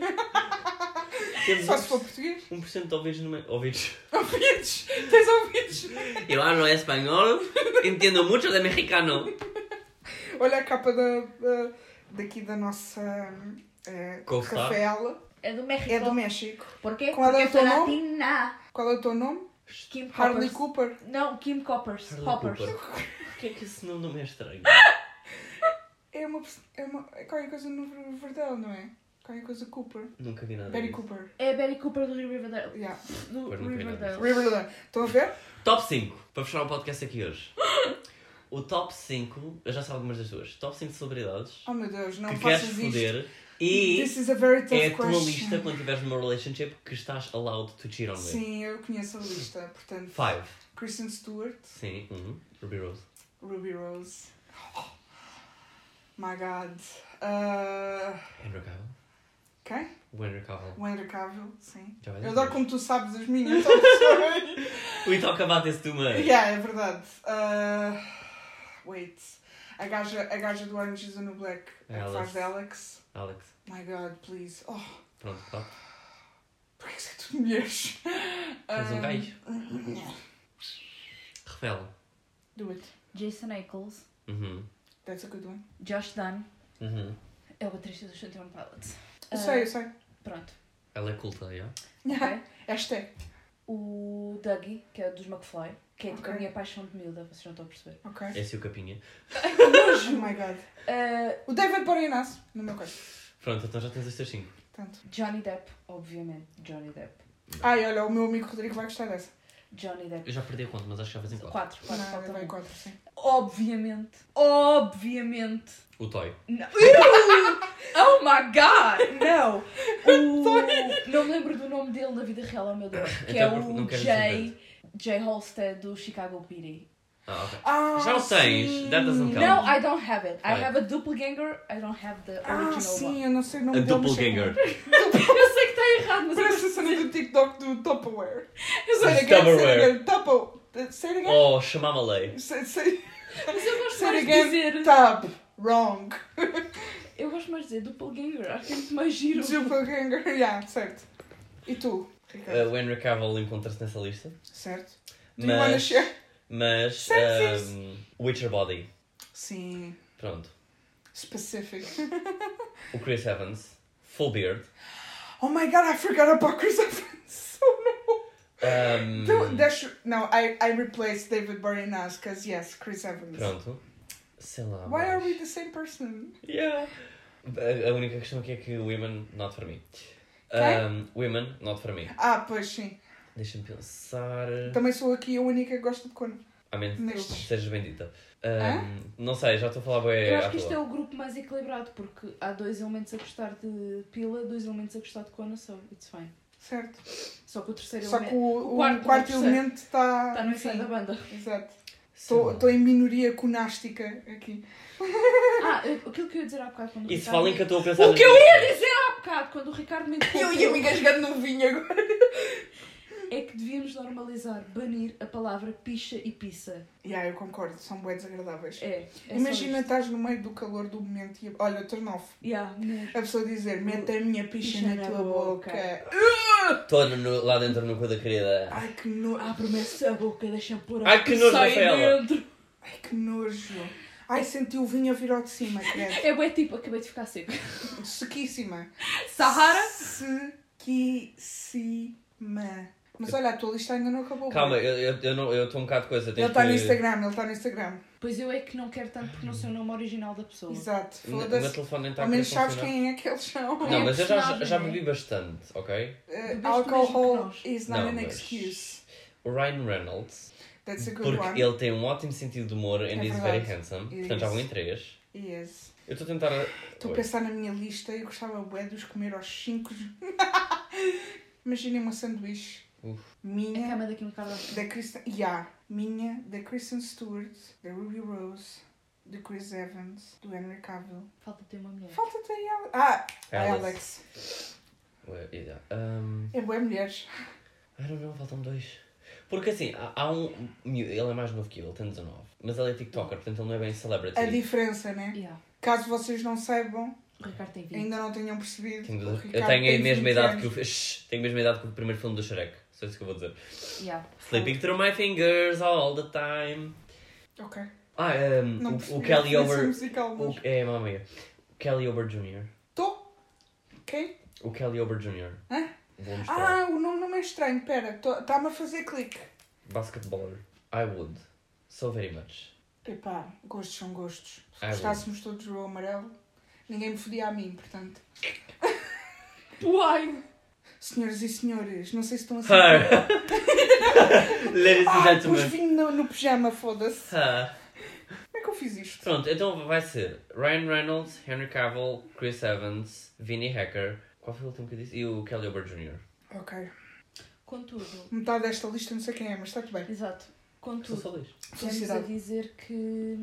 Temos
Só se for
1%.
português.
1% de ouvintes no México. Ouvintes.
Ouvidos! Tens ouvidos!
Eu hablo espanhol, entendo muito de mexicano.
Olha a capa da, da- daqui da nossa eh,
Qual está?
Rafaela.
É do México.
É do México.
Porquê?
Qual é
Porque
o teu
foi
nome?
latina.
Qual é o teu nome?
Kim Coppers.
Harley Cooper.
Não, Kim Coppers. Coppers.
Porquê é que esse nome não é estranho?
É uma, pers- é uma. é qualquer coisa no ver- verdade, não é? Qualquer coisa Cooper.
Nunca vi nada.
Barry
disso.
Cooper.
É a Betty Cooper do Riverdale.
Yeah.
Do
Pois não tem nada
Riverdale.
Riverdale. Estão a ver?
Top 5, para fechar o podcast aqui hoje. O top 5, eu já sei algumas das duas. Top 5 celebridades
Oh meu Deus, não
que queres
faças isto.
foder e
This is a very tough
é a tua
question.
lista quando tiveres numa relationship que estás allowed to cheat on me.
Sim, eu conheço a lista, portanto.
5.
Kristen Stewart,
Sim, um. Ruby Rose.
Ruby Rose. My God. Uh,
Henry Cavill.
quem?
O Henry Cavill.
O Henry Cavill, sim.
Já vais
Eu
dizer.
adoro como tu sabes as minhas. então, sorry.
We talk about this too much.
yeah, é verdade. Uh, wait. A gaja, a gaja do Orange is the New Black é que
Alex.
faz de Alex.
Alex,
My God, please. Oh,
pronto, top.
por que é que tu mulheres?
Tens um
Um,
gajo. Revela.
Do it.
Jason Ackles.
Uhum.
That's a good one.
Josh Dunn.
Uhum.
É o baterista do Stone Pilots. Ah,
Eu sei, eu sei.
Pronto.
Ela é culta, já?
ok.
Hashtag.
O Dougie, que é dos McFly. Que é tipo
Ok.
a minha paixão de miúda. Vocês não estão a perceber.
Ok.
Esse é o Capinha.
Oh my God.
Ah,
O David Boreanaz, no meu caso.
Pronto, então já tens estes cinco.
Tanto.
Johnny Depp. Obviamente. Johnny Depp.
Ai, olha, o meu amigo Rodrigo vai gostar dessa.
Johnny Depp.
Eu já perdi a conta, mas acho que já fazem quatro.
Quatro. Quatro.
Não,
Falta
vai tá
um.
quatro, sim.
Obviamente. Obviamente.
O Toy.
Não. oh my god! Não! O... Não me lembro do nome dele na vida real, oh meu Deus. Que
Então,
é
porque não
o
queres
Jay, Jay Holstead do Chicago PD.
Ah, ok.
Ah,
Já o tens.
sim.
That doesn't count.
No, I don't have it. I
Right.
have a doppelganger, I don't have the original
Ah, sim,
one.
eu não sei o nome
A
dele, mas sei
Doppelganger.
Eu sei que está errado,
como.
mas
Parece a cena do TikTok do Tupperware.
Eu
Say it again, say it again. é Tupper. Say it again.
Oh, chamava lei.
Say, say,
eu, mas eu gosto
say
mais
it
de
again. tá.
dizer.
Tap. Wrong.
Eu gosto mais de dizer doppelganger, acho que é muito mais giro.
Doppelganger. Yeah, certo. E tu, Ricardo?
Uh, o Henry Cavill encontra-se nessa lista.
Certo. Do you wanna
Mas.
share?
Mas.
Sexist.
um, Witcher Body.
Sim.
Pronto.
Specific.
O Chris Evans. Full Beard.
Oh my god, I forgot about Chris Evans. Oh no.
Um,
Dude, that should, no, I, I replaced David Boreanaz because yes, Chris Evans.
Pronto. Sei lá.
Why are
mais.
we the same person?
Yeah. A, a única questão aqui é que women, not for me. Um, women, not for me.
Ah, pois sim.
Deixa-me pensar.
Também sou aqui a única que gosta de cone.
Amém.
Nestes.
Seja bendita. Um, não sei, já estou a falar bem
Eu
à
acho que isto é
toa.
o grupo mais equilibrado, porque há dois elementos a gostar de pila, dois elementos a gostar de cona, so it's fine.
Certo.
Só que o terceiro
Só que
elemento
o, o
o
quarto,
quarto- o terceiro.
elemento está.
está no ensaio da banda.
Exato.
Sei lá.
Estou em minoria conástica aqui.
Ah, eu- aquilo que eu ia dizer há bocado quando o
E se
Ricardo...
falem que eu
me-
estou a pensar.
O que eu
nisso.
ia dizer há bocado quando o Ricardo me interrompeu
engasgando no vinho agora.
é que devíamos normalizar, banir a palavra picha e pissa.
Yeah, eu concordo, são bué desagradáveis.
É. é
Imagina
Só isto.
estás no meio do calor do momento e. a- Olha, turn off.
yeah, mesmo.
A pessoa dizer, mete a minha picha na tua boca.
Estou no- lá dentro no cu da querida.
Ai que nojo.
Abre-me essa boca, deixa-me pôr a
Ai, que nojo,
sai
Rafaela.
dentro.
Ai que nojo. Ai, senti o vinho a virar de cima, credo.
Eu é tipo, acabei de ficar seco.
Sequíssima.
Sahara?
Sequíssima. Mas olha, a tua lista ainda não acabou.
Calma, eu estou eu, não- eu tô um bocado de coisa.
Ah, Ele
tens
está no
que-
Instagram, ele está no Instagram.
Pois eu é que não quero tanto porque não sei o nome original da pessoa.
Exato.
O meu o meu
Foda-se.
telefone nem está tá a
Ao
querer
menos sabes
funcionar.
quem é que eles são.
Não, mas eu já,
personagem,
já
né?
bebi bastante, ok?
Uh,
mesmo que
alcohol
nós.
is not
Não,
an
mas-
excuse.
O Ryan Reynolds,
That's a good
porque
one.
ele tem um ótimo sentido de humor and
É
is
verdade.
very handsome.
It
Portanto, já
is.
vão em três.
Yes.
Eu estou a tentar.
Estou a
Oi.
pensar na minha lista e gostava bué de os comer aos 5. Imaginem um sanduíche.
Uf.
É A um
Minha,
cama daqui no Kardashian.
É. da Kristen... Yeah. Minha, da Kristen Stewart, da Ruby Rose, do Chris Evans, do Henry Cavill.
Falta ter uma mulher.
Falta-te aí ela. Ah, a
Alice.
Alex.
Ué, yeah. Um,
É bué mulheres.
I don't know, faltam dois. Porque assim, há, há um. miúdo- Ele é mais novo que eu, ele tem 19. Mas ele é TikToker, portanto ele não é bem celebrity.
A diferença, né?
Yeah.
Caso vocês não saibam,
O Ricardo tem 20.
ainda não tenham percebido.
Tenho-
o
eu
Ricardo
tenho a
tem
mesma
20
idade que
anos.
o. Shhh, tenho a mesma idade que o primeiro filme do Shrek. Só isso que eu vou dizer.
Yeah.
Slipping through my fingers all the time.
Ok.
Ah, um,
Não
o, o
percebi assim um a
Kelly
referência
Over.
musical,
O,
mas-
é, mamma mia. O Kelly Over Jr.
Tô? Quem?
O Kelly Over Jr.
Hã?
Vou mostrar.
Ah, o nome não é estranho. Pera, está-me a fazer clique.
Basketballer. I would. So very much.
Epá, gostos são gostos. Se
Ah,
gostássemos todos do amarelo, ninguém me fodia a mim, portanto.
Uai!
Senhoras e senhores, não sei se estão a
Her.
sentir.
Ladies and
Ah, pus
gentlemen.
vinho no, no pijama, foda-se.
Her.
Como é que eu fiz isto?
Pronto, então vai ser Ryan Reynolds, Henry Cavill, Chris Evans, Vinny Hacker. Qual foi o último que eu disse? E o Kelly Ober Jr.
Ok.
Contudo.
Metade desta lista não sei quem é, mas está tudo bem.
Exato.
Sou
Contudo.
só dois.
Estamos a
Felicidade.
dizer que.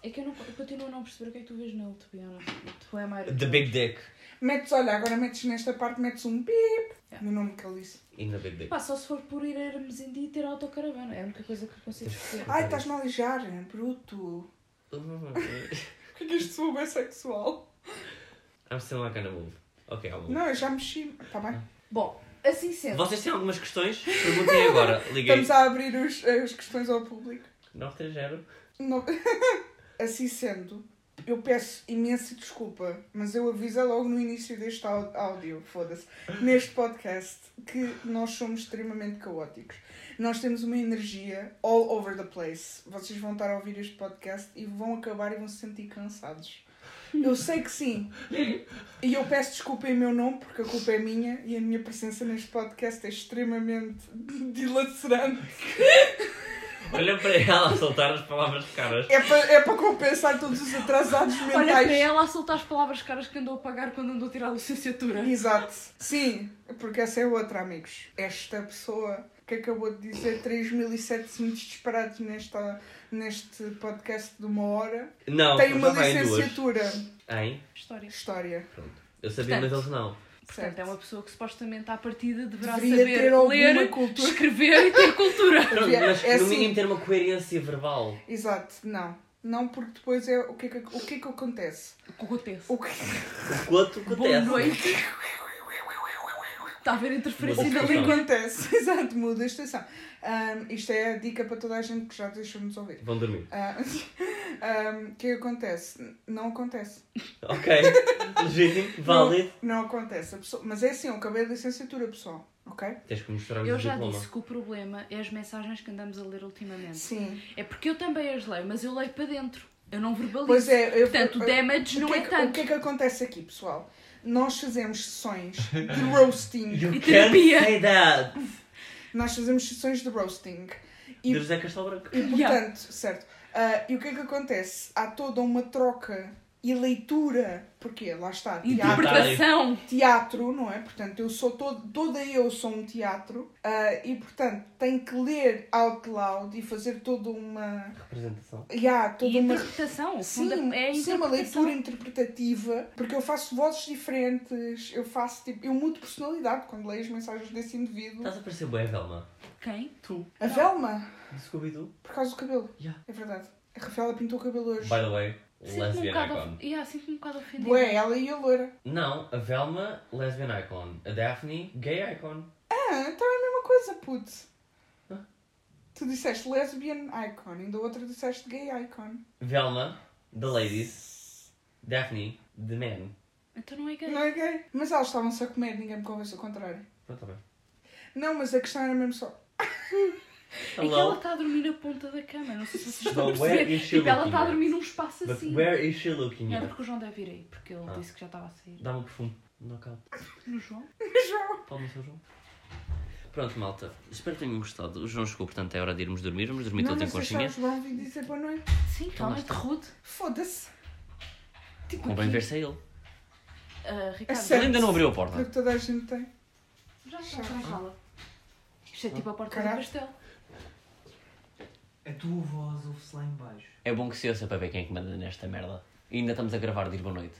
É que eu, não, eu continuo a não perceber o que é que tu vês nele, to be honest. Tu é mais.
The Big Dick.
Metes, olha, agora metes nesta parte, metes um bip
Yeah.
no nome que ele disse.
In the Big Dick.
Pá, só se for por ir a Hermesindia e ter autocaravana. É a única coisa que eu consigo perceber.
Ai, estás-me a aleijar, bruto. Porque que isto sou bem sexual?
I'm still not gonna move. Ok, I'll move.
Não, eu já mexi. Está bem.
Bom, assim sendo.
Vocês têm algumas questões? Perguntem agora. Liguei
Estamos a abrir os, eh, as questões ao público.
930.
Não- assim sendo, eu peço imensa desculpa, mas eu aviso logo no início deste au- áudio, foda-se, neste podcast, que nós somos extremamente caóticos. Nós temos uma energia all over the place. Vocês vão estar a ouvir este podcast e vão acabar e vão se sentir cansados. Eu sei que sim. E eu peço desculpa em meu nome, porque a culpa é minha e a minha presença neste podcast é extremamente dilacerante.
Olha para ela a soltar as palavras de caras.
É para é para compensar todos os atrasados mentais.
Olha para ela a soltar as palavras caras que andou a pagar quando andou a tirar a licenciatura.
Exato. Sim, porque essa é outra, amigos. Esta pessoa que acabou de dizer 3.700 disparados nesta, neste podcast de uma hora
Não,
tem
já
uma
vai em duas.
licenciatura.
Hein?
História.
História.
Eu sabia, mas
Portanto.
eles não.
Portanto, é uma pessoa que supostamente à partida deverá
Deveria ter
saber
alguma
ler,
cultura.
escrever e ter cultura.
Pronto,
É
mas no
assim.
mínimo ter uma coerência verbal.
Exato, não. Não, porque depois é o que é que, o que, é que acontece.
O que acontece?
O que,
O quanto
Boa
acontece.
noite. Está a haver interferência
Boa
o
na
que
discussão.
língua.
acontece. Exato, muda a estação. Ahm, isto é a dica para toda a gente que já deixou-nos ouvir.
Vão dormir.
Ah, ahm, O que é que acontece? Não acontece.
Ok. Legítimo, válido.
Não acontece. A pessoa- Mas é assim, eu acabei a licenciatura, pessoal. Ok?
Tens que mostrar
Eu
o
já
diploma.
disse que o problema é as mensagens que andamos a ler ultimamente.
Sim.
É porque eu também as leio, mas eu leio para dentro. Eu não verbalizo.
Pois é. Eu,
Portanto, o damage
o
não
que
é
que- O
tanto.
que é que acontece aqui, pessoal? Nós fazemos sessões de roasting.
You
E
can't
terapia.
say that.
Nós fazemos sessões de roasting. E,
Do José é Castelo Branco.
e, portanto,
Yeah.
certo. Ah, e o que é que acontece? Há toda uma troca e leitura. Porque lá está, teatro.
Interpretação.
tá. teatro, não é? Portanto, eu sou todo, toda eu sou um teatro ah, e, portanto, tenho que ler out loud e fazer toda uma.
Representação.
Yeah, toda
E
uma
interpretação. o
Sim,
funda- é a
sim, uma
interpretação.
leitura interpretativa, porque eu faço vozes diferentes, eu faço tipo, eu mudo personalidade quando leio as mensagens desse indivíduo.
Tá.
Estás a parecer bué, Velma.
Quem?
Tu.
A Velma,
De Scooby-Doo.
por causa do cabelo,
Yeah.
é verdade. A Rafaela pintou o cabelo hoje.
By the way,
Sinto-me um
lesbian
bocado,
icon.
of... yeah, sinto-me um bocado ofendida.
Ué, ela e a loira.
Não, a Velma, lesbian icon. A Daphne, gay icon.
Ah, então é a mesma coisa, puto.
Hã?
Tu disseste lesbian icon e da outra disseste gay icon.
Velma, The Ladies, Daphne, The Man.
Então não é gay.
Não é gay? Mas elas estavam-se a comer, ninguém me convenceu o contrário.
Pronto, tá bem.
Não, mas a questão era mesmo só.
É que ela
Hello,
está a dormir na ponta da cama, não sei se vocês estão a
but where
perceber.
is she
Tipo, ela
looking
está a
at?
dormir num espaço
But
assim.
where is she looking
É
at?
porque o João deve ir aí, porque ele
Ah.
disse que já estava a sair.
Dá-me o perfume. Knockout.
No João?
Pode não ser o João. Pronto, malta. Espero que tenham gostado. O João chegou, portanto é hora de irmos dormir. Vamos dormir
não,
todos em
mas deixar
conchinha.
o João vir dizer boa noite.
Sim,
Então,
calma-te, rude.
Foda-se. Tipo,
tá. Convém
aqui,
ver-se a ele.
Ah,
É
Ricardo,
sério?
Ele ainda não abriu a
do
porta.
que toda a gente tem.
já está na é sala. Isto é tipo a porta do
Caralho.
pastel.
A tua voz ouve-se lá em baixo.
É bom que se ouça para ver quem é que manda nesta merda. E ainda estamos a gravar, diz boa noite.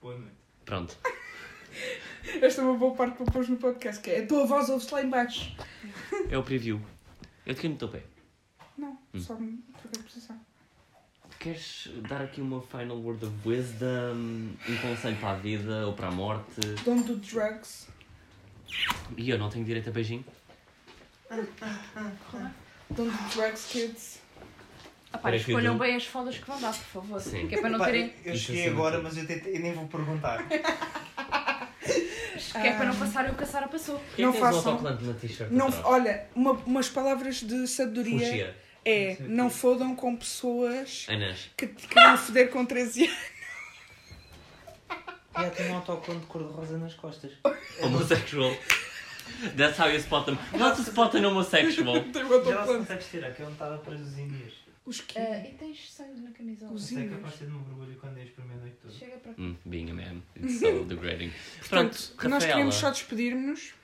Boa noite.
Pronto.
Esta é uma boa parte para pôr no podcast, que é a tua voz ouve-se lá em baixo.
É o preview. Eu toquei no teu pé.
Não, só me troquei de posição.
Queres dar aqui uma final word of wisdom? Um conselho para a vida ou para a morte?
Don't do drugs.
E eu não tenho direito a beijinho?
Don't do drugs, kids.
Ah, pá,
Parece que
escolham
eu-
bem as folhas que vão dar, por favor.
Sim.
Que é para não
Pá,
terem.
eu
Isso
cheguei
assim,
agora,
não
mas eu, tentei- eu nem vou perguntar.
Que é para
ah.
não passarem o que a Sara passou.
Porquê
Não
que tens um
façam-
autocolante na t-shirt?
Não,
atrás?
olha, uma- umas palavras de sabedoria
Fuxia.
é não fodam com pessoas
Anãs.
que te queriam foder com 13 anos.
Já tenho um autocolante de cor-de-rosa nas costas.
Homosexual. That's how you spot them. How to spot an homosexual.
Tem um
Já se
autocolante.
consegues tirar, que eu não estava preso os índios.
Os que?
Eh,
Ah, e tens sangue na camisola.
Os
Sei que
índios.
capaz de ter de me mergulho quando eu experimento a noite toda.
Chega para cá.
Hum, being a man. It's so degrading.
Portanto,
Pronto,
nós
Rafaela.
queremos só despedir-nos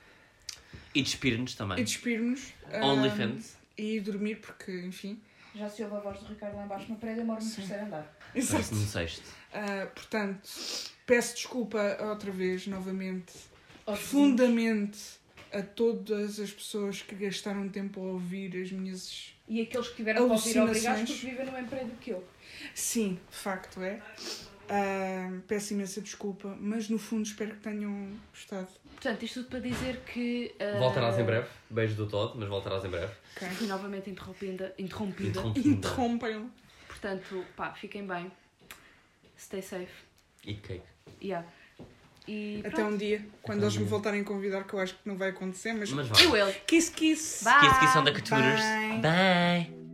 E despir-nos também.
e despir-nos.
OnlyFans.
ah, E ir dormir, porque, enfim.
Já se ouve a voz do Ricardo lá embaixo na parede, eu moro no terceiro andar.
Exato.
Parece-me um sexto.
Ah, portanto, peço desculpa outra vez, novamente, profundamente a todas as pessoas que gastaram tempo a ouvir as minhas.
E aqueles que tiveram que ouvir obrigados
Alucinações.
porque vivem no mesmo prédio que eu.
Sim, de facto é. Ah, peço imensa desculpa, mas no fundo espero que tenham gostado.
Portanto, isto tudo para dizer que. ah,
Voltarás em breve. Beijo do Todd, mas voltarás em breve.
ok?
Fui novamente interrompida. interrompida.
Interrompida.
Interrompem-me.
Portanto, pá, fiquem bem. Stay safe.
E cake.
Yeah. E
Até
pronto.
um dia,
Até
quando
um
eles me
dia.
voltarem a convidar, que eu acho que não vai acontecer, mas.
Mas vá.
Eu ele.
Kiss, kiss!
Bye.
Kiss, kiss on the coutures.
Bye.
Bye.